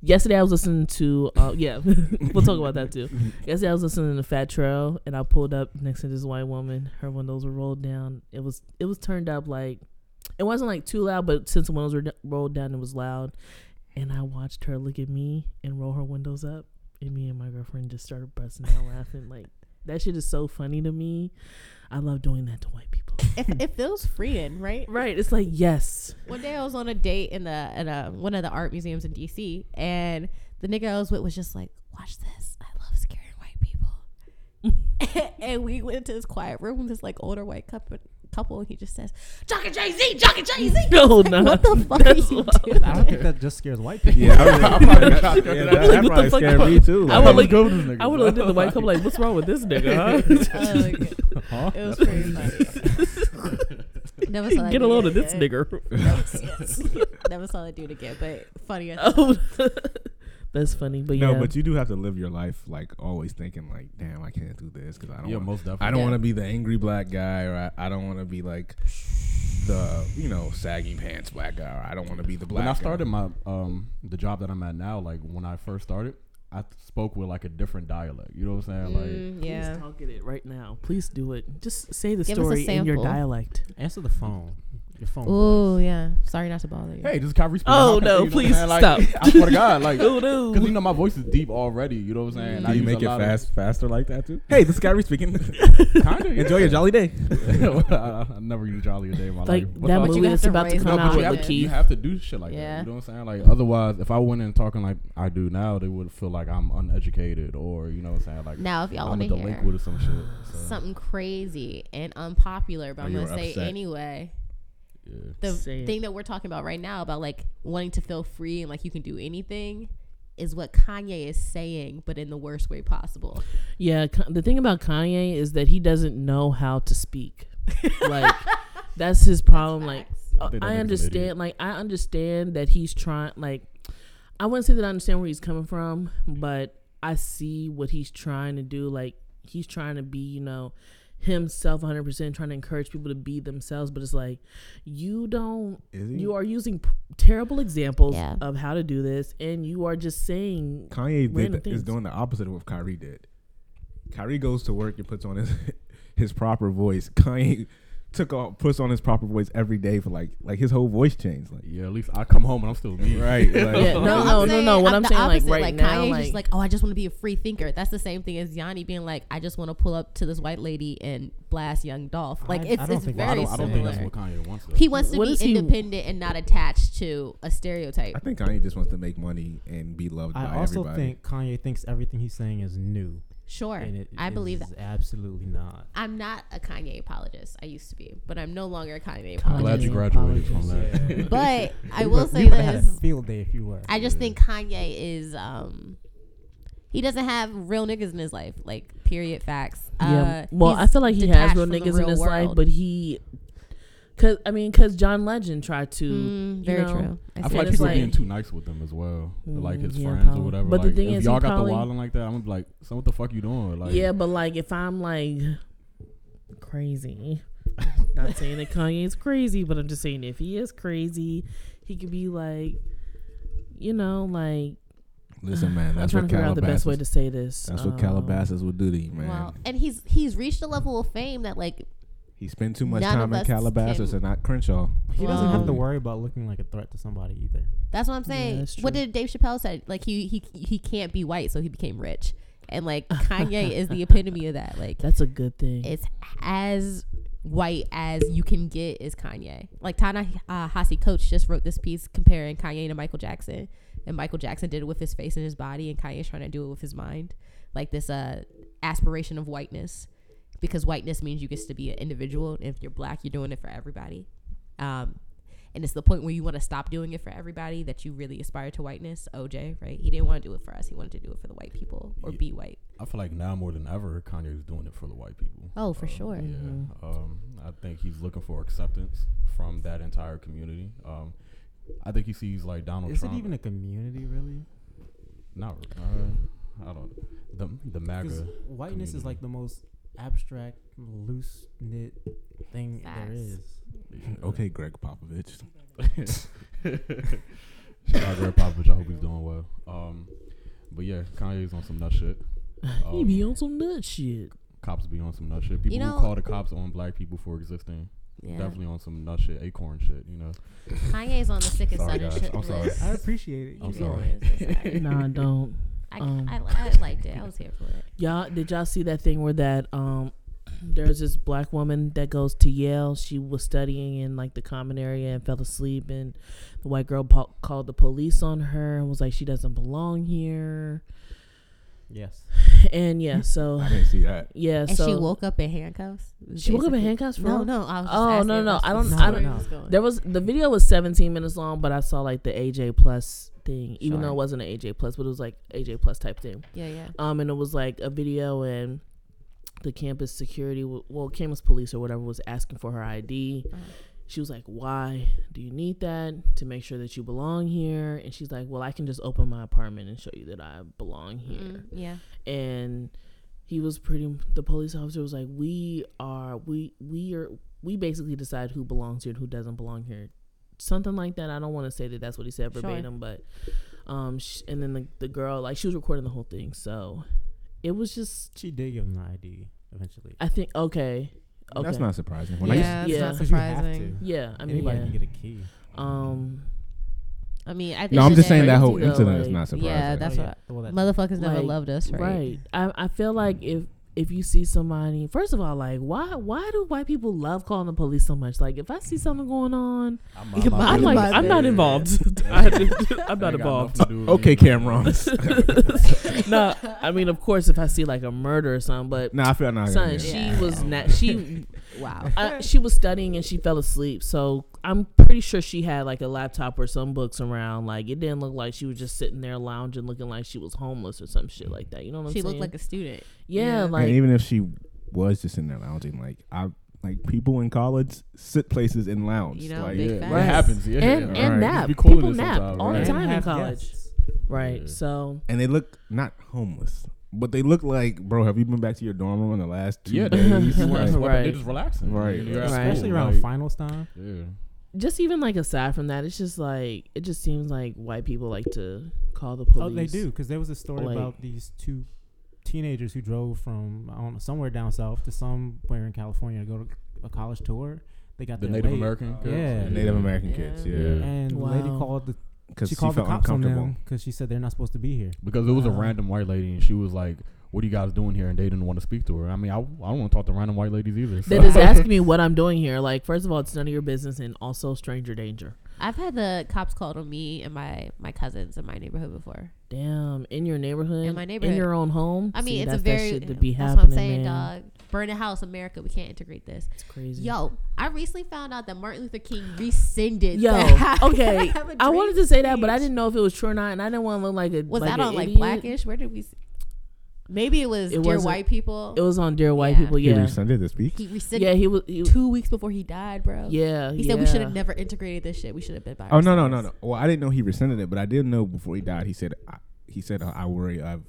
S3: Yesterday I was listening to, uh, yeah, we'll talk about that too. Yesterday I was listening to Fat Trail, and I pulled up next to this white woman. Her windows were rolled down. It was it was turned up like it wasn't like too loud, but since the windows were d- rolled down, it was loud. And I watched her look at me and roll her windows up, and me and my girlfriend just started busting out laughing. Like that shit is so funny to me. I love doing that to white people.
S2: it, it feels freeing, right?
S3: Right? It's like yes,
S2: One day I was on a date in the at a, one of the art museums in DC, and the nigga I was with was just like, "Watch this! I love scaring white people." and we went into this quiet room with this like older white couple. Couple, and he just says, "Jock and Jay Z, Jock and Jay Z."
S3: No,
S2: like,
S3: no.
S2: what the fuck are you doing?
S5: I don't think that just scares white people.
S1: Yeah, I probably, got, yeah, that, that
S3: Like, what the
S1: probably
S3: fuck?
S1: scared me too.
S3: I
S1: Like,
S3: would look.
S4: go to this nigga.
S3: I would have looked at the white couple like, "What's wrong with this nigga?" Huh?
S2: Oh, my God. It was pretty funny. Never saw that
S3: Get a
S2: dude
S3: load of this
S2: again.
S3: nigga.
S2: Never saw that dude again, but funny. as
S3: Oh, that's funny. But yeah,
S1: No, but you do have to live your life like always thinking like, damn, I can't do this because I don't.
S4: yeah,
S1: wanna,
S4: most definitely.
S1: I don't
S2: Yeah.
S1: want to be the angry black guy, or I, I don't want to be like the you know saggy pants black guy, or I don't want to be the black.
S4: when I
S1: guy.
S4: started my um the job that I'm at now, like when I first started, I th- spoke with like a different dialect. You know what I'm saying? Like
S2: Mm, yeah.
S3: please target it right now. Please do it. Just say the
S2: Give us a
S3: story in your
S2: sample.
S3: dialect.
S5: Answer the phone. Your phone.
S2: Oh yeah. Sorry not to bother you.
S4: Hey, this is Kyrie speaking.
S3: Oh,
S4: How can-
S3: no,
S4: you know what
S3: please
S4: I'm saying? Like, I swear to God, like,
S3: Ooh,
S4: because you
S3: no.
S4: know my voice is deep already. You know what I'm saying? And I
S1: do you
S4: use
S1: make
S4: a
S1: it
S4: lot of-
S1: fast, faster like that too? Hey, this guy Gary speaking.
S4: Kinda, yeah.
S1: Enjoy your jolly day.
S4: I, I- I never use jolly a day in my
S3: Like
S4: life. But,
S3: that
S4: uh,
S3: movie
S2: you have
S3: that's
S2: to
S3: about to
S2: raise
S3: come
S2: the
S3: out
S4: you,
S2: bar.
S3: with
S4: have to, you
S3: Keith.
S4: have to do shit like
S2: Yeah.
S4: that. You know what I'm saying? Like otherwise, if I went in talking like I do now, they would feel like I'm uneducated or you know what I'm saying? Like
S2: Now if y'all
S4: I'm
S2: want
S4: a
S2: to hear
S4: delinquent or some shit. So,
S2: something crazy and unpopular, but
S1: Oh,
S2: I'm
S1: you
S2: gonna
S1: were
S2: say
S1: upset.
S2: anyway.
S4: yeah.
S2: The
S3: Say it.
S2: thing that we're talking about right now about like wanting to feel free and like you can do anything is what Kanye is saying, but in the worst way possible.
S3: Yeah, Ka- the thing about Kanye is that he doesn't know how to speak. like that's his problem. like uh,
S4: I think that
S3: I
S4: nigga's an
S3: understand.
S4: idiot.
S3: Like I understand that he's trying. Like I wouldn't say that I understand where he's coming from, but I see what he's trying to do. Like he's trying to be, you know, himself 100%, trying to encourage people to be themselves. But it's like you don't.
S1: Is he?
S3: You are using p- terrible examples
S2: Yeah.
S3: of how to do this, and you are just saying
S1: Kanye did
S3: Random
S1: the,
S3: things.
S1: is doing the opposite of what Kyrie did. Kyrie goes to work and puts on his his proper voice. Kanye took off, puts on his proper voice every day for like like his whole voice changed. Like
S4: Yeah, at least I come home and I'm still me.
S1: right, like,
S3: Yeah, no,
S2: I'm
S3: no, no, no, what I'm
S2: the
S3: saying, like, right now,
S2: Kanye's
S3: like-
S2: just like, oh, I just want to be a free thinker. That's the same thing as Yanni being like, I just want to pull up to this white lady and blast Young Dolph. Like,
S5: I-
S2: it's,
S5: I don't
S2: it's
S5: think-
S2: very
S5: well,
S4: I don't, I don't think that's
S2: similar.
S4: what Kanye wants. Though.
S2: He wants to
S3: What
S2: be
S3: is he-
S2: independent and not attached to a stereotype.
S1: I think Kanye just wants to make money and be loved by
S5: I also
S1: everybody.
S5: think Kanye thinks everything he's saying is new,
S2: Sure,
S5: and it
S2: I believe
S5: is
S2: that.
S5: Absolutely not.
S2: I'm not a Kanye apologist. I used to be, but I'm no longer a Kanye
S4: I'm
S2: apologist.
S4: glad you
S5: Kanye
S4: graduated from
S5: apologist,
S4: that.
S5: yeah.
S2: But I
S5: You
S2: will
S5: would-
S2: say
S5: you would have had a
S2: this:
S5: field day if you were.
S2: I just think Kanye is um, he doesn't have real niggas in his life. Like, period. Facts.
S3: Yeah.
S2: Uh,
S3: well, I
S2: he's
S3: feel like he
S2: detached
S3: has real
S2: from the
S3: niggas
S2: real
S3: in his life,
S2: world.
S3: but he, cause I mean, cause John Legend tried to.
S2: Mm,
S3: you
S2: very
S3: know,
S2: true.
S4: I
S3: see
S4: feel like
S3: it's
S4: people
S3: like-
S4: being too nice with them as well,
S3: Mm,
S4: like his
S3: yeah,
S4: friends
S3: probably.
S4: or whatever.
S3: But the
S4: like,
S3: thing
S4: if
S3: is, he
S4: y'all got
S3: probably-
S4: the wilding like that, I'm gonna be like, so what the fuck you doing? Like,
S3: yeah, but like if I'm like crazy, not saying that Kanye is crazy, but I'm just saying if he is crazy, he could be like, you know, like
S1: Listen, man,
S3: I'm
S1: that's
S3: trying
S1: what
S3: to figure out the best way
S1: Calabasas.
S3: to say this.
S1: That's what
S3: um,
S1: Calabasas would do to you, man.
S2: Well, and he's he's reached a level of fame that like
S1: He spent too much
S2: None
S1: time
S2: of
S1: in
S2: us
S1: Calabasas
S2: can-
S1: and not Crenshaw. Um,
S5: He doesn't have to
S2: Wow.
S5: worry about looking like a threat to somebody either.
S2: That's what I'm saying.
S3: that's
S2: what
S3: true.
S2: did Dave Chappelle say? Like he he he can't be white, so he became rich, and like Kanye is the epitome of that. Like
S3: That's a good thing.
S2: it's as white as you can get is Kanye. Like Ta-Nehisi Coach just wrote this piece comparing Kanye to Michael Jackson, and Michael Jackson did it with his face and his body, and Kanye's trying to do it with his mind. Like this uh, aspiration of whiteness, because whiteness means you get to be an individual. And if you're black, you're doing it for everybody. Um, and it's the point where you want to stop doing it for everybody that you really aspire to whiteness. OJ, right? He didn't want to do it for us. He wanted to do it for the white people or
S4: Ye-
S2: be white.
S4: I feel like now more than ever, Kanye's doing it for the white people.
S2: Oh, for
S4: Uh,
S2: sure.
S4: Yeah. Um, I think he's looking for acceptance from that entire community. Um, I think he sees like Donald
S5: Is it
S4: Trump.
S5: even a community really?
S4: not? Uh, I don't. The the
S5: Because
S4: MAGA.
S5: whiteness is
S4: community.
S5: like the most abstract, loose knit thing
S2: Facts.
S5: there is.
S1: Okay, Greg Popovich.
S4: Shout out Greg Popovich. I hope he's doing well. Um, but yeah, Kanye's on some nut shit.
S3: he be
S4: Um,
S3: on some nut shit.
S4: Cops be on some nut shit. People
S2: know-
S4: who call the cops on black people for existing,
S2: Yeah.
S4: definitely on some nut shit, acorn shit. You know.
S2: Kanye's on the sickest
S4: Sorry,
S2: son and
S4: guys.
S2: shit
S4: I'm sorry.
S2: list.
S5: I appreciate it.
S4: I'm
S5: you know.
S4: sorry.
S3: nah, don't.
S2: I,
S3: Um,
S2: I, I liked it. I was here for it.
S3: Y'all, did y'all see that thing where that um, there's this black woman that goes to Yale. She was studying in like the common area and fell asleep, and the white girl po- called the police on her and was like, "She doesn't belong here."
S5: Yes.
S3: And yeah, so
S1: I didn't see that.
S3: yeah,
S2: And
S3: so
S2: she woke up in handcuffs.
S3: She woke up in
S2: basically.
S3: handcuffs. For
S2: No,
S3: real?
S2: no. I was just
S3: Oh,
S2: asking
S3: no, no,
S2: if that's
S3: I
S2: the
S3: don't-
S5: I don't
S2: story
S5: know.
S2: was going.
S3: There was the video was 17 minutes long, but I saw like the AJ Plus thing, even
S2: Sure.
S3: though it wasn't an AJ Plus, but it was like AJ Plus type thing.
S2: Yeah, yeah.
S3: Um, and it was like a video and the campus security, w- well, campus police or whatever was asking for her ID.
S2: Uh-huh.
S3: She was like, "Why do you need that to make sure that you belong here?" And she's like, "Well, I can just open my apartment and show you that I belong
S2: Mm,
S3: here."
S2: yeah.
S3: and he was pretty the police officer was like we are we we are we basically decide who belongs here and who doesn't belong here something like that i don't want to say that that's what he said
S2: Sure.
S3: verbatim but um sh- and then the, the girl like she was recording the whole thing so it was just
S5: She did give him the ID eventually.
S3: i think okay okay
S1: That's not surprising. When I used,
S2: Yeah,
S3: yeah.
S2: it's not
S5: Because you have
S2: surprising.
S5: to.
S3: yeah i mean
S5: Anybody
S3: yeah.
S5: can get a key.
S3: um
S2: I mean, I think
S1: no, I'm
S2: that
S1: just saying
S2: they-
S1: that whole
S3: Crazy though,
S1: incident is
S3: like-
S1: not surprising.
S2: Yeah, that's
S5: Oh, yeah.
S2: what
S5: Well, that-
S2: motherfuckers never
S3: Like,
S2: loved us, right?
S3: right I, I feel like if if you see somebody first of all like why why do white people love calling the police so much like if i see something going on
S4: I'm,
S2: Yeah, but
S3: i'm
S2: I'm
S3: like
S2: not
S3: i'm not
S2: there.
S3: involved I, i'm not involved
S1: Okay, Cameron.
S3: no i mean of course if i see like a murder or something but
S1: nah, I feel not.
S3: son
S1: yeah.
S3: she
S2: Yeah.
S3: was not she
S2: Wow.
S3: I, she was studying and she fell asleep so i'm pretty sure she had like a laptop or some books around like it didn't look like she was just sitting there lounging looking like she was homeless or some shit like that you know what i'm
S2: She
S3: saying
S2: looked like a student.
S3: yeah,
S2: yeah.
S3: like
S1: and even if she was just in there lounging, like I like people in college sit places and lounge.
S2: You know,
S1: like,
S2: big
S4: yeah,
S2: facts.
S4: it happens. Yeah,
S3: and
S1: Right.
S4: yeah.
S1: Just
S3: and
S1: be
S3: nap.
S4: calling
S3: People
S4: it
S3: nap
S4: sometimes,
S3: all the
S4: right?
S5: And
S3: time in
S5: have
S3: college,
S5: guests.
S3: right?
S4: Yeah.
S3: So
S1: and they look not homeless, but they look like, bro, have you been back to your dorm room in the last two
S4: Yeah, they-
S1: days?
S4: they're
S1: Like,
S4: wearing sweatpants,
S3: Right.
S4: They're just relaxing.
S1: Right.
S4: You're at
S3: Right.
S5: Especially
S4: school,
S5: around
S4: like,
S5: finals time.
S4: Yeah.
S3: just even like aside from that, it's just like it just seems like white people like to call the police.
S5: Oh, they do because there was a story
S3: Like-
S5: about these two teenagers who drove from I don't know, somewhere down south to somewhere in California to go to a college tour. They got
S4: The
S5: there
S4: Native
S5: late,
S4: American. kids?
S5: Yeah.
S1: Native American
S2: Yeah.
S1: kids,
S4: Yeah.
S1: yeah,
S5: and the lady
S3: Wow.
S5: called the
S1: because
S5: she
S1: she,
S5: called
S1: felt
S5: the cops on
S1: uncomfortable.
S5: them because she said they're not supposed to be here.
S4: Because it was a
S3: Wow.
S4: random white lady, and she was like, "What are you guys doing here?" And they didn't want to speak to her. I mean, I, I don't want to talk to random white ladies either. So.
S3: That is asking me what I'm doing here. Like, first of all, it's none of your business, and also stranger danger.
S2: I've had the cops called on me and my my cousins in my neighborhood before.
S3: Damn, in your neighborhood,
S2: In my neighborhood.
S3: your own home.
S2: I mean,
S3: See,
S2: it's a
S3: that's
S2: very uh,
S3: that shit to be
S2: that's
S3: happening.
S2: what I'm saying,
S3: man.
S2: dog. Burn a house, America. We can't integrate this.
S3: It's crazy.
S2: Yo, I recently found out that Martin Luther King rescinded.
S3: Yo,
S2: the-
S3: okay.
S2: Have a
S3: I
S2: drink
S3: wanted to say that, but I
S2: speech.
S3: didn't know if it was true or not, and I didn't want to look like a
S2: Was
S3: like
S2: that
S3: an
S2: on like
S3: idiot.
S2: Blackish? Where did we? s- Maybe it was
S3: It
S2: Dear
S3: wasn't-
S2: White People.
S3: It was on Dear White
S2: Yeah.
S3: People.
S1: He
S3: Yeah,
S1: rescinded this speech.
S2: he rescinded
S3: yeah, he was. He,
S2: two weeks before he died, bro.
S3: yeah,
S2: He said we should
S3: yeah.
S2: have never integrated this shit. We should have been by.
S1: Oh no, no, no,
S2: ourselves."
S1: no. Well, I didn't know he rescinded it, but I did know before he died. He said, I, he said, uh, I worry I've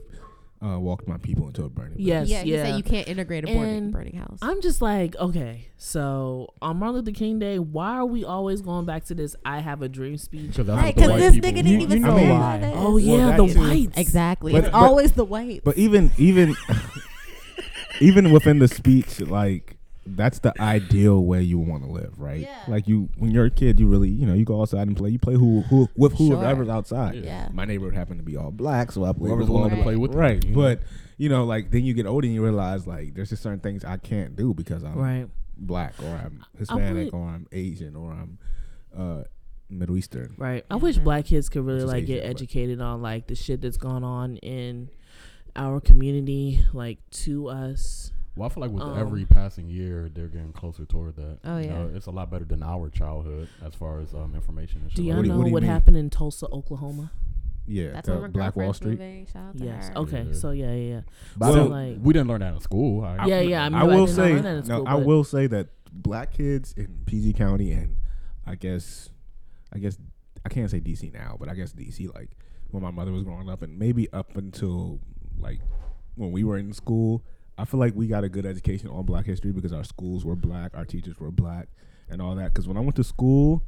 S1: uh, walked my people into a burning. bush."
S3: Yes,
S2: yeah,
S3: yeah.
S2: he said you can't integrate a burning,
S3: And
S2: burning house.
S3: I'm just like, okay, so on Martin Luther King Day, why are we always going back to this "I have a dream" speech?
S4: Because that's
S2: Right,
S4: what the
S2: because
S4: white
S2: this
S4: people
S2: nigga
S4: do.
S2: didn't even
S1: I mean-
S2: clarify that.
S3: Oh
S1: that
S3: yeah, the
S1: too.
S3: whites.
S2: exactly.
S1: But-
S2: it's
S1: but-
S2: always the white.
S1: But even even even within the speech, like that's the ideal way you want to live, right?
S2: Yeah.
S1: Like you, when you're a kid, you really, you know, you go outside and play. You play who, who with
S2: Sure.
S1: whoever's outside.
S2: Yeah.
S1: My neighborhood happened to be all black, so I played
S4: Whoever's
S1: with all
S4: willing to
S2: Right.
S4: play with them,
S1: Right,
S4: you know?
S1: but you know, like then you get older and you realize like there's just certain things I can't do because I'm
S7: Right.
S1: black or I'm
S3: I would-
S1: Hispanic or I'm Asian or I'm uh, Middle Eastern.
S3: Right. Mm-hmm. I wish black kids could really
S1: Just
S3: like
S1: Asian,
S3: get
S1: but-
S3: educated on like the shit that's gone on in our community, like to us.
S4: Well, I feel like with
S3: Um,
S4: every passing year, they're getting closer toward that.
S2: Oh,
S4: You
S2: yeah.
S4: know, it's a lot better than our childhood as far as um, information and shit.
S3: Do
S4: like
S3: y'all
S1: what do you-
S3: know
S1: what
S3: what,
S1: do you mean?
S3: happened in Tulsa, Oklahoma?
S1: Yeah,
S2: That's
S1: the
S2: where my
S1: Black Wall
S2: girlfriend's
S1: Street.
S2: moving. Shout out to
S3: Yes. Oh,
S2: her.
S3: Okay.
S4: Yeah.
S3: So yeah, yeah,
S1: But I
S3: So,
S1: don't-
S3: like-
S4: we didn't learn that in school. I,
S3: yeah. Yeah, yeah. I, mean,
S1: I will
S3: didn't
S1: say,
S3: learn that in
S1: no,
S3: school,
S1: I
S3: but-
S1: will say that black kids in PG County and I guess, I guess I can't say DC now, but I guess DC like when my mother was growing up and maybe up until like when we were in school, I feel like we got a good education on Black history because our schools were black, our teachers were black, and all that. Because when I went to school.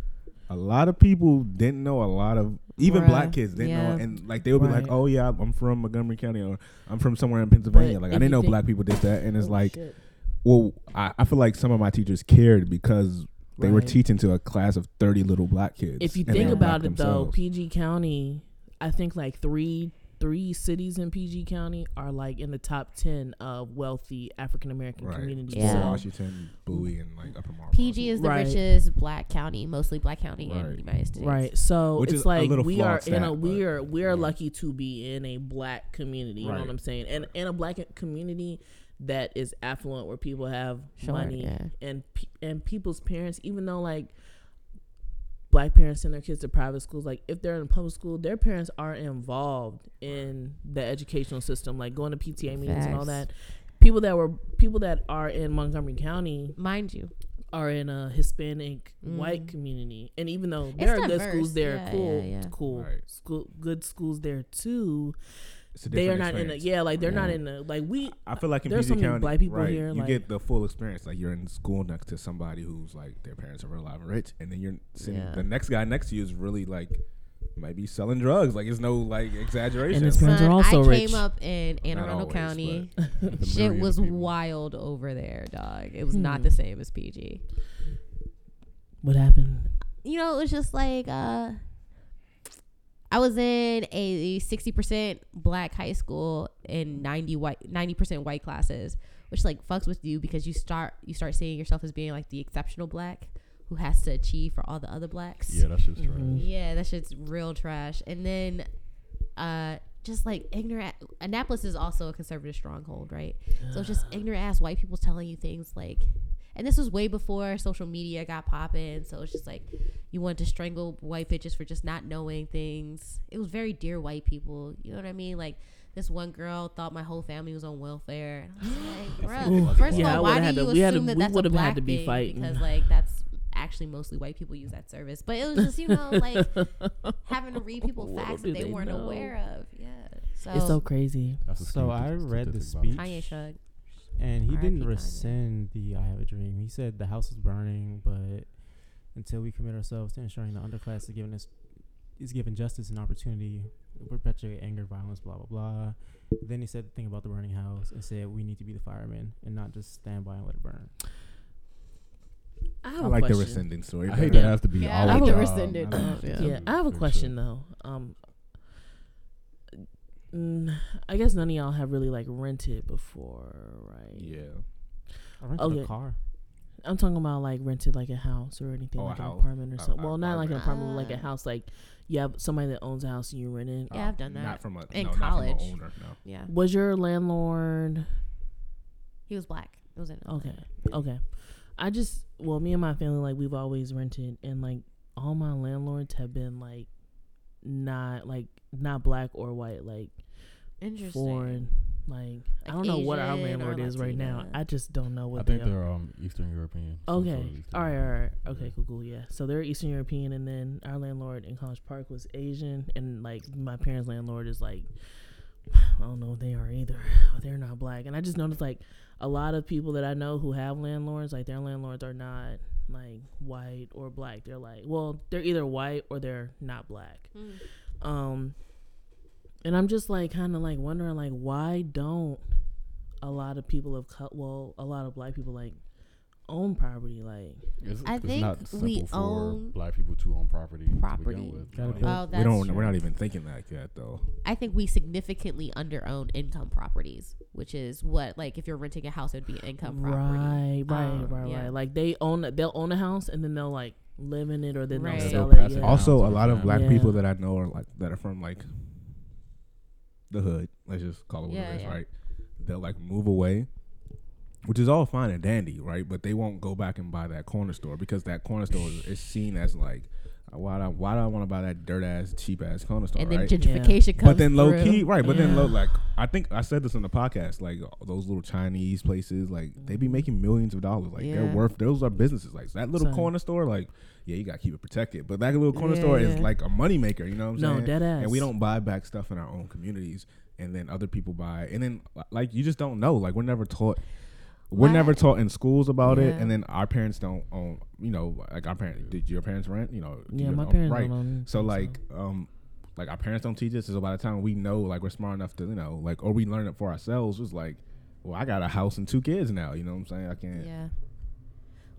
S1: A lot of people didn't know a lot of even
S2: Bruh,
S1: black kids didn't know,
S2: yeah.
S1: and like they would be
S3: Right.
S1: like, "Oh yeah, I'm from Montgomery County, or I'm from somewhere in Pennsylvania." like I
S3: if
S1: didn't
S3: you
S1: know
S3: think-
S1: black people did that, and it's
S3: Oh,
S1: like
S3: shit.
S1: well, I, I feel like some of my teachers cared because they were
S3: Right.
S1: teaching to a class of 30 little black kids.
S3: if you
S1: and they
S3: think
S1: were
S3: about
S1: black
S3: it though,
S1: themselves.
S3: PG County, I think like three three cities in PG County are like in the top ten of wealthy African American
S1: Right.
S3: communities.
S2: Yeah.
S3: So,
S1: Washington, Bowie, and like Upper Marlboro.
S2: PG is the
S3: Right.
S2: richest black county, mostly black county in
S1: Right.
S2: the United States.
S3: Right. So
S1: Which
S3: it's
S1: is a
S3: like
S1: little
S3: we
S1: flawed
S3: are in a
S1: stat,
S3: we
S1: but,
S3: are we
S1: yeah.
S3: are lucky to be in a black community. You know
S1: Right.
S3: what I'm saying? And in a black community that is affluent, where people have
S2: Sure,
S3: money,
S2: yeah.
S3: and pe- and people's parents, even though like black parents send their kids to private schools, like if they're in public school, their parents are involved in the educational system, like going to PTA meetings and all
S2: Facts.
S3: that. People that were people that are in Montgomery County
S2: Mind you.
S3: are in a Hispanic white community, and even though there
S2: Mm. It's
S3: are good
S2: diverse.
S3: schools there,
S2: Yeah,
S3: cool,
S2: yeah, yeah.
S3: cool,
S1: Right.
S3: school, good schools there too.
S1: It's a
S3: They are
S1: different
S3: not
S1: experience.
S3: in a yeah, like they're not in a like we.
S1: I feel like in
S3: there's
S1: PG
S3: so many
S1: County,
S3: black people
S1: right,
S3: here,
S1: you
S3: like-
S1: get the full experience. Like you're in school next to somebody who's like their parents are real live and rich, and then you're sitting,
S2: Yeah.
S1: the next guy next to you is really like might be selling drugs. Like it's no like exaggeration.
S3: it's Friends
S2: Son,
S3: are also
S2: I
S3: rich.
S2: came up in Anne
S1: Not
S2: Arundel
S1: always,
S2: County.
S4: the
S2: Shit
S4: myriad of
S2: was
S4: people.
S2: wild over there, dog. It was not the same as PG.
S3: What happened?
S2: you know, it was just like uh I was in a 60% black high school and 90 white 90% white classes, which like fucks with you because you start you start seeing yourself as being like the exceptional black who has to achieve for all the other blacks.
S4: Yeah, that's just right.
S3: Mm-hmm.
S2: Yeah, that shit's real trash. And then uh just like ignorant Annapolis is also a conservative stronghold, right? So it's just ignorant ass white people telling you things like and this was way before social media got popping, so it's just like you wanted to strangle white bitches for just not knowing things. It was very dear white people, you know what I mean? Like this one girl thought my whole family was on welfare. And I was like, bruh, first
S3: Yeah, I
S2: of all,
S3: would've
S2: why
S3: had
S2: do
S3: to-
S2: you
S3: we had
S2: assume
S3: to-
S2: that
S3: we
S2: that's a
S3: would've
S2: black
S3: had to be
S2: thing?
S3: fighting.
S2: Because like that's actually mostly white people use that service, but it was just you know like having to read people
S3: Little
S2: facts
S3: do
S2: that they,
S3: they
S2: weren't
S3: know.
S2: aware of. Yeah. So,
S3: It's so crazy.
S4: That's a
S5: So I
S4: statistic-
S5: read the
S4: statistic, by way.
S5: speech.
S2: Kanye shug.
S5: And he
S2: R.I.P.
S5: didn't
S2: Kanye.
S5: rescind the I Have a Dream. He said the house is burning, but until we commit ourselves to ensuring the underclass is given us is given justice and opportunity, we perpetuate anger, violence, blah blah blah. Then he said the thing about the burning house and said we need to be the firemen and not just stand by and let it burn.
S3: I have
S1: I
S3: a
S1: like the
S3: question.
S1: rescinding story.
S4: I hate
S1: better.
S4: that has to be
S2: Yeah,
S4: our
S3: I would
S4: job.
S2: rescind it.
S4: That's
S2: Yeah.
S4: just-
S3: Yeah, I have a
S4: for
S3: question though. Um, mm, I guess none of y'all have really like rented before, right?
S1: Yeah.
S5: I rented
S3: Okay.
S5: a car.
S3: I'm talking about like rented like a house or anything
S1: Oh, a
S3: like an
S1: house.
S3: apartment or
S1: I-
S3: something.
S1: I-
S3: Well, not
S1: I
S3: like an
S2: rent.
S3: apartment, like a
S2: Ah.
S3: house. Like you have somebody that owns a house and you rent it.
S2: Yeah, I've done that.
S1: Not from a
S2: In
S1: no, not from a
S2: college.
S1: owner. No.
S2: Yeah.
S3: Was your landlord
S2: He was black. It was in
S3: Okay. Okay. I just well, me and my family like we've always rented and like all my landlords have been like not like not black or white, like
S2: Interesting.
S3: foreign. Like,
S2: Like
S3: I don't know what our
S2: Asian or
S3: landlord is right now.
S2: Latina.
S3: I just don't know
S4: sure. I
S3: what
S4: think
S3: they are.
S4: they're um, Eastern European. some
S3: Okay.
S4: sort of Eastern
S3: All right, all
S4: European.
S3: right. Okay, cool, cool. Yeah. So they're Eastern European and then our landlord in College Park was Asian and like my parents' landlord is like I don't know if they are either. They're not black. And I just noticed like a lot of people that I know who have landlords, like their landlords are not like white or black. They're like well, they're either white or they're not black.
S2: Hmm.
S3: Um and I'm just like kind of like wondering like why don't a lot of people of co- well, a lot of black people like own property? Like,
S4: It's,
S2: I
S4: it's
S2: think
S4: not simple
S2: we
S4: for
S2: own
S4: black people to own property. to begin
S2: property.
S4: with.
S5: Gotta
S4: Like,
S5: build-
S2: Oh,
S1: we
S2: that's
S1: don't.
S2: true.
S1: We're not even thinking like that though.
S2: I think we significantly underown income properties, which is what like if you're renting a house, it'd be an income property.
S3: right, right,
S2: Um,
S3: right,
S2: yeah.
S3: right. Like they own, they'll own a house and then they'll like live in it or then
S2: Right.
S3: they'll
S2: Yeah,
S3: sell
S4: they'll
S3: it.
S4: pass it
S3: Yeah.
S4: down.
S1: Also, a
S4: to
S1: lot of
S4: them.
S1: black
S3: Yeah.
S1: people that I know are like that are from like the hood. Let's just call it what
S2: Yeah,
S1: it is,
S2: yeah.
S1: right? They'll like move away, which is all fine and dandy, right? But they won't go back and buy that corner store because that corner store is, is seen as like, why do I, why do I want to buy that dirt ass cheap ass corner store,
S2: And then
S1: right?
S2: gentrification comes.
S1: but then low
S2: through.
S1: key, right? But then low,
S3: Yeah.
S1: like I think I said this on the podcast, like those little Chinese places, like they be making millions of dollars. Like they're
S2: Yeah.
S1: worth. Those are businesses. Like that little
S3: Son.
S1: corner store, like yeah, you gotta keep it protected. But that little corner store is
S2: Yeah.
S1: like a moneymaker. You know what I'm
S3: No,
S1: saying?
S3: dead ass.
S1: And we don't buy back stuff in our own communities, and then other people buy, and then like you just don't know. Like we're never taught. We're
S2: Why-
S1: never taught in schools about it,
S2: Yeah.
S1: and then our parents don't own. You know, like our parents. Did your parents rent? You know,
S3: Yeah,
S1: you
S3: my
S1: know,
S3: parents
S1: right.
S3: don't own.
S1: So like, um, like our parents don't teach us. So by the time we know, like, we're smart enough to, you know, like, or we learn it for ourselves. It's like, well, I got a house and two kids now. You know what I'm saying? I can't.
S2: Yeah.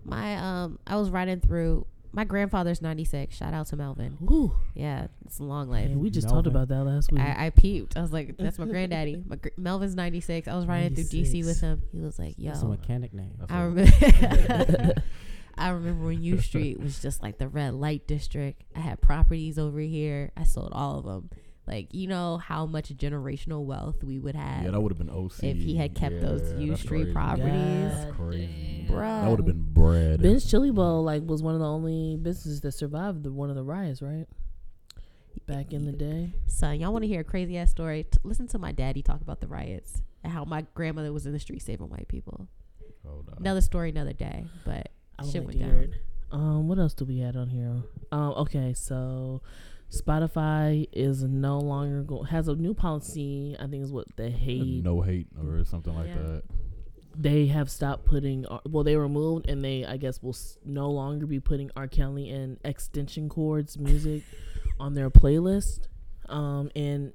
S2: My um, I was riding through. My grandfather's 96. Shout out to Melvin.
S3: Ooh,
S2: Yeah, it's a long life.
S3: man, we just talked
S5: Melvin.
S3: about that last week.
S4: Mm-hmm.
S2: I, I peeped. I was like, "That's my granddaddy." My gr- Melvin's 96. I was riding through DC with
S3: 96.
S2: him. He was like, "Yo,
S3: Oh.
S5: That's a mechanic name.
S2: I remember. I remember when U Street was just like the red light district. I had properties over here. I sold all of them. Like you know how much generational wealth we would have
S4: Yeah, that would have been OC
S2: if he had kept those
S4: Yeah,
S2: U
S4: that's
S2: Street
S4: crazy.
S2: properties.
S3: Yeah.
S4: That's crazy.
S2: Bruh.
S4: That would have been bread.
S3: Ben's Chili Bowl like was one of the only businesses that survived the, one of the riots, right? Back in the day.
S2: Son, y'all want to hear a crazy ass story? T- listen to my daddy talk about the riots and how my grandmother was in the street saving white people.
S4: Hold on.
S2: Another story, another day. But
S3: I
S2: Shit
S3: would like
S2: went
S3: to hear it. Um, what else do we had on here? Um, okay, so Spotify is no longer go- has a new policy. I think is what the hate
S4: no hate or something like
S2: Yeah.
S4: that.
S3: they have stopped putting. R- Well, they removed and they I guess will s- no longer be putting R. Kelly and extension cords music on their playlist. Um, and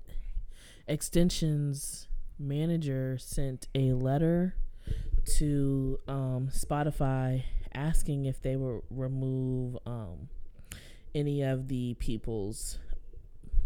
S3: extensions manager sent a letter to um, Spotify asking if they will remove um, any of the people's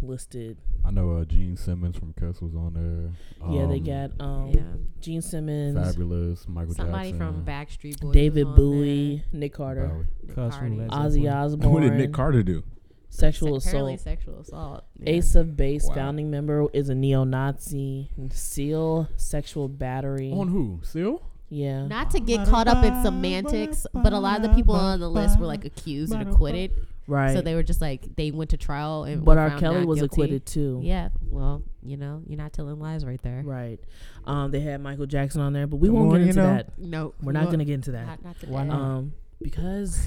S3: listed.
S4: I know uh, Gene Simmons from Cuss was on there.
S3: yeah, they
S4: Um,
S3: got um,
S2: yeah,
S3: Gene Simmons,
S4: Fabulous, Michael
S2: somebody
S4: Jackson,
S2: from Backstreet Boys,
S3: David
S2: was on
S3: Bowie, Nick Carter,
S4: Bowie.
S2: there.
S5: Cuz
S2: Cardi.
S5: from Led
S3: Ozzy
S5: Zeppelin.
S3: Osbourne,
S1: What did Nick Carter do?
S3: sexual
S2: Se- apparently
S3: assault.
S2: sexual assault. Yeah.
S3: Ace of Base
S1: Wow.
S3: founding member is a neo-Nazi. Seal sexual battery.
S4: On who? Seal?
S3: yeah.
S2: Not to get caught up in semantics, but a lot of the people on the list were like accused and acquitted.
S3: right.
S2: So they were just like they went to trial and
S3: but
S2: were
S3: R.
S2: found
S3: Kelly
S2: not
S3: was
S2: guilty.
S3: acquitted too.
S2: Yeah, well, you know, you're not telling lies right there.
S3: Right. Um, they had Michael Jackson on there, but we
S1: The
S3: won't
S1: more
S3: get
S1: you
S3: into
S1: know.
S3: that.
S2: No,
S3: We're not
S2: no,
S3: going to get into that.
S2: Not, not
S5: Why
S2: today.
S5: not?
S3: Um, because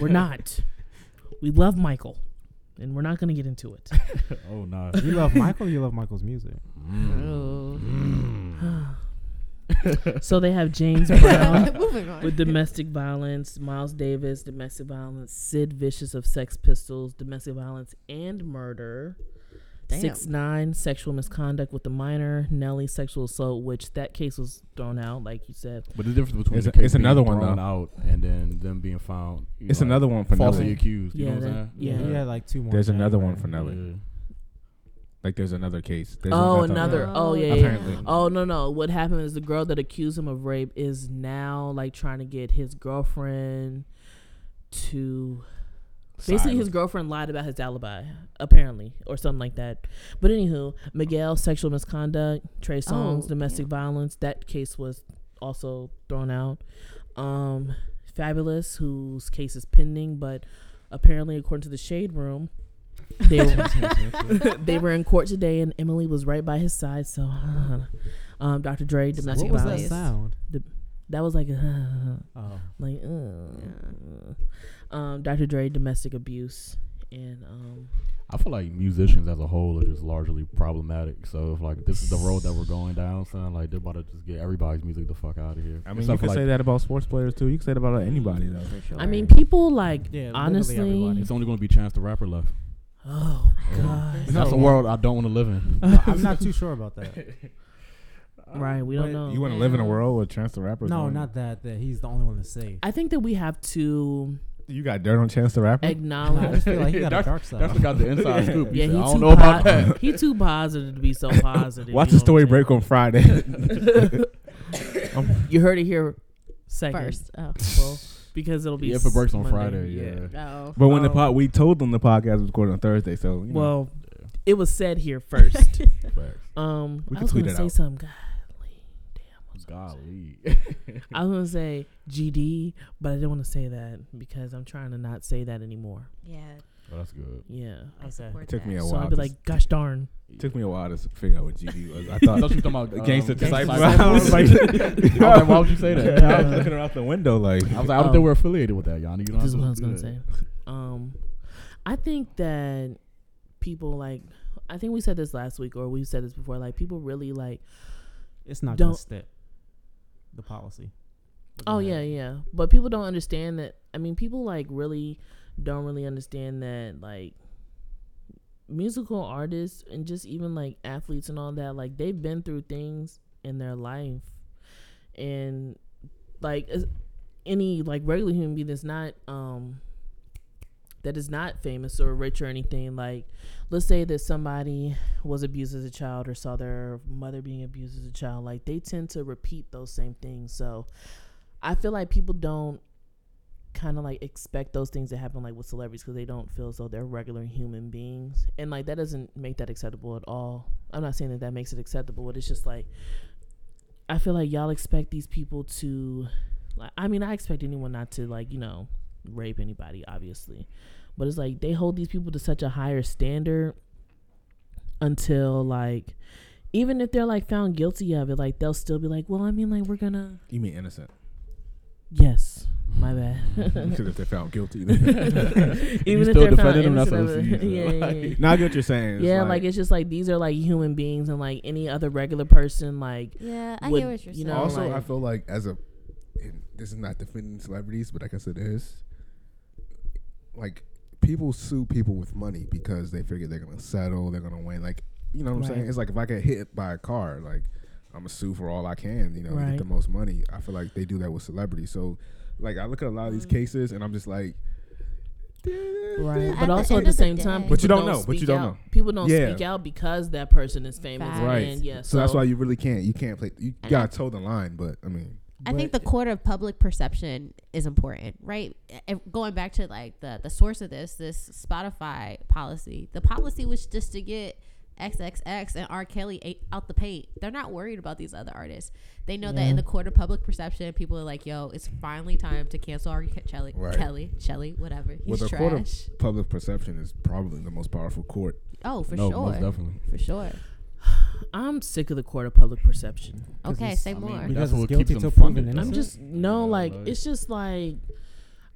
S3: we're not. We love Michael, and we're not going to get into it.
S4: Oh nah.
S5: You love Michael. You love Michael's music.
S3: Mm.
S2: Oh.
S3: so they have James Brown
S2: Moving on.
S3: with domestic violence, Miles Davis, domestic violence, Sid Vicious of Sex Pistols, domestic violence and murder.
S2: Damn.
S3: Six nine sexual misconduct with a minor, Nelly sexual assault, which that case was thrown out, like you said.
S4: But the difference between
S1: It's
S4: the
S1: a-
S4: case
S1: it's another one,
S4: thrown
S1: though.
S4: out and then them being found. you
S1: It's
S4: know,
S1: another one for
S4: falsely
S1: Nelly.
S4: accused. You
S3: Yeah,
S4: know what I'm
S3: that-
S4: saying?
S3: yeah.
S5: He had like two more.
S1: There's
S5: in
S1: another
S5: January.
S1: one for Nelly. Like there's another case. There's
S3: Oh,
S1: one that's on
S3: another.
S1: there.
S3: Oh, yeah, yeah.
S1: Apparently.
S3: Oh no no! What happened is the girl that accused him of rape is now like trying to get his girlfriend to basically his girlfriend lied about his alibi apparently or something like that. But anywho, Miguel sexual misconduct, Trey Songz
S2: Oh,
S3: domestic violence. That case was also thrown out. Um, Fabulous, whose case is pending, but apparently according to the Shade Room, they were, they were in court today, and Emily was right by his side. So, um, Dr. Dre domestic
S5: What was that
S3: violence. That,
S5: sound?
S3: was like.
S5: Oh,
S3: like uh, um Dr. Dre domestic abuse and um
S4: I feel like musicians as a whole are just largely problematic. So if like this is the road that we're going down, son, like they're about to just get everybody's music the fuck out of here.
S1: I mean,
S4: So
S1: you can
S4: feel
S1: say
S4: like
S1: that about sports players too. You can say that about anybody though.
S3: I mean people like
S5: yeah. literally
S3: honestly-
S5: everybody.
S4: it's only gonna be Chance the Rapper left.
S3: oh god
S4: That's a world I don't want to live in.
S5: No, I'm not too sure about that.
S3: right? We don't
S5: but
S3: know.
S1: You want to live in a world where Chance the Rapper? is
S5: No,
S1: going-
S5: not that. That he's the only one that's safe.
S3: I think that we have to
S1: You got dirt on Chance the Rapper?
S5: No, I
S3: acknowledge.
S5: just feel like he
S4: Yeah,
S5: got a dark
S4: That's
S5: side.
S4: what got the inside scoop.
S3: Yeah,
S4: said,
S3: he
S4: I
S3: too
S4: don't know about
S3: po-
S4: that.
S3: he too positive to be so positive.
S1: Watch
S3: you
S1: the
S3: know
S1: story
S3: what I'm
S1: break on Friday.
S3: saying? you heard it here second.
S2: First. Oh.
S3: Well, because it'll be
S4: Yeah, if it breaks on
S3: Monday,
S4: Friday, yeah.
S2: Oh.
S1: but when the
S3: Oh.
S1: pod, we told them the podcast was recorded on Thursday, so you know,
S3: Well, it was said here first.
S4: Facts.
S3: Um,
S1: We
S3: I
S1: can
S3: was
S1: tweet
S3: gonna
S1: it
S3: say
S1: out.
S3: something. Golly,
S4: Golly.
S3: damn. I was gonna say GD, but I didn't want to say that because I'm trying to not say that anymore.
S2: Yeah.
S4: Oh, that's good.
S3: Yeah.
S2: I support
S1: it took
S2: that.
S1: me a
S3: So
S1: while.
S3: I'd
S1: to-
S3: be like, gosh darn.
S1: took me a while to figure out what GD was. I
S4: I
S1: thought
S4: thought you were talking about
S1: Gangsta
S4: um,
S1: Disciples.
S4: Disciples.
S1: I was like,
S4: I was like, why would you say that?
S1: I was looking out the window like,
S4: I was like, I don't
S3: Um,
S4: think we're affiliated with that, Yanni. You know
S3: This is what I was
S4: do
S3: gonna
S4: that.
S3: say. Um, I think that people like. I think we said this last week, or we said this before. Like people really like.
S5: It's not
S3: Don't-
S5: gonna step the policy.
S3: Oh yeah, yeah. But people don't understand that. I mean, people like really don't really understand that like musical artists and just even like athletes and all that like they've been through things in their life and like as any like regular human being that's not um that is not famous or rich or anything like let's say that somebody was abused as a child or saw their mother being abused as a child like they tend to repeat those same things so I feel like people don't kind of like expect those things to happen like with celebrities because they don't feel as though they're regular human beings and like that doesn't make that acceptable at all i'm not saying that that makes it acceptable but it's just like i feel like y'all expect these people to like i mean i expect anyone not to like you know rape anybody obviously but it's like they hold these people to such a higher standard until like even if they're like found guilty of it like they'll still be like well i mean like we're gonna
S1: you mean innocent?
S3: Yes, my bad.
S1: Because if they found guilty, then.
S3: Even if
S4: still
S3: they're found
S4: defended him, that's
S3: innocent
S4: what
S3: of it.
S4: I'm
S3: yeah,
S4: saying,
S3: yeah,
S4: like-
S3: yeah.
S1: now I get what you're saying. It's
S3: Yeah, like, it's just like these are like human beings, and like any other regular person, like
S2: Yeah, I
S3: Would-
S2: hear what you're saying.
S3: you know,
S1: also
S3: like-
S1: I feel like as a, and this is not defending celebrities, but I guess it is. Like people sue people with money because they figure they're gonna settle, they're gonna win. Like you know what I'm
S3: Right.
S1: saying? It's like if I get hit by a car, like I'm gonna sue for all I can, you know, to
S3: Right.
S1: get the most money. I feel like they do that with celebrities. So, like I look at a lot of
S3: Mm.
S1: these cases, and I'm just like,
S3: right.
S2: At
S3: But
S2: the
S3: also at
S2: end
S3: the
S2: of the
S3: same
S2: day-
S3: time,
S2: But
S1: you
S3: people
S1: don't know, but you
S3: speak
S1: don't
S3: out.
S1: know.
S3: People don't
S1: Yeah.
S3: speak out because that person is famous,
S2: Facts.
S1: Right.
S3: And yeah,
S1: so, that's why you really can't. You can't play. You
S2: And
S1: gotta toe the line. But I mean,
S2: I think the court of public perception is important, right? And going back to like the the source of this, this Spotify policy. The policy was just to get XXX and R. Kelly a- out the paint. They're not worried about these other artists. They know that in the court of public perception, people are like, "Yo, it's finally time to cancel R. Ke- Kelly,
S1: Right.
S2: Kelly, Shelly, whatever. He's
S1: well, the
S2: trash."
S1: court of public perception is probably the most powerful court.
S2: oh, for
S4: no, most
S2: sure,
S4: definitely.
S2: for sure.
S3: I'm sick of the court of public perception.
S5: 'Cause
S2: Okay,
S5: it's-
S2: say
S4: I mean,
S2: more.
S4: we-
S5: Because
S4: That's
S5: it's
S4: what
S5: guilty
S4: keeps
S5: till
S4: them
S5: proven
S4: funded.
S5: innocent.
S4: That's
S3: I'm
S4: it.
S3: just no,
S4: Yeah,
S3: like
S4: like-
S3: it's just like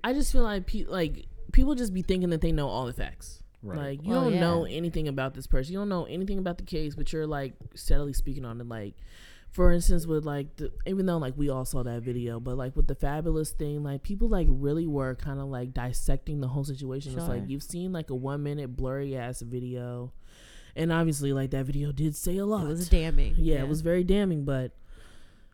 S3: I just feel like pe- like people just be thinking that they know all the facts. Like you
S2: Well,
S3: don't
S2: Oh, yeah.
S3: know anything about this person. You don't know anything about the case, but you're like steadily speaking on it. Like, for instance, with like the, even though like we all saw that video, but like with the fabulous thing, like people like really were kind of like dissecting the whole situation. It's
S2: Sure.
S3: like you've seen like a one minute blurry ass video, and obviously like that video did say a
S2: Oh,
S3: lot.
S2: It was damning.
S3: yeah, it was very damning, but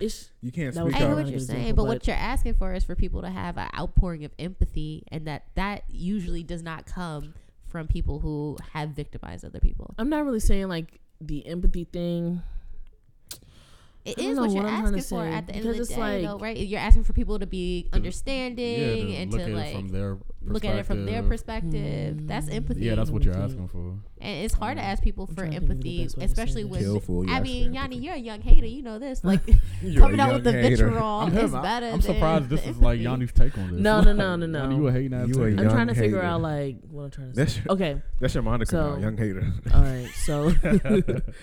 S3: it's
S1: You can't
S3: That
S1: speak
S3: was
S2: I
S3: Because-
S2: hear
S1: out.
S2: what you're
S3: Example,
S2: saying, but
S3: but-
S2: what you're asking for is for people to have an outpouring of empathy, and that that usually does not come from people who have victimized other people.
S3: I'm not really saying like the empathy thing.
S2: It
S3: I don't
S2: is
S3: know
S2: what you're
S3: what I'm trying to
S2: asking for
S3: say,
S2: at the end of
S3: because
S2: the
S3: it's
S2: day,
S3: like-
S2: though, right? You're asking for people to be
S4: Yeah,
S2: understanding
S4: to
S2: and
S4: look
S2: to
S4: at it
S2: like
S4: from their
S2: look at it from their perspective. That's empathy,
S4: Yeah, that's what you're
S3: Mhm.
S4: asking for.
S2: and it's hard to ask people for
S3: trying to Hmm. think of the
S2: empathy,
S3: best way to say
S2: especially
S3: this.
S2: when
S1: Kill fool, you
S2: I
S1: ask for
S2: mean, Yanni,
S1: empathy.
S2: you're a young hater. You know this, like coming out with the vitriol
S4: I'm,
S2: is
S4: him.
S2: better.
S4: I, am surprised
S2: than
S4: this
S2: the
S4: is like
S2: empathy.
S4: Yanni's take on this.
S3: No, no, no, no,
S4: Yanni,
S3: no.
S4: You a hating ass.
S1: You a
S4: nigga.
S3: I'm
S1: Young
S3: trying to figure
S1: hater.
S3: out like what I'm trying to say.
S1: That's your,
S3: Okay,
S1: that's your moniker, now,
S3: So-
S1: young hater.
S3: all right. So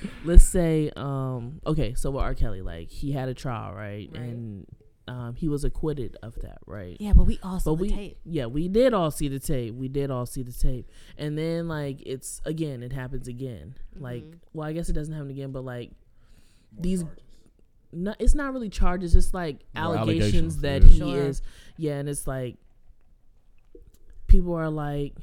S3: let's say, um, okay, so with R. Kelly, like he had a trial, right?
S2: Right.
S3: And um, he was acquitted of that, right?
S2: Yeah, but we also
S3: But
S2: the
S3: we,
S2: tape.
S3: yeah, we did all see the tape. We did all see the tape, and then like it's again, it happens again. Like,
S2: Mhm.
S3: well, I guess it doesn't happen again, but like these, no, it's not really charges. It's like
S4: More
S3: allegations,
S4: allegations,
S3: that
S4: yeah.
S3: he
S2: Sure.
S3: is, yeah, and it's like people are like,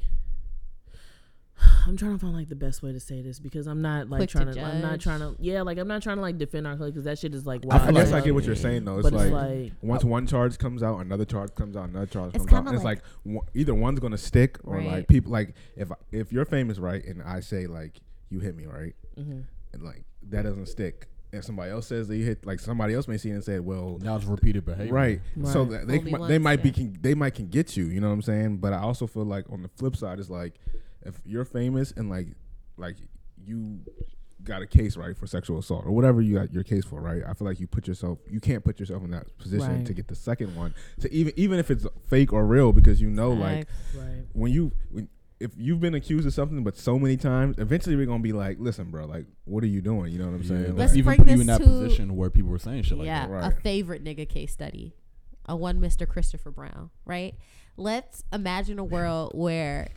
S3: I'm trying to find like the best way to say this because I'm not like
S2: Quick to
S3: trying to, I'm not
S2: judge.
S3: trying to yeah like I'm not trying to like defend our club because that shit is like
S1: I,
S3: wild.
S1: I guess I
S3: like,
S1: get what you're saying though. It's
S3: but
S1: like,
S3: it's like
S1: once one charge comes out, another charge comes out, another charge
S2: It's
S1: comes out.
S2: kinda
S1: It's
S2: like-
S1: like one, either one's gonna stick or
S2: Right.
S1: like people like if I- if you're famous right and I say like you hit me right
S3: mhm.
S1: and like that doesn't stick. If somebody else says they hit like somebody else may see it and say well
S4: Now it's repeated behavior.
S1: right. So
S3: Right.
S1: that they
S2: Only
S1: mi-
S2: once,
S1: they might be
S2: yeah.
S1: can, they might can get you. You know what I'm saying? But I also feel like on the flip side is like if you're famous and like like you got a case right for sexual assault or whatever you got your case for right i feel like you put yourself you can't put yourself in that position
S5: Right.
S1: to get the second one so even even if it's fake or real because you
S4: Oh,
S1: know like
S3: right
S1: when you when, if you've been accused of something but so many times eventually we're gonna be like listen bro like what are you doing you know what i'm
S4: Yeah,
S1: saying
S4: like,
S2: Let's
S1: Like,
S4: even
S2: bring
S4: put you
S2: this
S4: in that
S2: to-
S4: position where people were saying shit like
S2: yeah,
S4: that.
S1: Right.
S2: a favorite nigga case study, a one Mister Christopher Brown, right? Let's imagine a world where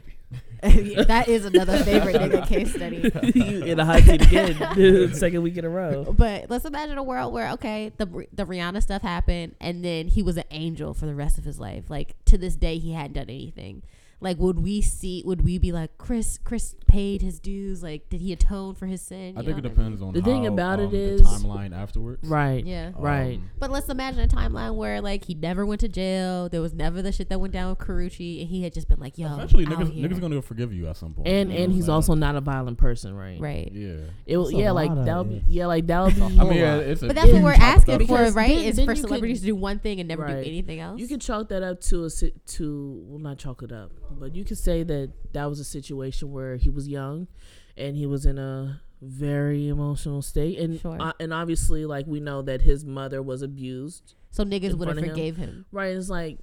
S2: that is another favorite nigga case study.
S3: you in a hot seat again second week in a row.
S2: But let's imagine a world where okay, the the Rihanna stuff happened, and then he was an angel for the rest of his life. Like to this day, he hadn't done anything. Like, would we see? Would we be like Chris? Chris paid his dues. Like, did he atone for his sin?
S4: I
S2: You
S4: think it
S2: know what mean?
S4: depends on
S3: The thing
S4: how,
S3: about it
S4: um, the
S3: is-
S4: timeline afterwards.
S3: Right.
S2: Yeah.
S3: Right.
S4: Um,
S2: But let's imagine a timeline where like he never went to jail. There was never the shit that went down with Carucci, and he had just been like, "Yo,
S4: Eventually,
S2: out
S4: niggas,
S2: here.
S4: niggas gonna forgive you at some point.
S3: And
S4: You know
S3: and
S4: what
S3: he's
S4: I'm
S3: also not a violent person, right?
S2: right."
S4: saying? Yeah.
S3: It,
S5: That's a
S3: yeah, like
S5: lot of
S3: that would
S5: it.
S3: be yeah, like that would be.
S4: I mean, yeah, it's a
S2: But that's what
S4: huge
S2: we're
S4: hypothetical.
S2: asking for,
S3: Because
S2: right?
S3: then-
S2: is
S3: then
S2: for
S3: you could-
S2: celebrities to do one thing and never do
S3: Right.
S2: anything else?
S3: You could chalk that up to a si- to well, not chalk it up, but you could say that that was a situation where he was young, and he was in a very emotional state, and
S2: Sure.
S3: uh, and obviously, like we know that his mother was abused,
S2: so niggas
S3: in
S2: would have
S3: front of him.
S2: forgave him.
S3: right? It's like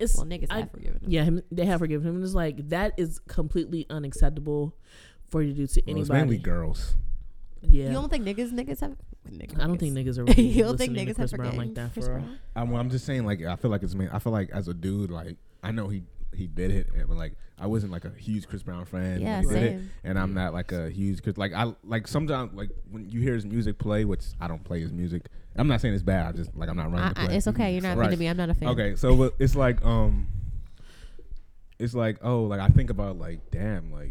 S3: it's
S2: Well, niggas
S3: I-
S2: have forgiven him.
S3: yeah, him, they have forgiven him, and it's like that is completely unacceptable for you to do to
S1: well, it's mainly
S3: anybody.
S1: girls
S3: yeah,
S2: You don't think niggas niggas have? Niggas,
S3: I don't think niggas are. Really
S2: you don't think
S3: listening to
S2: niggas
S3: Chris
S2: have
S3: Brown
S2: forgiven
S3: like that
S2: Chris
S3: for.
S2: Brown?
S1: I'm, well, I'm just saying, like, I feel like it's man. I feel like as a dude, like, I know he he did it, and, but like, I wasn't like a huge Chris Brown fan. when
S2: Yeah,
S1: he did it,
S2: same.
S1: and I'm not like a huge Chris. Like, I like sometimes like when you hear his music play, which I don't play his music. I'm not saying it's bad. I just like I'm not running.
S2: Uh,
S1: to
S2: uh,
S1: play.
S2: it's okay. You're not
S1: Right.
S2: mean to me. I'm not a fan.
S1: Okay, so but it's like um, it's like oh, like I think about like damn, like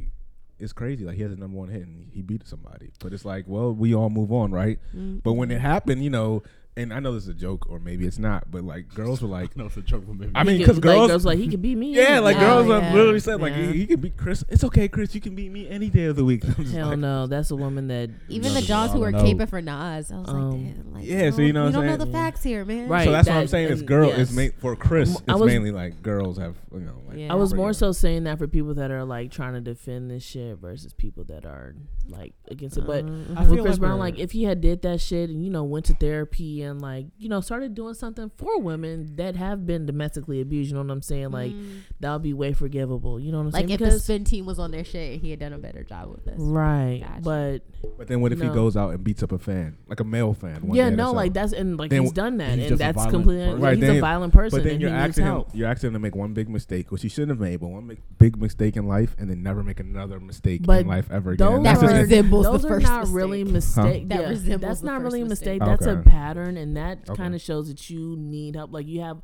S1: it's crazy. Like he has a number one hit and he beat somebody, but it's like well, we all move on, right?
S3: Mm-hmm.
S1: But when it happened, you know, and I know this is a joke or maybe it's not, but like girls were like,
S4: No, it's a joke. But maybe.
S1: I mean,
S3: He
S1: because
S3: could- like,
S1: girls,
S3: girls like he could beat me.
S1: yeah, like
S2: Oh,
S1: girls have
S2: yeah.
S1: literally said like
S3: Yeah.
S1: you, you can beat Chris. It's okay, Chris. You can beat me any day of the week. I'm just
S3: Hell
S1: like,
S3: no, that's a woman that
S2: Even the
S4: Niggas
S2: dogs who
S4: all
S2: were
S4: know.
S2: caping for Nas, I was
S3: Um,
S2: like, damn, like,
S1: Yeah, so
S2: no,
S1: you know
S2: we
S1: what I'm
S2: don't know
S1: saying?
S2: the facts here, man.
S3: Right.
S1: So that's what
S3: that-
S1: I'm saying. It's
S3: and-
S1: girl.
S3: yes.
S1: It's made for Chris.
S3: I
S1: It's
S3: was-
S1: mainly like girls have you know. Like,
S2: Yeah.
S3: I was
S1: bring
S3: more
S1: it
S3: so saying that for people that are like trying to defend this shit versus people that are like against it.
S1: Uh,
S3: But
S5: I
S3: with
S5: feel
S3: Chris
S5: like
S3: Brown,
S5: we're-
S3: like if he had did that shit and you know went to therapy and like you know started doing something for women that have been domestically abused, you know what I'm saying? Like that would be way forgivable. You know what I'm
S2: Mm-hmm. Like
S3: saying?
S2: if the spin team was on their shit, he had done a better job with this.
S3: right,
S2: Gotcha.
S3: but
S1: But then what if
S3: No.
S1: he goes out and beats up a fan, like a male fan? one
S3: yeah,
S1: day or
S3: no, like
S1: something?
S3: that's and like
S1: Then
S3: he's
S1: w-
S3: done that,
S4: he's
S3: and
S4: just a
S3: that's
S4: violent
S3: completely
S4: person.
S3: like,
S1: Right,
S3: he's
S1: then-
S3: a violent person,
S1: But then
S3: and
S1: you're
S3: he needs
S1: asking him,
S3: help.
S1: you're asking him to make one big mistake, which he shouldn't have made, but one mi- big mistake in life, and then never make another mistake
S3: But
S1: in life ever
S3: those
S1: again.
S2: That
S1: That's just,
S3: are-
S2: resembles
S3: Those
S2: the
S3: are
S2: first
S3: not
S2: mistake.
S3: really mistake.
S2: That
S3: yeah,
S2: resembles
S3: that's
S2: the
S3: not
S2: first
S3: really a mistake.
S2: mistake.
S3: That's a
S1: Okay.
S3: pattern, and that
S1: Okay.
S3: kind of shows that you need help. Like you have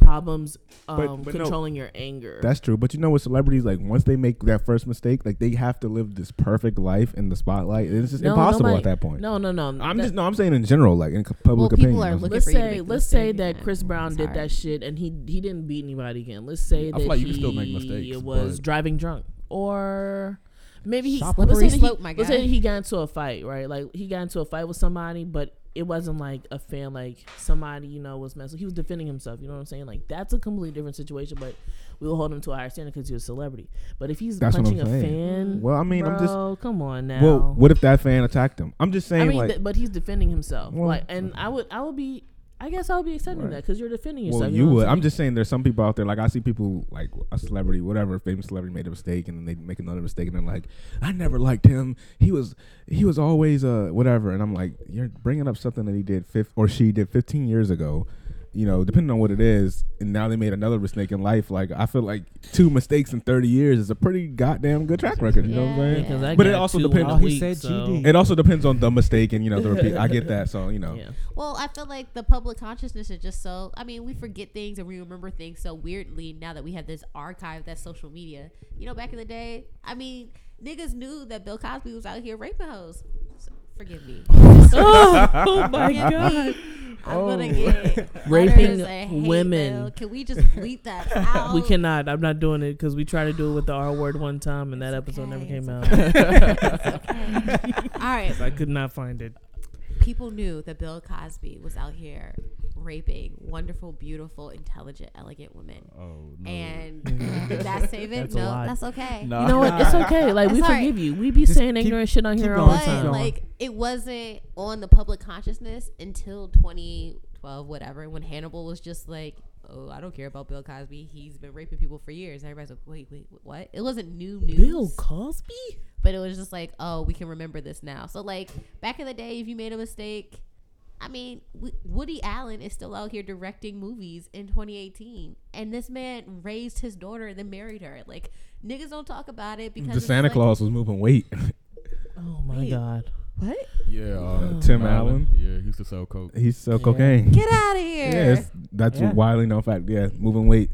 S3: problems um,
S1: but no,
S3: controlling your anger.
S1: that's true. But you know, with celebrities, like once they make that first mistake, like they have to live this perfect life in the spotlight. It's just
S3: No,
S1: impossible
S3: nobody-
S1: at that point.
S3: No, no, no.
S1: I'm
S3: that-
S1: just no. I'm saying in general, like in c-
S2: Well,
S1: public
S2: people
S1: opinion.
S2: are looking
S3: Let's
S2: for you to
S3: say
S2: make the
S3: let's say
S2: mistake,
S3: that
S2: yeah.
S3: Chris Brown did
S2: Sorry.
S3: that shit and he he didn't beat anybody again. Let's say
S4: I
S3: that
S4: feel like
S3: he
S4: you can still make mistakes,
S3: was
S4: but-
S3: driving drunk or maybe he
S5: Shop
S3: let's
S2: Slippery
S3: say, that he,
S2: slope, my
S3: let's say
S2: guy.
S3: he got into a fight, right? Like he got into a fight with somebody, but it wasn't like a fan like somebody you know was messing. He was defending himself. You know what I'm saying? Like that's a completely different situation, but we will hold him to a higher standard because he's a celebrity. But if he's
S1: That's what
S3: punching a
S1: I'm saying.
S3: fan,
S1: Well, I mean,
S3: bro,
S1: I'm just.
S3: come on now.
S1: Well, what if that fan attacked him? I'm just saying,
S3: I mean,
S1: like,
S3: th- but he's defending himself.
S1: Well-
S3: like, and I would, I would be, I guess I would be accepting
S1: Right.
S3: that because you're defending yourself.
S1: Well,
S3: know
S1: you
S3: what
S1: would. I'm
S3: saying?
S1: just saying, there's some people out there. Like I see people, like a celebrity, whatever famous celebrity, made a mistake, and then they make another mistake, and they're like, "I never liked him. He was, he was always uh whatever." And I'm like, "You're bringing up something that he did fifth or she did 15 years ago, you know, depending on what it is, and now they made another mistake in life. Like I feel like two mistakes in thirty years is a pretty goddamn good track record. You know what I'm saying?
S2: Yeah.
S3: Because I
S1: But it
S3: got
S1: also
S3: two
S1: depends-
S3: in a
S1: Oh, he
S3: week,
S5: said
S3: so-
S5: GD.
S1: It also depends on the mistake and you know the repeat. I get that, so you know.
S3: Yeah.
S2: Well, I feel like the public consciousness is just so. I mean, we forget things and we remember things so weirdly now that we have this archive that's social media. You know, back in the day, I mean, niggas knew that Bill Cosby was out here raping hoes. So, forgive me.
S3: oh, my
S2: Forgive
S3: god.
S2: me. I'm gonna get
S3: Oh. Raping
S2: letters that hate
S3: women.
S2: Bill. Can we just bleep that out?
S3: We cannot. I'm not doing it because we tried to do it with the R word one time and that episode never
S2: okay,
S3: came
S2: it's
S3: out.
S2: All right.
S3: I could not find it.
S2: People knew that Bill Cosby was out here raping wonderful, beautiful, intelligent, elegant women.
S4: Oh no.
S2: And did that save it?
S5: That's a
S2: no,
S5: lie.
S2: that's okay.
S4: Nah.
S3: You know what? It's okay. Like
S2: It's
S3: we
S2: all right.
S3: forgive you. We be
S5: Just
S3: saying
S5: keep-
S3: ignorant shit on
S5: keep
S3: here all
S5: going.
S2: But
S3: the time.
S5: Keep going.
S2: like it wasn't on the public consciousness until 2012, whatever, when Hannibal was just like, "Oh, I don't care about Bill Cosby. He's been raping people for years." And everybody's like, "Wait, wait, what?" It wasn't new news,
S3: Bill Cosby?
S2: but it was just like, "Oh, we can remember this now." So like back in the day, if you made a mistake, I mean, Wo- Woody Allen is still out here directing movies in 2018, and this man raised his daughter and then married her. Like niggas don't talk about it because
S1: The
S2: it's
S1: Santa
S2: like-
S1: Claus was moving weight.
S3: Oh my
S2: Wait.
S3: god.
S2: What?
S4: yeah, uh,
S1: Tim Allen.
S4: Yeah, he used to sell coke.
S1: He sell
S5: Yeah.
S1: cocaine.
S2: Get out of here!
S1: Yes, that's
S5: Yeah.
S1: a widely known fact. Yeah, moving weight.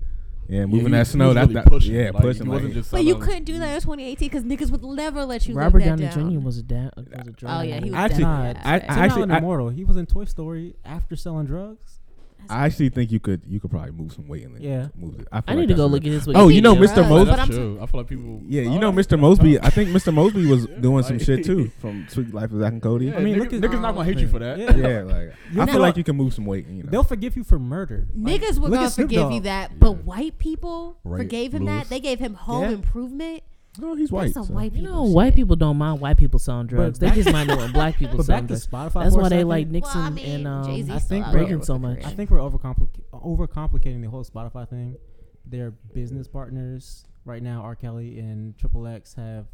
S1: Yeah,
S4: Yeah,
S1: moving
S4: he
S1: that
S4: was- he
S1: snow.
S4: was
S1: That,
S4: really
S1: that
S4: pushing,
S1: yeah,
S4: like,
S1: pushing.
S4: He
S1: like,
S4: wasn't just
S2: But you
S4: selling out.
S2: couldn't do that in 2018 because niggas would never let you
S3: Robert
S2: Robert that
S3: Downey
S2: down.
S3: Jr. was a dad. was a drug.
S2: Oh yeah, he was
S1: Actually,
S2: definitely
S1: I-
S2: out of
S1: I-
S2: it.
S1: actually-
S5: actually, immortal. he was in Toy Story after selling drugs.
S1: I actually think you could you could probably move some weight and then
S5: Yeah.
S1: move it. I,
S3: I
S1: feel like
S3: need to
S1: that's
S3: go
S1: a-
S3: look at his.
S1: Oh, you know,
S3: Wikipedia.
S1: Mr. Mosby.
S2: But I'm
S4: That's true. I feel like people.
S1: Yeah, you
S4: Oh,
S1: know,
S4: that's-
S1: Mr.
S4: that's
S1: Mosby.
S4: tough.
S1: I think Mr. Mosby was doing some
S4: like-
S1: shit too from Sweet Life of Zack and Cody.
S4: Yeah,
S1: Yeah,
S5: I mean,
S4: nigga-
S5: look at-
S4: niggas not gonna hate you for that.
S5: Yeah.
S1: like
S5: You
S1: I
S5: know-
S1: feel like you can move some weight. You know,
S5: They'll forgive you for murder. Like,
S2: Niggas were
S5: look at
S2: gonna
S5: Snoop
S2: forgive
S5: Dogg.
S2: you that,
S4: Yeah.
S2: but white people
S4: Right,
S2: forgave him
S4: Louis.
S2: that. They gave him home
S5: Yeah.
S2: improvement.
S1: no, he's white.
S2: That's some
S1: so-
S2: white
S3: You
S2: people.
S3: know,
S2: shit.
S3: Oh, white people don't mind white people selling drugs. They
S5: back-
S3: just mind it when black people
S5: But
S3: selling
S5: back to
S3: drugs.
S5: Spotify.
S3: That's
S5: for a
S3: why they
S5: second.
S3: like
S2: Well,
S3: Nixon
S2: I mean,
S3: and um,
S2: Jay-Z's
S5: I
S2: still
S5: think
S2: out here
S5: Reagan
S2: with
S3: so
S2: the
S3: much.
S5: I
S2: career.
S5: think we're overcomplic- overcomplicating the whole Spotify thing. Their business partners right now, R. Kelly and Triple X, have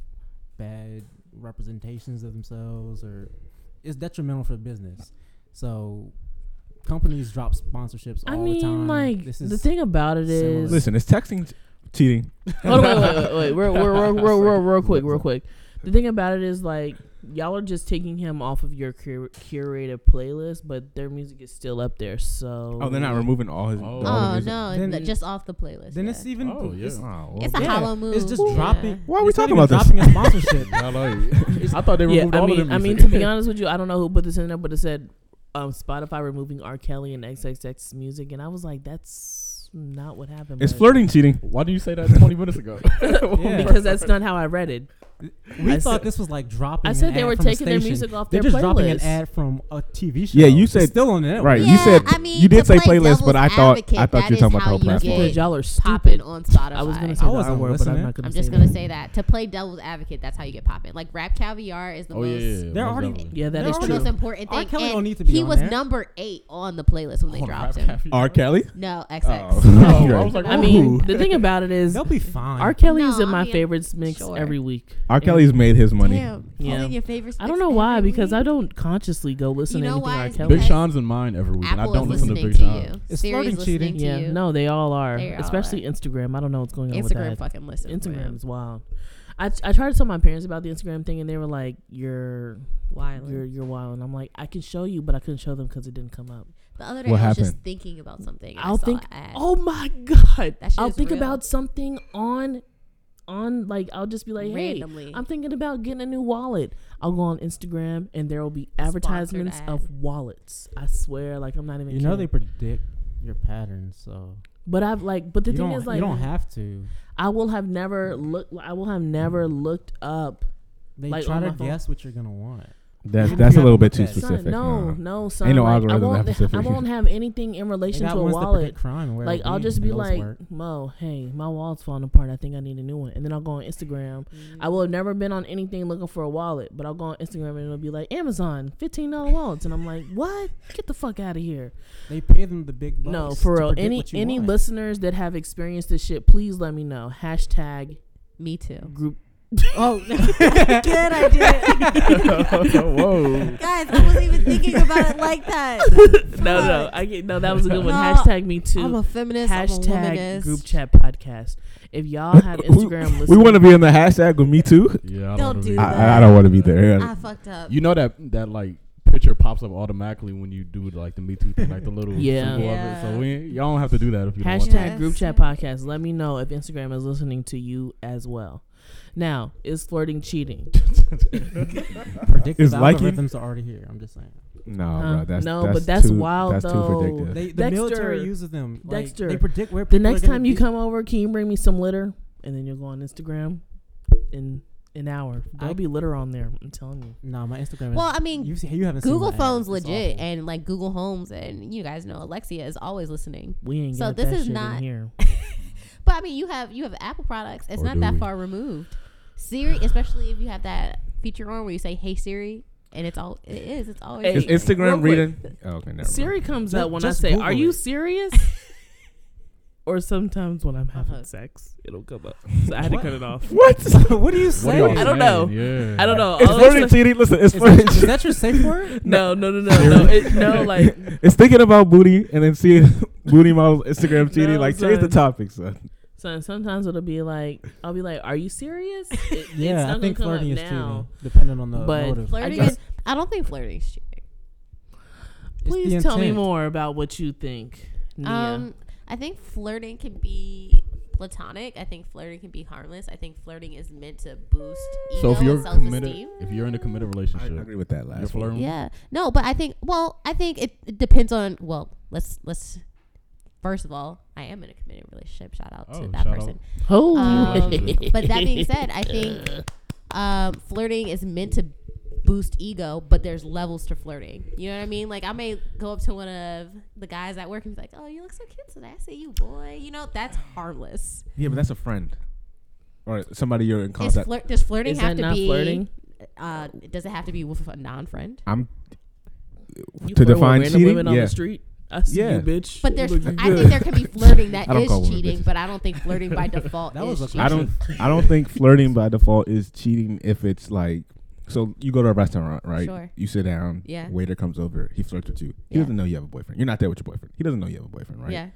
S5: bad representations of themselves, or it's detrimental for business. So companies drop sponsorships
S3: I
S5: all the
S3: mean,
S5: time.
S3: like
S5: This
S3: the
S5: is-
S3: thing about it
S5: similar.
S3: is.
S1: Listen, it's texting t- cheating.
S3: Hold on, wait, wait, wait, wait. Real, real, real, real, real, real quick, real quick. The thing about it is like y'all are just taking him off of your cur- curated playlist, but their music is still up there. So
S1: Oh, they're not removing all his.
S4: Oh.
S1: all the
S2: Oh
S1: music.
S2: no,
S5: Then-
S2: th- just off the playlist.
S5: then
S2: yeah.
S5: it's even.
S4: Oh, yeah.
S5: It's,
S1: Oh, well,
S2: It's a
S5: yeah,
S2: hollow move.
S5: it's just
S2: Yeah.
S5: dropping.
S1: Why are we
S5: it's not
S1: talking
S5: even
S1: about this?
S5: dropping a sponsorship.
S4: I like- I thought they
S3: yeah,
S4: removed
S3: I
S4: all of
S3: mean,
S4: them.
S3: I mean, to be honest with you, I don't know who put this in there, but it said um, Spotify removing R. Kelly and XXX music, and I was like, that's not what happened.
S1: It's
S3: but-
S1: flirting cheating.
S4: Why do you say that 20 minutes ago?
S5: Yeah.
S3: because that's not how I read it.
S5: We
S3: I
S5: thought
S3: said-
S5: this was like dropping.
S3: I
S5: an
S3: said they
S5: ad
S3: were
S5: from a
S3: taking their
S5: station.
S3: music off
S5: They're
S3: their
S5: just dropping an
S3: playlist.
S5: ad from a TV show.
S1: Yeah, you
S5: It's
S1: said-
S5: still on the network.
S1: Right, you
S2: Yeah,
S1: said
S2: I mean,
S1: you did
S2: to
S1: say
S2: play
S1: playlist, but I
S2: devil's
S1: thought I
S2: advocate,
S1: thought
S2: that
S1: you were
S2: is
S1: talking about the
S2: how
S1: whole
S2: you
S1: platform.
S2: get
S3: Because y'all are
S2: popping
S3: stupid.
S2: on Spotify.
S3: I was gonna
S5: I
S3: say the R
S5: wasn't
S3: word, but I'm
S5: listening.
S3: not gonna.
S2: I'm just
S3: say
S2: gonna
S3: that.
S2: say that to play devil's advocate, that's how you get popping. Like rap caviar is the
S4: Oh
S2: most.
S4: yeah, yeah, yeah,
S5: They're
S4: most
S5: already-
S4: definitely.
S3: Yeah, that
S5: They're
S3: is
S2: It's the
S5: already-
S3: true.
S2: most important
S5: R.
S2: thing.
S5: Kelly
S2: and
S5: don't need to be
S2: he
S5: on
S2: was
S5: there.
S2: number eight on the playlist when they
S4: Oh,
S2: dropped
S4: Rap
S2: him.
S4: Cafe.
S1: R. Kelly.
S2: No, XX.
S1: Oh.
S4: Oh, I
S1: Right.
S4: was like,
S3: I mean,
S4: ooh.
S3: the thing about it is,
S5: They'll be fine.
S3: R. Kelly is
S2: No,
S3: in
S2: I
S3: my
S2: mean,
S3: favorites mix
S2: sure.
S3: every week.
S1: R. Kelly's made his money.
S2: Damn.
S3: Yeah.
S2: Calling your favorite
S3: I don't
S2: six
S3: know why
S2: every
S3: because I
S2: week?
S3: don't consciously go listen
S2: You know
S3: to anything
S2: why?
S3: R.
S2: It's
S3: Kelly.
S4: Big
S2: because
S4: Sean's in mine every week, and I
S2: Apple
S4: don't
S2: is
S4: listen to
S2: listening
S4: Big
S2: to,
S4: Sean.
S2: you.
S5: It's
S2: Siri's
S5: flirting
S2: listening
S5: cheating.
S2: to
S3: Yeah,
S2: you.
S3: no, they all are,
S2: They all
S3: especially Instagram. I don't know what's going on with
S2: Instagram
S3: that.
S2: fucking listen.
S3: Instagram is wild. I, I tried to tell my parents about the Instagram thing, and they were like, "You're
S2: Wildin'.
S3: You're you're wild." And I'm like, "I can show you, but I couldn't show them because it didn't come up."
S2: The other day
S1: What
S2: I was just
S1: happened?
S2: thinking about something. and I
S3: I'll
S2: saw
S3: think,
S2: an ad.
S3: "Oh my god!"
S2: That shit
S3: I'll
S2: is
S3: think
S2: real.
S3: about something on, on like I'll just be like,
S2: Randomly.
S3: "Hey, I'm thinking about getting a new wallet." I'll go on Instagram, and there will be
S2: Sponsored
S3: advertisements
S2: ad.
S3: of wallets. I swear, like I'm not even.
S5: You know they
S3: kidding.
S5: predict your patterns, so
S3: But I've like, but the
S5: you
S3: thing
S5: don't,
S3: is, like,
S5: you don't have to.
S3: I will have never looked. I will have never looked up.
S5: They
S3: Like,
S5: try
S3: on
S5: to
S3: my phone.
S5: guess what you're gonna want.
S1: That's
S5: You
S1: that's a
S5: gotta
S1: little
S5: look
S1: bit too
S5: at it.
S1: specific.
S3: Son, no, no, son.
S1: Ain't no
S3: like, I
S1: algorithm that
S3: won't,
S1: specific.
S3: I won't have anything in
S5: They
S3: relation
S5: got
S3: to a
S5: ones that
S3: wallet.
S5: predict crime. Where
S3: Like
S5: it'll
S3: I'll
S5: be,
S3: just
S5: and
S3: be
S5: those
S3: like,
S5: work.
S3: Mo, hey, my wallet's falling apart. I think I need a new one. And then I'll go on
S2: Mm.
S3: Instagram. I will have never been on anything looking for a wallet, but I'll go on Instagram and it'll be like Amazon, fifteen dollar wallets, and I'm like, what? Get the fuck out of here.
S5: they pay them the big bucks.
S3: no, for
S5: to
S3: real.
S5: predict
S3: Any
S5: what you
S3: any
S5: want.
S3: listeners that have experienced this shit, please let me know. Hashtag
S2: me too.
S3: group
S2: Oh, good idea.
S1: Whoa.
S2: Guys, I wasn't even thinking about it like that.
S3: no, no, I get no. That was a good
S2: No,
S3: one. Hashtag me too.
S2: I'm a feminist. I'm a
S3: Hashtag
S2: womanist.
S3: group chat podcast. If y'all have Instagram,
S1: we
S3: listeners-
S1: want to be in the hashtag with me too.
S4: Yeah, I
S2: Don't
S4: wanna
S2: do
S4: be-
S2: that.
S1: I, I don't want to be there.
S2: I fucked up.
S4: You know that that like picture pops up automatically when you do like the Me Too thing, like the little
S3: Yeah.
S4: symbol
S2: Yeah.
S4: of it. So we y'all don't have to do that if you don't want
S3: Hashtag
S4: to.
S2: Yes.
S3: group chat podcast. Let me know if Instagram is listening to you as well. Now, is flirting cheating?
S5: Predictive
S1: It's like you-
S5: algorithms are already here. I'm just saying.
S1: No,
S3: Huh?
S1: bro, that's
S3: No,
S1: that's
S3: but that's
S1: too,
S3: wild,
S1: That's
S3: though.
S1: too predictive.
S5: They, the military
S3: Dexter.
S5: uses them. Like,
S3: Dexter.
S5: They predict where
S3: The
S5: people are
S3: next
S5: gonna
S3: time you
S5: be.
S3: come over, can you bring me some litter? And then you'll go on Instagram in an hour. There'll
S5: Like-
S3: be litter on there. I'm telling you.
S5: Nah, my Instagram. Is,
S2: well, I mean,
S5: you see, you haven't seen
S2: Google
S5: my
S2: phones
S5: ads. It's
S2: legit,
S5: awful.
S2: and like Google Homes, and you guys know Alexia is always listening.
S3: We ain't
S2: So
S3: got
S2: this
S3: that
S2: is
S3: shit
S2: not-
S3: in here.
S2: But I mean, you have you have Apple products. It's
S4: Or
S2: not
S4: do
S2: that
S4: we?
S2: far removed. Siri, especially if you have that feature on where you say "Hey Siri," and it's all it is. It's always
S3: Hey,
S1: Is
S2: listening.
S3: real
S1: Instagram
S3: quick.
S1: reading? Oh, okay, never
S3: Siri comes
S5: Ju-
S3: out when I
S5: just
S3: say,
S5: Google
S3: "Are you
S5: it."
S3: serious?" or sometimes when I'm having
S2: Uh-huh.
S3: sex, it'll come up. So I had to cut it off.
S1: What?
S5: what do you
S4: What
S5: say?
S4: y'all
S3: I don't know.
S4: saying? Yeah.
S3: I don't know.
S1: It's
S3: All I'm
S1: flirting
S3: saying-
S1: cheating. Listen, it's
S5: Is that,
S1: flirting.
S5: is that your safe word?
S3: No, no, no, no, no. It, no, like
S1: It's thinking about booty and then seeing booty models Instagram cheating.
S3: No,
S1: like change the
S3: son.
S1: topic, son.
S3: so sometimes it'll be like, I'll be like, "Are you serious?" It- it's not
S5: Yeah, I
S3: gonna
S5: think
S3: come up
S5: flirting is
S3: now.
S5: cheating, depending on the
S3: But
S5: motive.
S2: Flirting
S3: guess-
S2: is. I don't think flirting is cheating.
S5: It's the
S3: Please tell me
S5: intent.
S3: more about what you think, Nia.
S2: Um, I think flirting can be platonic. I think flirting can be harmless. I think flirting is meant to boost ego,
S4: So if you're committed,
S2: self-esteem.
S4: if you're in a committed
S1: I
S4: relationship,
S1: agree with that
S4: you're
S1: last one.
S4: flirting.
S2: Yeah. No, but I think well, I think it, it depends on well, let's let's first of all, I am in a committed relationship. Shout out
S4: Oh,
S2: to that
S4: shout out.
S2: person.
S3: Holy.
S2: Um, but that being said, I think um, flirting is meant to boost ego, but there's levels to flirting. You know what I mean? Like I may go up to one of the guys at work and be like, "Oh, you look so cute today. I see you, boy." You know, that's harmless.
S1: Yeah, but that's a friend or somebody you're in
S2: Is
S1: contact.
S2: flirt does flirting
S3: Is
S2: have
S3: that
S2: to
S3: not
S2: be
S3: flirting?
S2: Uh, does it have to be with a non-friend?
S1: I'm
S3: You
S1: to
S3: flirt with
S1: define
S3: random
S1: cheating.
S3: women on
S1: yeah.
S3: the street. I see
S1: Yeah.
S3: you, bitch.
S2: But there's,
S3: Look, you
S2: I think there can be flirting that
S1: I don't
S2: is
S1: call women
S2: cheating,
S1: bitches.
S2: but I don't think flirting by default
S5: That
S2: is
S5: was a
S2: cheating.
S1: I don't. I don't think flirting by default is cheating if it's like. So you go to a restaurant, right?
S2: Sure.
S1: You sit down.
S2: Yeah.
S1: Waiter comes over. He flirts with you. He
S2: Yeah.
S1: doesn't know you have a boyfriend. You're not there with your boyfriend. He doesn't know you have a boyfriend, right?
S2: Yeah,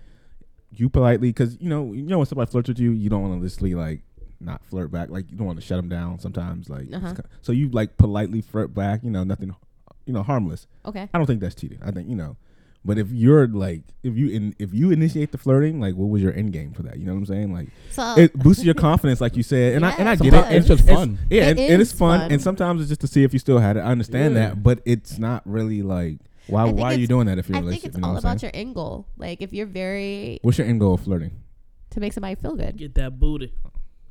S1: You politely, because you know, you know, when somebody flirts with you, you don't want to literally like not flirt back. Like you don't want to shut them down. Sometimes, like, it's
S2: Uh-huh.
S1: ki- so you like politely flirt back. You know, nothing, you know, harmless.
S2: okay.
S1: I don't think that's cheating. I think you know, but if you're like, if you in, if you initiate the flirting, like, what was your end game for that? You know what I'm saying? Like,
S2: So
S1: it boosts your confidence, like you said, and I and I
S2: Oh. Yes,
S1: get it.
S2: it
S1: It's
S2: does.
S1: just
S4: It's-
S1: fun. yeah,
S2: It
S1: and, and it's
S2: is
S1: fun,
S2: fun.
S1: and sometimes it's just to see if you still had it. I understand
S4: Yeah.
S1: that, but it's not really like why
S2: I think
S1: why are you
S2: it's-
S1: doing that if you're
S2: I
S1: in a
S2: think
S1: relationship?
S2: it's
S1: You know
S2: all
S1: what I'm
S2: about
S1: saying?
S2: your end goal. Like if you're very
S1: What's your end goal of flirting?
S2: to make somebody feel good.
S3: Get that booty.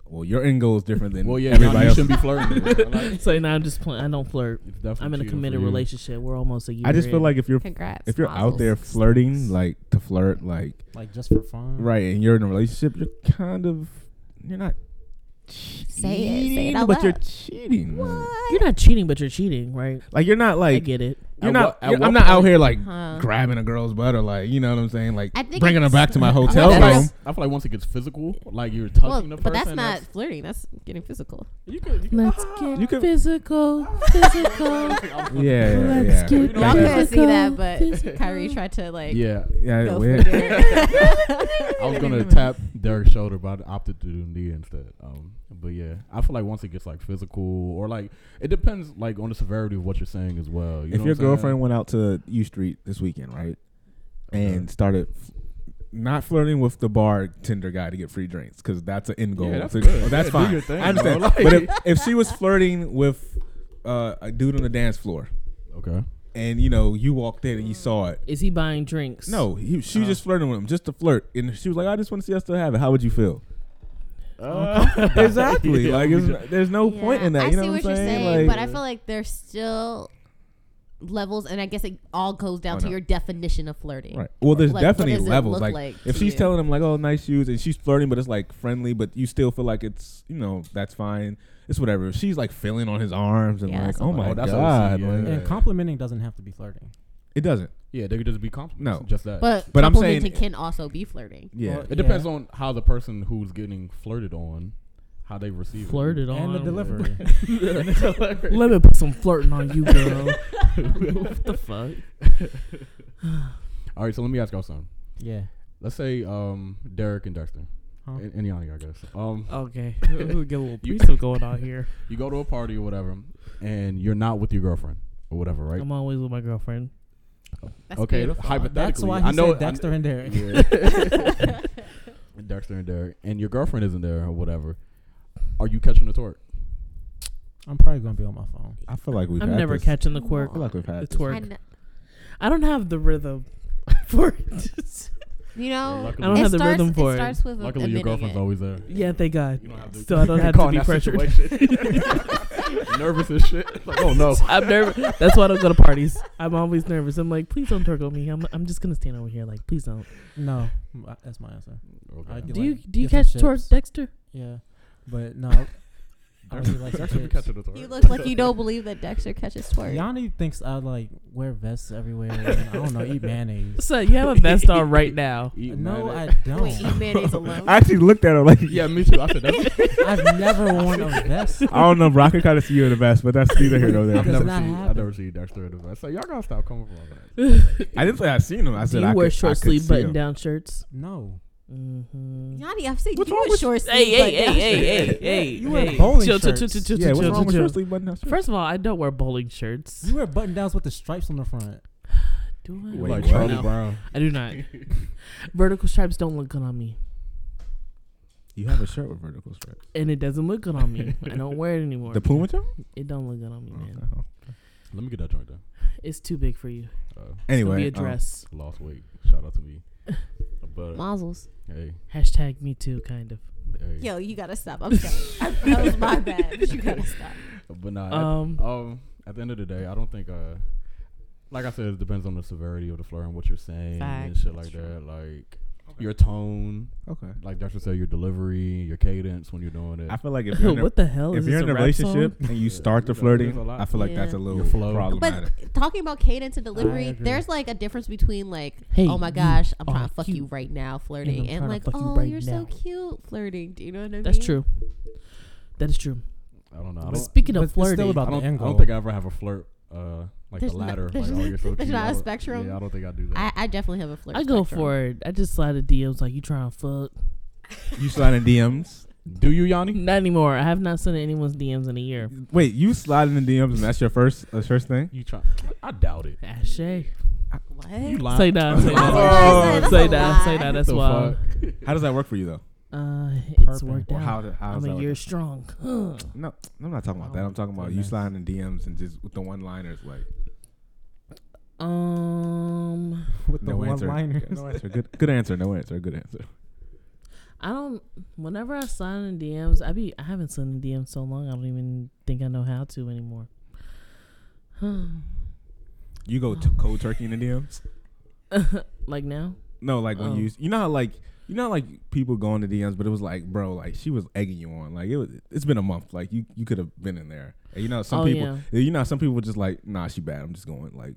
S1: Well, your end goal is different than
S4: Well, yeah,
S1: everybody
S4: everybody you
S1: else.
S4: shouldn't be flirting. Like,
S3: So now I'm just playing. I don't flirt.
S4: it's definitely
S3: I'm in a
S4: cheating for
S3: committed
S4: you.
S3: relationship. We're almost a year.
S1: I just feel
S3: in.
S1: like if you're
S2: Congrats.
S1: if you're out
S2: Mazel.
S1: there flirting, like to flirt, like
S5: Like just for fun.
S1: right, and you're in a relationship, you're kind of you're not
S2: Say it, say it
S1: cheating,
S2: out
S1: but you're
S2: loud.
S1: cheating.
S3: you're not cheating, but you're cheating, right?
S1: Like you're not
S3: I
S1: like
S3: get it.
S1: You're
S4: At
S1: not.
S4: what- at
S1: you're-
S4: what
S1: I'm not out
S4: point-
S1: here like
S2: Huh.
S1: grabbing a girl's butt or like you know what I'm saying, like
S2: I think
S1: bringing her
S2: it's-
S1: back to my
S4: I
S1: hotel
S4: feel, like,
S1: room.
S4: I feel like once it gets physical, like you're touching
S2: Well,
S4: the person.
S2: but that's not flirting. That's getting physical.
S4: you can, you can,
S3: Let's get
S1: You could-
S3: physical, physical.
S1: Yeah,
S3: Let's
S1: yeah.
S3: get
S2: Y'all
S1: Like,
S2: couldn't see that,
S3: physical.
S2: but Kyrie tried to like
S4: yeah,
S1: yeah,
S2: go
S1: we're-
S2: for it.
S4: I was gonna tap Derek's shoulder, but I opted to do Nia instead. Um, but yeah, I feel like once it gets like physical or like it depends like on the severity of what you're saying as well. You know
S1: if
S4: what
S1: your
S4: I'm saying?
S1: girlfriend went out to U Street this weekend, right, and started f- not flirting with the bartender guy to get free drinks, because that's an end goal.
S4: that's
S1: So-
S4: good.
S1: that's
S4: Yeah, do
S1: fine.
S4: your thing,
S1: I understand.
S4: bro. Like-
S1: but if, if she was flirting with uh, a dude on the dance floor,
S4: okay,
S1: and you know you walked in and you saw it.
S3: Is he buying drinks?
S1: No, he, she
S4: Uh-huh.
S1: was just flirting with him, just to flirt, and she was like, "I just want to see us still have it." How would you feel? exactly.
S4: Yeah,
S1: like,
S4: we
S1: it's,
S4: just-
S1: there's no
S2: Yeah,
S1: point in that.
S2: I
S1: you know
S2: see
S1: what,
S2: what,
S1: I'm
S2: you're
S1: saying?
S2: saying,
S1: Like-
S2: but I feel like there's still levels, and I guess it all goes down
S1: Oh,
S2: to
S1: no.
S2: your definition of flirting.
S1: Right. Well, there's
S2: Like, what
S1: definitely
S2: does it
S1: levels.
S2: look
S1: Like,
S2: like
S1: if
S2: to
S1: she's
S2: you?
S1: telling him like, "Oh, nice shoes," and she's flirting, but it's like friendly, but you still feel like it's you know that's fine. It's whatever. If she's like feeling on his arms and
S2: Yeah,
S1: like,
S2: that's
S1: "Oh
S2: a
S1: my
S4: lot. Oh, that's
S1: god,"
S4: OC, yeah.
S1: like,
S5: And complimenting doesn't have to be flirting.
S1: it doesn't.
S4: yeah, they could just be compliments.
S1: No.
S4: just that.
S2: But
S1: But I'm saying-
S2: complimenting can also be flirting.
S1: Yeah.
S5: Well,
S4: it depends on how the person who's getting flirted on, how they receive it.
S3: Flirted on
S5: and the
S3: him.
S5: delivery.
S3: Let me put some flirting on you, girl. what the fuck?
S4: All right, so let me ask y'all something.
S5: yeah.
S4: Let's say um, Derek and Dexter
S5: Huh?
S4: and, and Yanni, I guess. Um,
S7: Okay, we get a little
S4: You-
S7: priest going on here.
S4: you go to a party or whatever, and you're not with your girlfriend or whatever, right?
S3: I'm always with my girlfriend.
S2: That's
S4: Okay,
S2: beautiful.
S4: hypothetically,
S5: That's why he
S4: I know
S5: said Dexter and Derek.
S4: Yeah. Dexter and Derek, and your girlfriend isn't there or whatever. Are you catching the twerk?
S5: I'm probably gonna be on my phone.
S1: I feel like we've.
S3: I'm
S1: had
S3: never
S1: this.
S3: catching the
S1: I
S3: quirk.
S1: feel like we've
S3: The
S1: had. This.
S2: I
S3: twerk.
S2: kn-
S3: I don't have the rhythm for it.
S2: you know,
S4: luckily-
S3: I don't
S2: it
S3: have the
S2: starts,
S3: rhythm for
S2: it
S3: it.
S2: starts with
S4: Luckily, your
S2: admitting
S4: girlfriend's
S2: it.
S4: always there.
S3: Yeah, thank God.
S4: You don't have to-
S3: So I don't have to
S4: Caught
S3: be
S4: in that
S3: pressured.
S4: situation. Nervous as shit. Like, oh no.
S3: I'm nervous. That's why I don't go to parties. I'm always nervous. I'm like, please don't twerk on me. I'm, I'm just gonna stand over here. Like, please don't.
S5: No, m- uh, that's my answer.
S4: Okay.
S5: I get
S3: Do
S5: like
S3: you do you
S5: different
S3: catch twerk,
S5: shits.
S3: Dexter?
S5: Yeah, but no. I- I
S4: Dexter-
S5: really like the
S4: Dexter be
S5: tits.
S4: catching the twerk.
S2: You look like you don't believe that Dexter catches twerk.
S5: Yanni thinks I like wear vests everywhere. and I don't know, eat mayonnaise.
S3: So you have a vest on right now.
S4: Eat
S5: no,
S4: mayonnaise.
S5: I don't.
S2: Wait, eat mayonnaise alone.
S1: I actually looked at her like.
S4: Yeah, me too. I said that's
S5: I've never worn a vest.
S1: I don't know, bro. I could kind of see you in the vest, but that's neither here nor there.
S4: I've never seen
S5: not
S4: I've
S5: happen.
S4: never seen Dexter in the vest. So y'all gotta stop coming for all that.
S1: I didn't say I seen him. I
S3: Do
S1: said
S3: you
S1: I
S3: wear
S1: could,
S3: short
S1: I could
S3: sleeve
S1: see
S3: button
S1: him.
S3: down shirts?
S5: No,
S3: Mm-hmm.
S2: Yanni, I've seen
S1: What's
S2: you
S1: wrong
S2: in
S1: with-
S2: short
S3: Hey,
S2: sleeve.
S3: hey, hey,
S2: button-down
S3: hey,
S2: shirt.
S3: hey, hey!
S5: You wear
S3: hey.
S5: bowling
S3: chill, chill,
S5: shirts.
S3: chill, chill,
S1: Yeah,
S3: chill,
S1: what's
S3: chill,
S1: wrong with
S3: chill.
S1: short sleeve button down shirts?
S3: First of all, I don't wear bowling shirts.
S5: you wear button downs with the stripes on the front.
S3: Do I?
S1: Wait,
S4: like
S1: what?
S4: Charlie
S3: No,
S4: Brown.
S3: I do not. Vertical stripes don't look good on me,
S1: You have a shirt with vertical stripes.
S3: and it doesn't look good on me. I don't wear it anymore.
S1: The Puma joint?
S3: it don't look good on me, man.
S1: Okay.
S4: Let me get that joint done.
S3: It's too big for you.
S4: Uh,
S3: It'll
S1: Anyway,
S3: be a
S1: um,
S3: dress.
S4: lost weight. Shout out to me. But
S2: Mazzles.
S4: hey,
S3: Hashtag me too, kind of.
S4: hey.
S2: Yo, you gotta stop. I'm sorry. I- that was my bad. You gotta stop.
S4: But nah, at-
S3: Um,
S4: Um, at the end of the day, I don't think. Uh, like I said, it depends on the severity of the flirt and what you're saying and
S3: Facts,
S4: shit like
S3: that's true.
S4: that. Like your tone,
S1: um, okay.
S4: like Dexter said, your delivery, your cadence when you're doing it.
S1: I feel like if you're in a,
S3: what the hell
S1: if
S3: is
S1: you're
S3: this
S1: in a
S3: rap song?
S1: relationship and you start the
S4: There's a lot-
S1: flirting,
S4: there's a lot.
S1: I feel like
S2: Yeah.
S1: that's a little
S4: Your flow.
S1: problematic.
S2: But talking about cadence and
S5: I
S2: delivery,
S5: agree.
S2: there's like a difference between like,
S3: Hey,
S2: oh my
S3: you
S2: gosh, I'm
S3: are
S2: trying to fuck you
S3: cute.
S2: right now, flirting,
S3: And I'm
S2: and,
S3: tryna
S2: like,
S3: fuck you
S2: oh,
S3: right
S2: you're so
S3: now."
S2: cute, flirting. Do you know what I mean?
S3: That's true. That is true.
S4: I don't know. I
S3: But
S4: don't,
S3: speaking
S5: But
S3: of
S5: it's still
S3: flirting,
S4: I
S5: about the
S4: don't, I
S5: end
S4: don't
S5: goal.
S4: think I ever have a flirt. Uh, like
S2: There's
S4: the
S2: not-
S4: ladder.
S2: there's
S4: like, oh, you're so
S2: there's
S4: cute.
S2: not
S4: I
S2: a
S4: don't-
S2: spectrum.
S4: Yeah, I don't think I do that.
S2: I, I definitely have a flirt.
S3: I go
S2: spectrum.
S3: for it. I just slide the DMs like you trying to fuck.
S1: You sliding DMs?
S4: do you, Yanni?
S3: Not anymore. I have not sent anyone's DMs in a year.
S1: Wait, you sliding in DMs and that's your first uh, first thing?
S4: You try? I doubt it.
S3: Ashay.
S2: What?
S4: You lying?
S3: Say that. Say
S2: That's a
S3: that.
S2: lie. That's
S3: Say
S2: a
S3: that. Say
S2: lie.
S3: that. That's
S4: The
S3: why.
S4: fuck?
S1: How does that work for you though?
S3: Uh,
S5: Perping.
S3: it's worked
S1: Or how,
S3: out.
S1: do- how does
S3: I'm
S1: that
S3: a
S1: work?
S3: year strong. Huh.
S1: No, I'm not talking about that. I'm talking about you
S5: Goodness.
S1: sliding in DMs and just with the one liners like
S3: Um,
S5: With the
S1: no
S5: one
S1: answer.
S5: liners.
S1: Yeah, No answer. Good good answer. No answer. Good answer.
S3: I don't. Whenever I sign in DMs, I be I haven't sent in DMs so long. I don't even think I know how to anymore.
S1: You go to cold turkey in the DMs?
S3: like now,
S1: No, like when
S3: Oh.
S1: you you know how like you know how, like people go into DMs, but it was like bro, like she was egging you on. Like it was, it's been a month. Like you you could have been in there. And you know some
S3: Oh,
S1: people
S3: yeah.
S1: Yeah, You know, some people just like, nah, she bad. I'm just going like,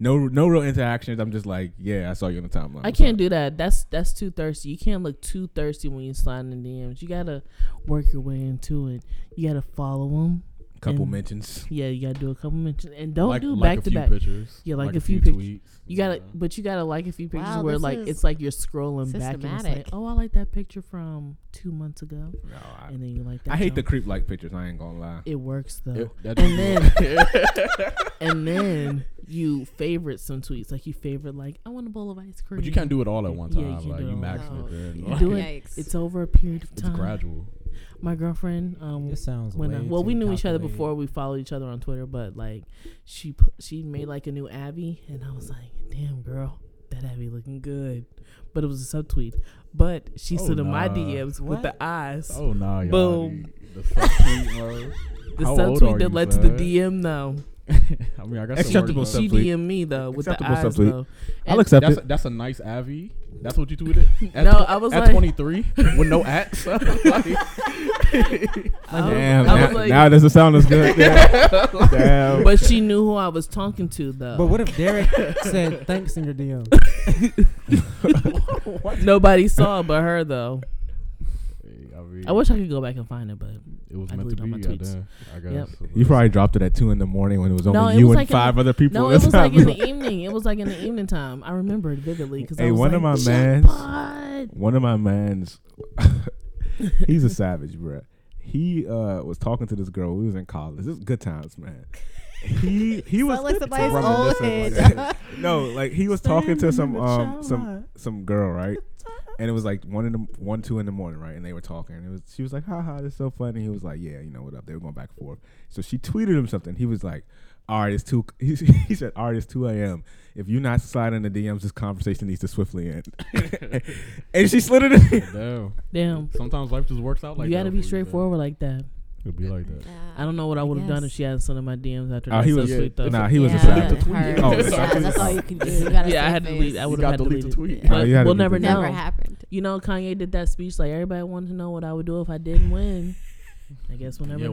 S1: no, no real interactions. I'm just like, yeah, I saw you on the timeline.
S3: I can't do that. That's that's too thirsty. You can't look too thirsty when you slide in DMs. You gotta work your way into it. You gotta follow them.
S1: a couple
S3: and-
S1: mentions.
S3: Yeah, you gotta do a couple mentions and don't
S4: like,
S3: do
S4: like
S3: back
S4: a
S3: to
S4: few
S3: back.
S4: Pictures,
S3: Yeah, like a few
S4: tweets.
S3: pictures. You gotta,
S4: know.
S3: but you gotta like a few pictures
S2: Wow,
S3: where
S2: this
S3: like
S2: is
S3: it's like you're scrolling back and it's like,
S2: systematic.
S3: oh, I like that picture from two months ago,
S1: No, I,
S3: and then you like that.
S1: I hate the
S3: jump.
S1: creep like pictures. I ain't gonna lie.
S3: It works though.
S4: It- that
S3: and
S4: is-
S3: then and then you favorite some tweets like you favorite like I want a bowl of ice cream.
S4: But you can't do it all at one
S3: Yeah,
S4: time.
S3: you can't
S4: like
S3: do
S4: you
S3: it all.
S4: maxing it. Then,
S3: You
S4: like,
S3: do it.
S2: Yikes.
S3: It's over a period of
S4: It's
S3: time.
S4: gradual.
S3: My girlfriend, um,
S5: It sounds
S3: when I,
S5: way
S3: well, we
S5: too
S3: knew each other
S5: calculated.
S3: before we followed each other on Twitter, but like she pu- she made like a new Abby, and I was like, damn girl, that Abby looking good, but it was a subtweet. But she
S4: Oh,
S3: slid in my
S4: nah.
S3: DMs with the eyes,
S4: Oh nah, y'all.
S3: Boom.
S4: The subtweet, bro.
S3: the
S4: how old
S3: subtweet
S4: are
S3: that
S4: you,
S3: led to the
S4: son?
S3: DM though.
S4: I mean, I got
S1: Acceptable
S4: some work,
S3: She
S1: Subtweet.
S3: DM me though with the
S1: Acceptable
S3: eyes
S1: subtweet.
S3: though.
S1: I'll
S3: And-
S4: though.
S1: accept
S4: That's
S1: it.
S4: a, that's a nice Avi. That's what you tweeted. At
S3: No,
S4: tw-
S3: I was
S4: at
S3: like-
S4: 23 with no acts. like,
S3: I was-
S1: Damn,
S3: I
S1: now,
S3: was like-
S1: now it doesn't sound as good. Damn.
S3: but she knew who I was talking to though.
S5: But what if Derek said thanks in your DM?
S3: Nobody saw but her though.
S4: Hey, I, mean,
S3: I wish I could go back and find it, but
S4: it was
S3: I
S4: meant to
S3: deleted all
S4: be.
S3: my tweets.
S4: Goddamn, I guess.
S3: Yep.
S1: You probably dropped it at two in the morning when it was only
S3: No, it
S1: you
S3: was
S1: and
S3: like in
S1: five other people.
S3: no, it
S1: That's
S3: was
S1: how
S3: like
S1: I
S3: in
S1: was-
S3: the e evening. It was like in the evening time. I remember it vividly because
S1: Hey,
S3: I was
S1: one of
S3: like,
S1: my mans-
S3: "Jackpot."
S1: one of my man's he's a savage bruh he uh was talking to this girl we was in college this is good times man he he was
S2: Sound like somebody's old
S1: reminiscing
S2: head.
S1: like- no like he was talking to some um some some girl right and it was like one in the one two in the morning right and they were talking and it was she was like ha ha this is so funny he was like yeah you know what up they were going back and forth so she tweeted him something he was like all right, it's two. He, he said, "All right, it's two a.m. If you're not sliding the DMs, this conversation needs to swiftly end." and she slid it in.
S4: Damn.
S3: Damn,
S4: Sometimes life just works out like
S3: you got
S4: that
S3: to
S4: for
S3: be
S4: man.
S3: straightforward like that.
S4: It'd be like that.
S3: I don't know what I, would have done if she hadn't sent in my DMs after.
S1: Oh,
S3: that.
S1: he
S3: So
S1: was
S3: sweet, though.
S1: nah, he was a
S2: Yeah,
S1: savage.
S2: it hurt.
S1: Oh,
S2: Yeah,
S1: sorry.
S2: that's all you can do. You gotta
S3: yeah, I
S2: save
S3: had to
S2: face.
S3: delete. I would have had to delete it.
S2: Yeah.
S4: tweet.
S1: Oh,
S3: But
S1: you had to
S3: we'll
S1: delete
S3: never
S1: the
S3: know.
S2: Never happened.
S3: You know, Kanye did that speech like everybody wanted to know what I would do if I didn't win. I guess we'll never
S4: yeah,
S3: know.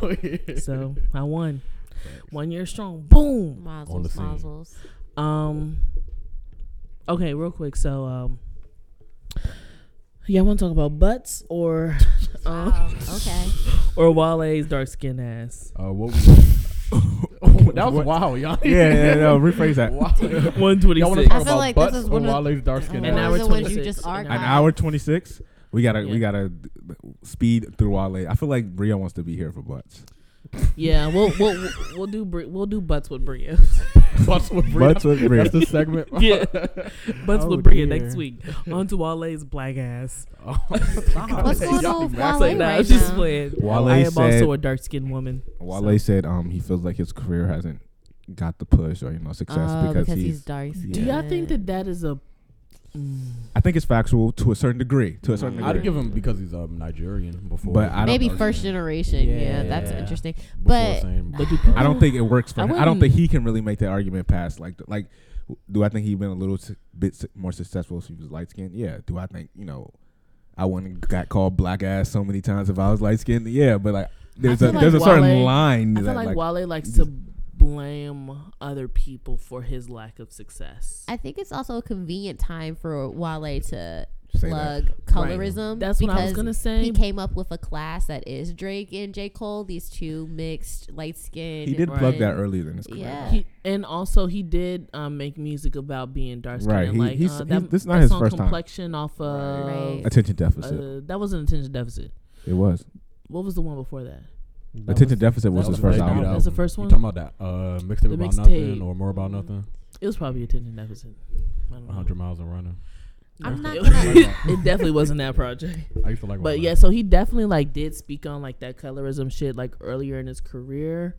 S4: we'll never know.
S3: so I won. One year strong. Boom.
S4: On the
S2: Mazzles,
S4: scene.
S2: mazzles.
S3: Um. Okay, real quick. So, um, yeah, I want to talk about butts or um,
S2: Wow, okay.
S3: or Wale's dark skin ass.
S4: Uh, what was that was
S1: What?
S4: wow, y'all.
S1: Yeah, yeah, no, rephrase that.
S4: Wow.
S3: One
S4: Y'all
S3: twenty
S4: want to
S3: six.
S4: talk
S2: I feel
S4: about
S2: like this
S4: butts
S2: is
S4: or
S2: one of-
S4: Wale's dark skin?
S2: Oh,
S3: An
S2: those
S3: hour
S2: are the ones
S3: 26.
S2: you just
S3: An
S2: archived.
S1: An hour twenty six. We gotta
S3: Yeah.
S1: we gotta speed through Wale. I feel like Bria wants to be here for butts.
S3: Yeah, we'll we'll we'll do Bri- we'll do butts with Bria.
S4: Butts with Bria.
S1: Butts with Bria.
S4: That's the segment.
S3: yeah, butts
S5: Oh,
S3: with Bria next
S5: dear.
S3: week. On to Wale's black ass.
S2: What's going
S4: Y'all
S2: on with
S4: be
S3: I
S4: mad.
S3: was like,
S2: Wale
S3: nah, I
S2: right
S3: was just
S2: now?
S3: playing.
S1: Wale
S3: I am
S1: said-
S3: also a dark skinned woman.
S1: Wale said um he feels like his career hasn't got the push or you know success
S3: Uh,
S2: Oh,
S1: because, he's,
S2: dark.
S1: Do
S3: Do
S1: y'all
S3: y'all think that that is a? Mm.
S1: I think it's factual to a certain degree. To a certain
S2: Mm.
S1: degree.
S4: I'd give him because he's um Nigerian before.
S1: But I don't-
S2: maybe first generation? Yeah, that's
S4: Yeah.
S2: interesting.
S4: before
S2: but-
S4: saying-
S3: But do people
S1: I don't think it works for
S3: I
S1: him. I don't
S3: wouldn't-
S1: think he can really make that argument past like like do I think he'd been a little s- bit s- more successful if he was light skinned? Yeah. Do I think, you know, I wouldn't have got called black ass so many times if I was light skinned? Yeah, but like there's
S3: I
S1: a
S3: feel
S1: there's a
S3: like
S1: certain
S3: Wale-
S1: line
S3: I
S1: to
S3: feel
S1: that
S3: like,
S1: like,
S3: Wale likes
S1: you
S3: to
S1: just-
S3: blame other people for his lack of success.
S2: I think it's also a convenient time for Wale to
S1: say that.
S2: plug colorism.
S3: That's what I was
S2: because
S3: gonna say.
S2: He came up with a class that is Drake and J. Cole, these two mixed, light skinned.
S1: He did plug that earlier in his career.
S2: Yeah.
S3: He- and also he did um, make music about being dark skinned.
S1: Right,
S3: and
S1: he-
S3: like
S1: he's-
S3: uh, that,
S1: he's- this is not
S3: that
S1: his
S3: song
S1: first time.
S3: complexion off of
S2: Right.
S1: Attention
S3: uh,
S1: deficit.
S3: that was an attention deficit.
S1: it was.
S3: What was the one before that?
S1: Attention deficit was
S5: that
S1: his
S5: was
S1: first
S5: the
S1: album.
S5: debut
S3: That's the first one.
S4: You talking about that uh, mixtape
S3: The
S4: about
S3: mixtape.
S4: nothing or more about nothing?
S3: It was probably attention deficit. I don't know.
S4: 100 miles and running.
S2: I'm not
S3: It-
S2: gonna-
S3: it definitely wasn't that project.
S4: I used to like.
S3: But
S4: Wale.
S3: yeah, so he definitely like did speak on like that colorism shit like earlier in his career,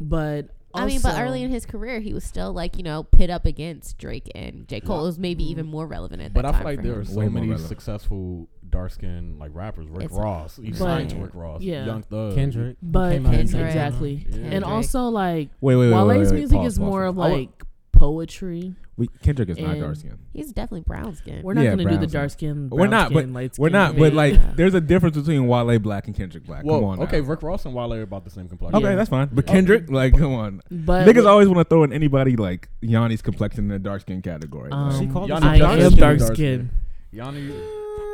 S3: but
S2: I mean, but
S3: also-
S2: early in his career, he was still like you know pit up against Drake and J. Cole. It was maybe even more relevant at that
S4: But I
S2: time.
S4: feel like
S2: for
S4: there are
S2: him.
S4: so
S1: Way more
S4: many
S1: relevant.
S4: successful dark skinned like rappers. Rick
S2: It's-
S4: Ross, he
S2: Right.
S4: signed to Rick Ross.
S3: Yeah.
S4: Young Thug,
S5: Kendrick. who
S3: but
S5: came out at the same
S2: Kendrick.
S5: time.
S3: exactly,
S4: Yeah.
S3: and
S2: Kendrick.
S3: also like
S1: Wait, wait, wait.
S3: Wale's
S1: wait, wait, wait.
S3: music
S1: Pause,
S3: is
S1: pause,
S3: more
S1: pause. Oh.
S3: of
S1: I wa-
S3: like poetry.
S1: we, Kendrick is not
S3: and-
S1: dark skinned.
S2: He's definitely brown skinned.
S3: We're not
S1: Yeah,
S3: gonna do
S1: brown
S3: the
S1: skin.
S3: dark skin.
S1: We're
S3: brown
S1: not, but
S3: skin, light
S1: We're
S3: skin.
S1: not, but
S2: Yeah.
S1: like there's a difference between Wale Black and Kendrick Black.
S4: Well,
S1: come on. now.
S4: okay, Rick Ross and Wale are about the same complexion.
S1: Okay,
S3: Yeah.
S1: that's fine. But
S4: Yeah.
S1: Kendrick, like, come on.
S3: but
S1: Niggas always want to throw in anybody like Yanni's complexion in the dark skin category.
S3: Um,
S5: She called
S4: Y'all
S5: us
S4: know
S3: I
S4: dark
S3: am
S4: skin,
S3: dark
S4: dark
S3: skin.
S4: Yanni,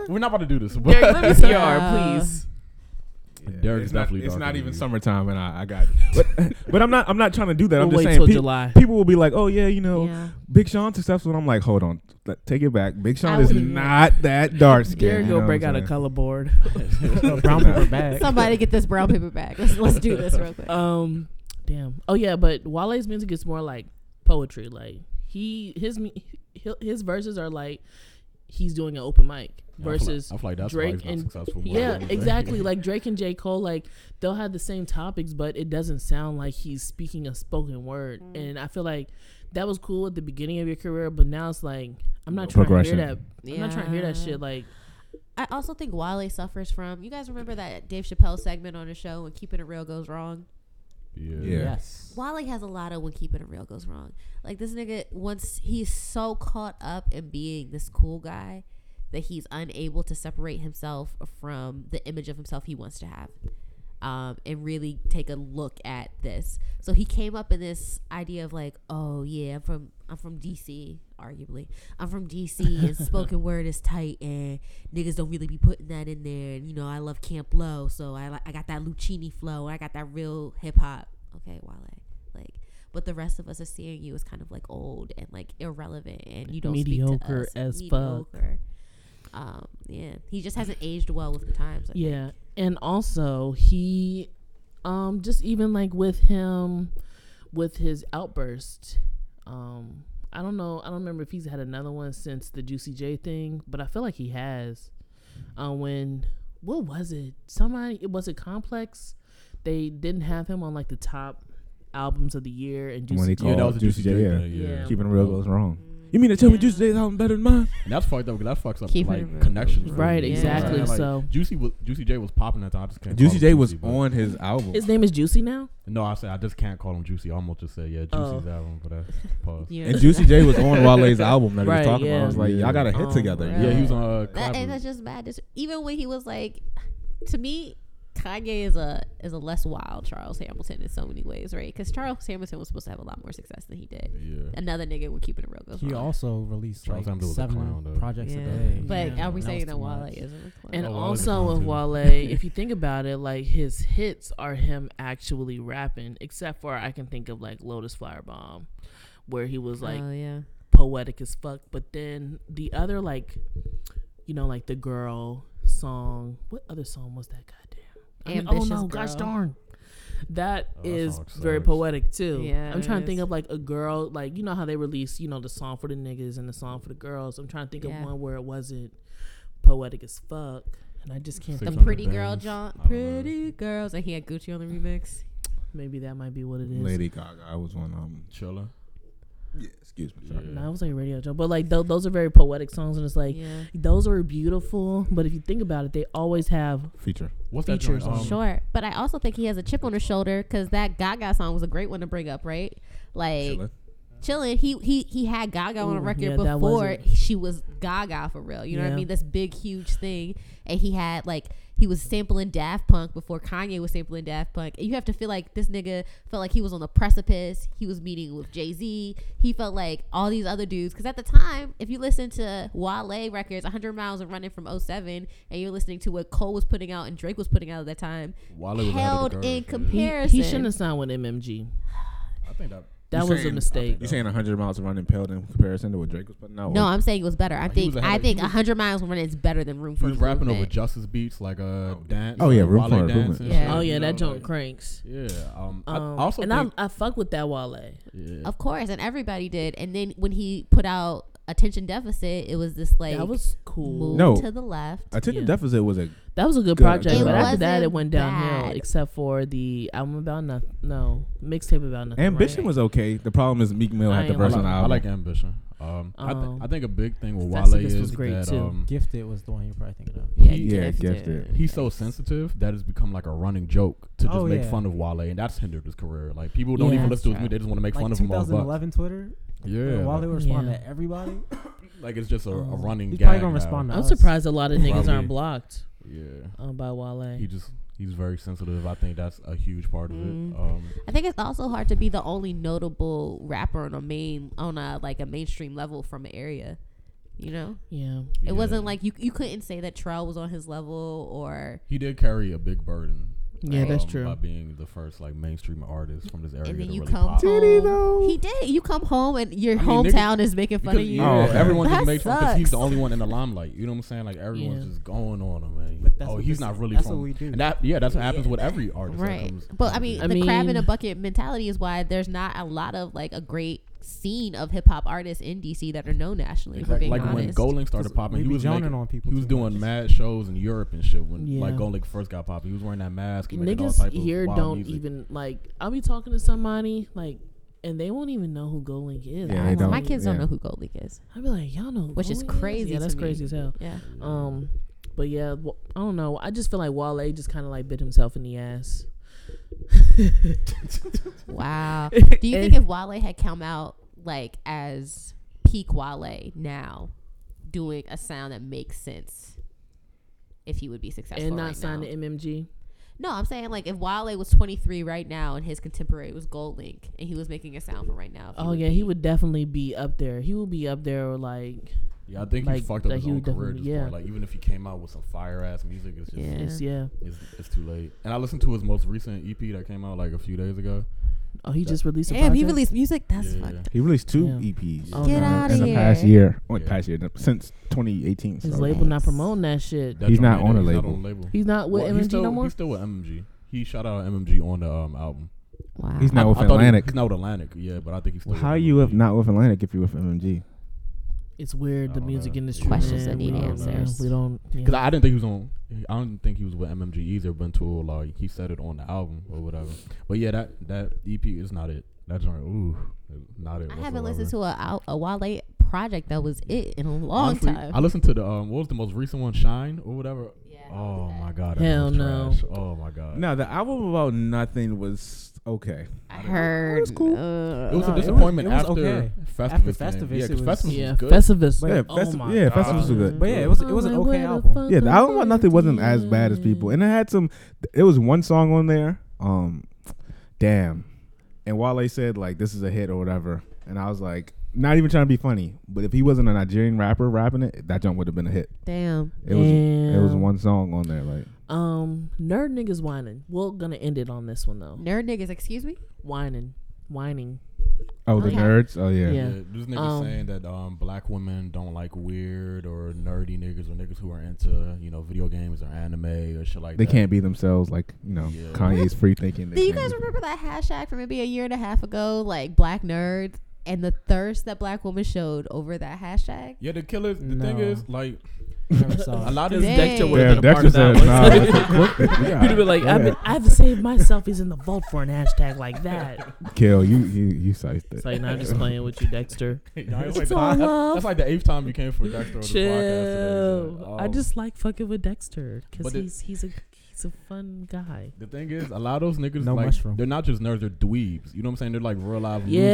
S4: we're not about to do this.
S3: Derek,
S4: But
S3: let me see your
S2: Yeah.
S3: arm, please.
S4: Derek's
S1: it's not,
S4: definitely
S1: it's
S4: darker
S1: not
S4: than
S1: even
S4: you.
S1: summertime, and I, I got. It. But, but I'm not. I'm not trying to do that. I'm
S3: We'll
S1: just
S3: wait
S1: saying.
S3: till
S1: pe-
S3: July.
S1: People will be like, "Oh yeah, you know,
S2: Yeah.
S1: Big Sean's successful," and I'm like, "Hold on, let- take it back. Big Sean
S2: I
S1: is
S2: would-
S1: not that dark skinned."
S3: Derek
S1: you know
S3: gonna
S1: what
S3: break
S1: I'm
S3: out a
S1: saying?
S3: color board.
S5: brown paper bag.
S2: Somebody get this brown paper bag. Let's let's do this real quick.
S3: Um, damn. Oh yeah, but Wale's music is more like poetry. Like he his mu- he- his verses are like he's doing an open mic
S4: I feel like-
S3: versus
S4: I feel like that's why
S3: Drake
S4: he's not
S3: and-
S4: successful. more
S3: yeah
S4: than anything.
S3: exactly like Drake and J Cole like they'll have the same topics but it doesn't sound like he's speaking a spoken word and I feel like that was cool at the beginning of your career but now it's like I'm not trying to hear
S1: Progression.
S3: that I'm not trying to hear that
S2: Yeah.
S3: shit like
S2: I also think Wale suffers from. You guys remember that Dave Chappelle segment on the show when Keeping It Real goes wrong?
S4: Yeah.
S1: Yeah.
S5: Yes.
S2: Wale has a lot of when Keeping It Real goes wrong. Like this nigga, once he's so caught up in being this cool guy that he's unable to separate himself from the image of himself he wants to have. Um, and really take a look at this. So he came up in this idea of like, oh yeah, I'm from I'm from DC. arguably. I'm from DC and spoken word is tight and niggas don't really be putting that in there. And you know, I love Camp Low, so I li- I got that Lucini flow. I got that real hip hop. Okay, Wale. Like, but the rest of us are seeing you as kind of like old and like irrelevant, and you don't speak to
S7: Mediocre
S2: us.
S7: as fuck.
S2: Mediocre. Um, yeah, he just hasn't aged well with the times. I think.
S3: Yeah, and also he, um, just even like with him, with his outburst, um, I don't know, I don't remember if he's had another one since the Juicy J thing, but I feel like he has. Uh, when what was it? Somebody it was it Complex. They didn't have him on like the top albums of the year, and
S1: When
S3: Juicy
S1: he
S3: J.
S1: called
S4: that was a
S1: Juicy J, yeah.
S4: thing, yeah.
S3: Yeah.
S1: Keeping it real goes wrong. You mean to tell me Juicy J's album better than mine?
S4: And that's fucked up because that fucks up
S2: Keep it real.
S4: like connections. for
S3: Right,
S4: me.
S3: exactly.
S4: Yeah, like,
S3: so
S4: Juicy was, Juicy J was popping at the time. I just can't call
S1: Juicy
S4: him
S1: J was
S4: but-
S1: on his album.
S3: his name is Juicy now.
S4: No, I said I just can't call him Juicy. I almost just said yeah, Juicy's
S3: Oh.
S4: album, but that's pause.
S2: Yeah.
S1: And Juicy J was on Wale's album that he
S3: Right,
S1: was talking
S3: yeah.
S1: about. I was like, y'all got a hit
S3: Oh,
S1: together.
S2: right.
S4: Yeah, he was on. Uh,
S2: That,
S4: Collaborate.
S2: and that's just bad. Dis- even when he was like, to me, Kanye is a is a less wild Charles Hamilton in so many ways, right? Because Charles Hamilton was supposed to have a lot more success than he did.
S4: yeah.
S2: Another nigga when keeping it real goes
S5: He
S2: wrong.
S5: also released
S4: Charles
S5: like
S4: Hamilton was a
S5: seven
S4: clown, though.
S5: projects
S2: Yeah.
S5: a day.
S2: But are we
S5: was
S2: saying
S5: too
S2: that Wale
S5: much.
S2: is a clown?
S3: And
S4: Oh, Wale's
S3: also
S4: a clown
S3: with
S4: too.
S3: Wale, if you think about it, like his hits are him actually rapping, except for I can think of like Lotus Flower Bomb, where he was like
S2: oh yeah,
S3: poetic as fuck. But then the other like, you know, like the girl song. What other song was that? Goddamn. I mean, oh
S2: Ambitious
S3: no, gosh
S2: Girl.
S3: darn. that
S4: Oh,
S3: is
S4: that song
S3: very
S4: sucks.
S3: poetic too.
S2: Yeah,
S3: I'm
S2: it
S3: trying to think
S2: is.
S3: of like a girl, like you know how they release, you know, the song for the niggas and the song for the girls. I'm trying to think
S2: Yeah.
S3: of one where it wasn't poetic as fuck, and I just can't.
S4: Six
S2: the
S3: think
S4: hundred
S2: pretty girl
S4: bands.
S2: John,
S4: I don't know.
S2: pretty girls, and he had Gucci on the remix.
S3: Maybe that might be what it is.
S1: Lady Gaga. I was on um.
S4: Chilla.
S1: Yeah, excuse me.
S4: Yeah.
S1: Sorry.
S3: No, I was like radio joke, but like tho- those are very poetic songs, and it's like
S2: yeah,
S3: those are beautiful. But if you think about it, they always have
S1: Feature.
S4: What's
S3: Features
S4: that?
S3: on
S4: joint? Um,
S2: sure. But I also think he has a chip on his shoulder because that Gaga song was a great one to bring up, right? Like.
S1: Chilla.
S2: chilling. He he he had Gaga on a
S3: Ooh,
S2: record
S3: yeah, that
S2: before
S3: wasn't-
S2: she was Gaga for real. You know what I
S3: Yeah.
S2: mean? This big huge thing, and he had like he was sampling Daft Punk before Kanye was sampling Daft Punk. And you have to feel like this nigga felt like he was on the precipice. He was meeting with Jay Z. He felt like all these other dudes. Because at the time, if you listen to Wale records, 100 Miles and Running from 07, and you're listening to what Cole was putting out and Drake was putting out at that time,
S4: Wale was ahead of the
S2: held
S4: curve,
S2: in
S4: yeah.
S3: He-
S2: comparison.
S3: He, shouldn't have signed with MMG.
S4: I think that.
S3: That
S1: You
S3: was
S1: saying-
S3: a mistake.
S1: You saying 100 miles of running paled in comparison to what Drake was putting out?
S2: No,
S1: Or-
S2: I'm saying it was better. I
S4: Oh, He was
S2: think
S4: ahead
S2: I
S4: of-
S2: think
S4: he was-
S2: 100 miles running is better than room
S4: He
S2: for
S4: was rapping over
S2: Improvement.
S4: Justice beats like uh, dance.
S1: Oh, yeah,
S4: like,
S1: Room for
S4: Wale
S1: Improvement.
S4: dance and
S2: Yeah.
S4: shit,
S3: Oh
S4: you
S3: yeah,
S4: know,
S3: that joint
S4: like-
S3: cranks.
S4: Yeah. Um. I
S3: Um,
S4: also
S3: and
S4: think.
S3: I, I fuck with that Wale.
S4: yeah.
S2: Of course, and everybody did. And then when he put out Attention Deficit, it was this like
S3: that was cool.
S2: move
S1: No.
S2: to the left.
S1: Attention
S3: Yeah.
S1: deficit was a
S3: That was a good
S1: Good.
S3: project,
S1: It
S3: but after that
S2: wasn't
S3: it went downhill.
S2: bad.
S3: Except for the album about nothing. No mixtape about nothing.
S1: ambition
S3: right?
S1: was okay. The problem is Meek Mill
S3: I
S1: had the
S3: ain't
S1: verse
S4: I
S1: on
S4: like,
S1: the
S4: I
S1: album.
S4: like ambition. Um, I, th-
S3: Um,
S4: I think a big thing with Wale
S3: Festivus was
S4: is
S3: great,
S4: that
S3: too.
S4: um,
S5: Gifted was the one you're probably thinking of.
S2: yeah,
S4: he-
S1: yeah,
S2: gifted.
S1: gifted.
S4: he's so sensitive that it's become like a running joke to just
S5: Oh,
S4: make
S5: yeah.
S4: fun of Wale, and that's hindered his career. Like people don't
S3: Yeah,
S4: even
S2: that's
S4: listen to his
S2: true.
S4: music; they just want to make fun
S5: Like
S4: of him all the
S5: 2011 Twitter,
S4: Yeah,
S5: while
S4: like,
S5: they were responding
S3: Yeah.
S5: to everybody,
S4: like it's just a, a
S5: Um,
S4: running.
S5: he's probably
S4: gag
S5: gonna
S4: now.
S5: respond to
S3: I'm
S5: us.
S3: surprised a lot of niggas
S4: Probably.
S3: aren't blocked
S4: Yeah,
S3: uh, by Wale.
S4: he just he's very sensitive. I think that's a huge part of
S2: Mm.
S4: it. Um,
S2: I think it's also hard to be the only notable rapper on a main on a like a mainstream level from an area. You know,
S3: yeah,
S4: yeah.
S2: it wasn't like you you couldn't say that Trell was on his level or
S4: he did carry a big burden.
S3: yeah, that's
S4: um, By
S3: true.
S4: being the first like mainstream artist from this area
S2: and then
S4: to
S2: you
S4: really
S2: come
S4: pop.
S1: Did
S5: Oh.
S1: he,
S2: home.
S1: though?
S2: He did. You come home and your
S4: I mean, niggas-
S2: hometown is making fun
S4: Because,
S2: of you.
S4: yeah,
S1: Oh, okay.
S4: everyone
S2: That
S4: just makes fun because he's the
S2: sucks.
S4: only one in the limelight. You know what I'm saying? Like everyone's
S3: Yeah.
S4: just going on him, man.
S5: But that's
S4: oh,
S5: what
S4: he's
S5: this-
S4: not really
S5: that's
S4: from.
S5: what we do.
S4: And that yeah, that's what happens with every artist. that
S2: right
S4: comes-
S2: but i mean
S3: I
S2: the crab in a
S3: mean-
S2: bucket mentality is why there's not a lot of like a great scene of hip-hop artists in dc that are known nationally for
S4: Exactly.
S2: being
S4: like when
S2: honest
S4: Goling started
S5: 'Cause
S4: popping,
S5: we
S4: he
S5: be
S4: was
S5: joning
S4: making,
S5: on people
S4: He was
S5: too
S4: doing
S5: much.
S4: mad shows in Europe and shit when like
S3: Yeah.
S4: Golik first got popping. He was wearing that mask. And making all
S3: Niggas
S4: type of
S3: here
S4: wild
S3: don't
S4: music.
S3: even like. I'll be talking to somebody like, and they won't even know who Golink is.
S1: Yeah,
S2: I
S1: they
S2: don't- my
S1: don't.
S2: kids don't
S1: Yeah.
S2: know who Gold League is.
S3: I'd be like, y'all know, who
S2: Which is
S3: Golink
S2: crazy
S3: Yeah,
S2: to
S3: that's
S2: me.
S3: crazy as hell.
S2: Yeah.
S3: Um, but yeah, wa- I don't know. I just feel like Wale just kind of like bit himself in the ass.
S2: Wow. Do you think if Wale had come out like as peak Wale now, doing a sound that makes sense, if he would be successful
S3: and not
S2: right
S3: sign
S2: now?
S3: to MMG.
S2: No, I'm saying like if Wale was 23 right now and his contemporary was Gold Link and he was making a sound for right now.
S3: Oh yeah, he would definitely be up there. He would be up there like
S4: Yeah, I think he
S3: Like-
S4: fucked up
S3: like
S4: his
S3: he
S4: own
S3: would
S4: career. at
S3: definitely-
S4: this point.
S3: yeah.
S4: Like even if he came out with some fire ass music, it's just
S2: Yeah.
S3: it's yeah.
S4: it's, it's too late. And I listened to his most recent EP that came out like a few days ago.
S3: Oh, he
S4: That-
S3: just released a
S2: Damn, he
S3: project?
S2: released music. That's
S4: Yeah.
S2: fucked. up.
S1: He released two
S3: Yeah.
S1: EPs
S3: Oh,
S2: Get
S3: no.
S2: out of
S1: in the
S2: here.
S1: past year. Only
S4: Yeah.
S1: past year, no, since 2018.
S3: His
S1: so-
S3: label not promoting that shit.
S4: That
S1: He's
S4: joint
S1: not
S4: ain't-
S1: on a
S4: he's
S1: label.
S4: a label.
S3: He's not with
S4: Well,
S3: MMG
S4: he's still,
S3: no more.
S4: He's still with MMG. He shot out MMG on the um, album.
S2: Wow.
S1: He's not
S4: I-
S1: with
S4: I thought he-
S1: Atlantic.
S4: He's not with Atlantic, yeah, but I think he's still.
S1: Well,
S4: with
S1: how are you if
S4: MMG.
S1: not with Atlantic if you're with MMG?
S3: it's weird
S4: I
S3: the
S4: don't
S3: music
S4: know.
S3: industry.
S2: Questions
S3: man.
S2: that
S3: We
S2: need
S3: don't know.
S2: answers.
S3: We don't. yeah.
S4: Because I I didn't think he was on. I don't think he was with MMG either. But until like he said it on the album or whatever. But yeah, that that EP is not it. That joint, ooh, not it.
S2: I haven't listened to a, a Wale project that was it in a long time.
S4: I listened to the um. What was the most recent one? Shine or whatever.
S2: yeah,
S4: Oh my god. that
S3: Hell
S4: was
S3: no.
S4: trash. Oh my god.
S1: No, the album about nothing was okay.
S2: I heard.
S1: It was cool.
S2: uh,
S4: It was a
S5: No, it was-
S4: disappointment
S5: it was
S4: after
S5: okay.
S4: Festivus.
S5: After
S4: came.
S5: Festivus,
S4: yeah,
S5: it
S4: because
S5: was-
S4: Festivus
S3: yeah,
S4: was good.
S3: Festivus.
S5: But-
S1: yeah,
S3: oh
S1: Festi-
S3: my
S1: yeah,
S3: God.
S1: Festivus was good.
S5: But yeah, it was it was an okay album.
S1: Yeah, the album about nothing wasn't as bad as people, and it had some. There was one song on there, um, damn, and Wale said like this is a hit or whatever, and I was like, not even trying to be funny, but if he wasn't a Nigerian rapper rapping it, that jump would have been a hit.
S2: Damn.
S1: It was it was
S3: Damn.
S1: one song on there like
S3: Um, nerd niggas whining. We're gonna end it on this one though.
S2: Nerd niggas, excuse me?
S3: Whining, whining.
S1: oh the
S2: Okay.
S1: nerds oh yeah.
S3: Yeah.
S4: This nigga
S3: Um,
S4: saying that um black women don't like weird or nerdy niggas or niggas who are into you know video games or anime or shit like
S1: They
S4: that.
S1: can't be themselves, like you know.
S4: Yeah.
S1: Kanye's free thinking.
S2: Do you
S1: can't
S2: guys
S1: be-
S2: remember that hashtag from maybe a year and a half ago, like black nerds and the thirst that black women showed over that hashtag?
S4: Yeah, the killers. The thing
S5: No.
S4: is, like,
S5: Never saw
S4: a
S5: it.
S4: lot of
S2: Dang.
S3: Dexter would
S1: Yeah,
S3: have been a part
S1: Dexter
S3: of that
S1: said,
S3: one.
S1: "Nah, this is quick." Yeah.
S3: You'd have been like, I've been, I've saved myself. He's in the vault for an hashtag like that.
S1: Kill you, you, you sized it.
S3: It's like, nah, I'm just playing with you, Dexter.
S4: it's
S3: It's
S4: like
S3: all
S4: the,
S3: love.
S4: that's like the eighth time you came for Dexter on this podcast. Today,
S3: Chill.
S1: uh,
S4: so,
S3: I
S1: oh.
S4: um,
S3: just like fucking with Dexter because
S4: But it-
S3: he's he's a he's a fun guy.
S4: The thing is, a lot of those niggas
S5: No
S4: like
S5: mushroom.
S4: they're not just nerds, they're dweebs. You know what I'm saying? They're like real live loser
S3: Yeah.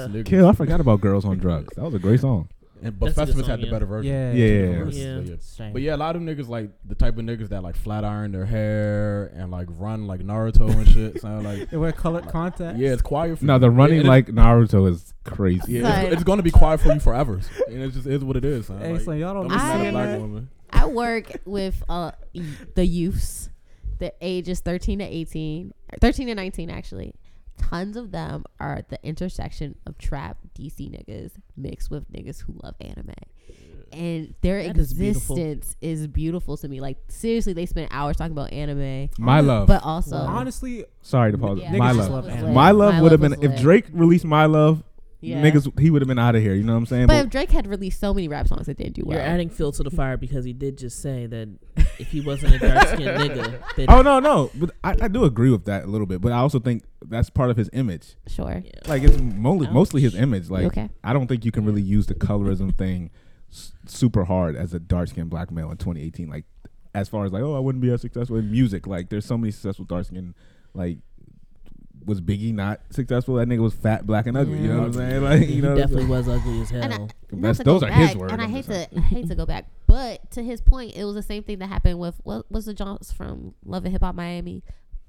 S4: ass niggas.
S1: Kill, I forgot about girls on drugs. That was a great song.
S4: And, but
S3: That's a good
S4: Festivus
S3: song,
S4: had the
S3: yeah.
S4: better version.
S5: Yeah.
S1: Yeah.
S4: Versus,
S3: Yeah.
S4: but yeah.
S5: Shame.
S4: But yeah, a lot of them niggas like the type of niggas that like flat iron their hair and like run like Naruto and shit. Sound like
S5: They wear colored contacts.
S4: yeah, it's quiet. For
S1: No,
S4: you.
S1: the
S4: Yeah,
S1: running
S4: and
S1: like Naruto is crazy.
S4: it's, yeah,
S2: Sorry.
S4: it's, it's gonna be quiet for you forever. And it just is what it is. Son.
S5: Hey,
S4: like,
S5: so y'all don't
S4: don't be mad at
S2: I-
S4: black woman.
S2: I work with uh, y- the youths. The ages 13 to 18, 13 to 19, actually. Tons of them are at the intersection of trap DC niggas mixed with niggas who love anime. And their
S3: That is beautiful.
S2: existence is beautiful to me. Like, seriously, they spend hours talking about anime,
S1: My love.
S2: but also.
S5: Honestly,
S1: Sorry to pause.
S2: Yeah.
S1: it. My
S5: Niggas
S1: love.
S5: just love
S2: was
S5: anime.
S2: lit.
S1: My love
S2: My
S1: would have
S2: Love
S1: been
S2: was
S1: if
S2: lit.
S1: Drake released My Love,
S2: Yeah.
S1: niggas he would have been out of here. You know what I'm saying?
S2: But if Drake had released so many rap songs that didn't do well,
S3: You're adding fuel to the fire because he did just say that if he wasn't a dark skinned nigga, that
S1: But- oh no, no. But I, I do agree with that a little bit. But I also think that's part of his image.
S2: sure.
S3: Yeah.
S1: Like it's mostly,
S3: Oh.
S1: mostly his image. Like
S2: okay.
S1: I don't think you can really use the colorism thing s- super hard as a dark skinned black male in 2018. Like as far as like, oh, I wouldn't be as successful in music. Like there's so many successful dark skinned like. Was Biggie not successful? That nigga was fat, black, and ugly. You know what I'm saying? Like,
S3: he
S1: you know, what I'm
S3: definitely was ugly as
S2: And I-
S3: hell.
S2: not
S1: That's-
S2: to go
S1: those are his
S2: back,
S1: words,
S2: And I
S1: I'm
S2: hate
S1: just
S2: to I hate to go back, but to his point, it was the same thing that happened with what was the Johns from Love and Hip Hop Miami,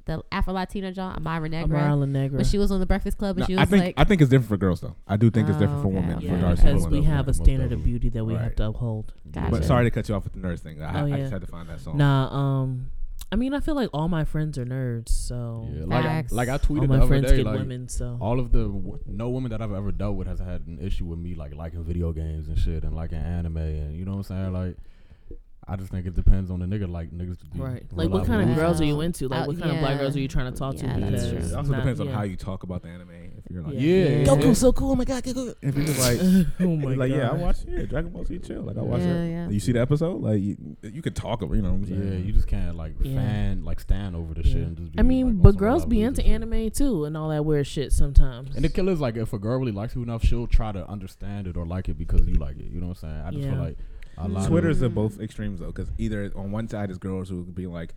S2: the Afro Latina John Amara Negra,
S3: Amara Negra.
S2: when she was on the Breakfast Club and
S1: No,
S2: she
S1: I
S2: was
S1: think
S2: like,
S1: I think it's different for girls though. I do think it's different
S2: Oh,
S1: for
S2: okay,
S1: women.
S2: okay.
S1: for
S3: yeah,
S1: dark
S3: because
S1: skinned
S3: we
S1: women.
S3: have a
S4: Most
S3: standard of
S4: definitely.
S3: beauty that we have
S1: Right.
S3: to uphold.
S2: Gotcha.
S1: But sorry to cut you off with the nerds thing. I,
S3: Oh,
S1: I
S3: yeah.
S1: just had to find that song.
S3: Nah, um, I mean, I feel like all my friends are nerds, so
S4: Yeah, like, I-
S2: Facts.
S4: like I tweeted
S3: Oh, all
S4: the
S3: my
S4: other
S3: friends
S4: day,
S3: get
S4: like,
S3: women, so
S4: all of the w- no woman that I've ever dealt with has had an issue with me like liking video games and shit and liking anime and you know what I'm saying like I just think it depends on the nigga like niggas be
S3: right.
S4: real
S3: Like, what
S4: live
S3: kind of
S2: women.
S4: with it.
S3: girls are you
S2: Wow.
S3: into? Like,
S2: Oh,
S3: what kind of black
S2: yeah.
S3: girls are you trying to talk to?
S2: Yeah, that's
S3: because
S2: true.
S1: It
S2: It
S1: also
S3: not-
S1: depends on
S3: yeah.
S1: how you talk about the anime. If you're like,
S3: Yeah.
S4: yeah,
S3: Yeah.
S4: yeah.
S3: Goku's
S4: so
S3: cool. Oh my god, Goku.
S1: if you're just like,
S3: oh my
S1: like
S3: god.
S1: yeah, I watch yeah, Dragon Ball Z chill. Like I watch
S2: yeah,
S1: it.
S2: yeah.
S1: You see the episode? Like you, you could talk about. You know what I'm saying?
S4: yeah you just can't like
S3: Yeah.
S4: fan like stand over the
S3: Yeah.
S4: shit and just be
S3: I mean,
S4: like, on
S3: but
S4: some
S3: girls
S4: wild
S3: be
S4: loser
S3: into
S4: shit.
S3: anime too and all that weird shit sometimes.
S4: and the killer is like if a girl really likes you enough she'll try to understand it or like it because you like it you know what I'm saying I just
S3: Yeah.
S4: feel like a lot of
S1: Twitter's
S2: Mm.
S1: at both extremes though, because either on one side is girls who would be like,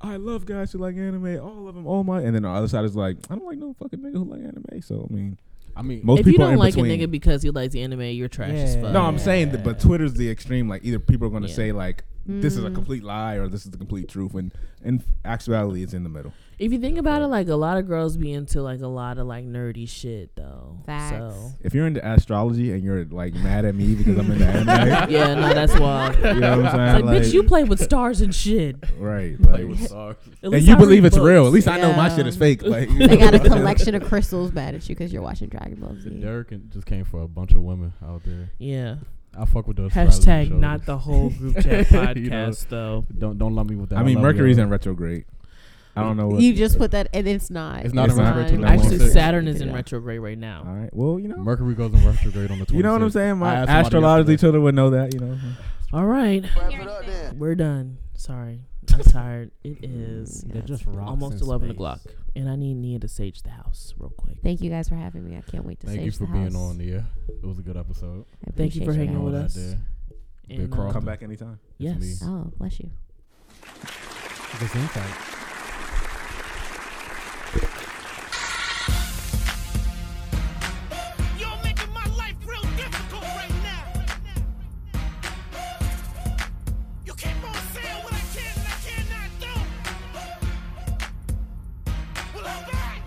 S1: "I love guys who like anime, all of them, all my," and then on the other side is like, "I don't like no fucking nigga who like anime." So I mean,
S4: I mean
S1: most
S3: if you
S1: people are
S3: don't
S1: in
S3: like
S1: between.
S3: a nigga because he likes the anime, you're trash as
S5: Yeah.
S3: fuck.
S1: No, I'm saying that, but Twitter's the extreme. Like either people are going to
S3: Yeah. Mm.
S1: say like this is a complete lie or this is the complete truth and in actuality it's in the middle
S3: If you think about it, like a lot of girls be into like a lot of like nerdy shit though.
S2: Facts.
S3: So
S1: if you're into astrology and you're like mad at me because i'm into anime
S3: yeah, no, that's wild.
S1: you know what i'm
S3: Like,
S1: saying like,
S3: bitch, you play with stars and shit.
S1: right
S4: Play
S1: like,
S4: with stars.
S3: At
S1: and
S3: least
S1: you
S3: I read
S1: believe it's
S3: books.
S1: real at least i know my
S2: Yeah.
S1: shit is fake like
S2: They got a collection of crystals mad at you because you're watching Dragon Ball Z.
S4: Derek and- just came for a bunch of women out there.
S3: Yeah.
S4: I fuck with those. astrology
S3: Hashtag
S4: shows.
S3: not the whole group chat podcast
S4: You know,
S3: though.
S4: Don't don't lump me with that.
S1: i mean
S4: love
S1: mercury's
S4: y'all.
S1: in retrograde i don't know what
S2: You just put that, and it's not.
S4: It's not
S1: It's in not. retrograde no
S3: Actually,
S4: Come on,
S3: Saturn is
S2: Yeah.
S3: in retrograde right now.
S1: all right well you know
S4: Mercury goes in retrograde on the 26th.
S1: you know what i'm saying
S4: I
S1: my
S4: asked somebody
S1: astrology
S4: yesterday.
S1: children would know that you know
S3: All right,
S6: Wrap it up then.
S3: we're done. Sorry, I'm tired. It is
S5: They're just rocks
S3: almost
S5: in
S3: eleven
S5: space.
S3: o'clock, and I need Nia to sage the house real quick.
S2: Thank you guys for having me. I can't wait to
S4: Thank
S2: sage
S4: you for
S2: the
S4: being
S2: house.
S4: on. Yeah, it was a good episode.
S2: I
S3: Thank you for
S2: appreciate
S3: hanging
S2: guys.
S3: with
S4: All
S3: us.
S4: that Big
S3: And, uh,
S4: cross.
S1: come back anytime
S4: there. It's
S3: Yes.
S4: me.
S2: Oh, bless you.
S5: Just insight.
S8: You're making my life real difficult right now. You keep on saying what I can and I cannot do. Well, I'm back.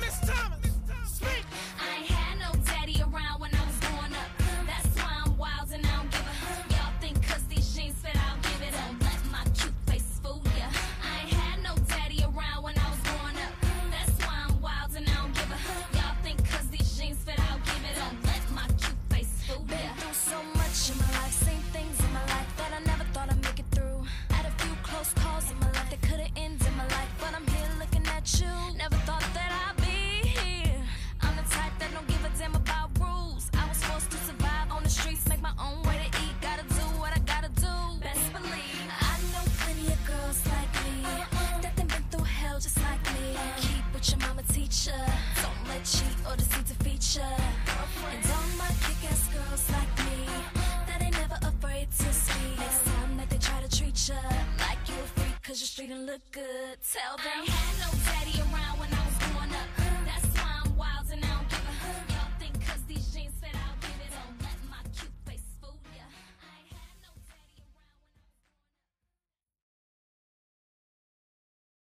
S8: Miss Thomas, speak.
S9: I ain't had no daddy around when I was growing up. That's why I'm wild and I don't give a Y'all think cause these jeans fit, I'll give it up. Let my cute face fool ya. I ain't had no daddy around when I was growing up. That's why I'm wild and I don't give a Y'all think cause these jeans fit, I'll give it up. Let my cute face fool ya.
S10: Been through so much in my life, seen things in my life that I never thought I'd make it through. Had a few close calls in my life that could've ended my life, but I'm here looking at you. Never thought that I'd be here. I'm the type that don't give a damn about rules. I was forced to survive on the streets, make my own way to eat. Gotta do what I gotta do. Best believe I know plenty of girls like me that they been through hell just like me. Keep what your mama teacher. Don't let cheat or deceit defeat ya. And all my kick-ass girls like me that ain't never afraid to speak. Next time that they try to treat ya like you a freak, cause you're street and look good. Tell
S9: I
S10: them.
S9: ain't had no daddy around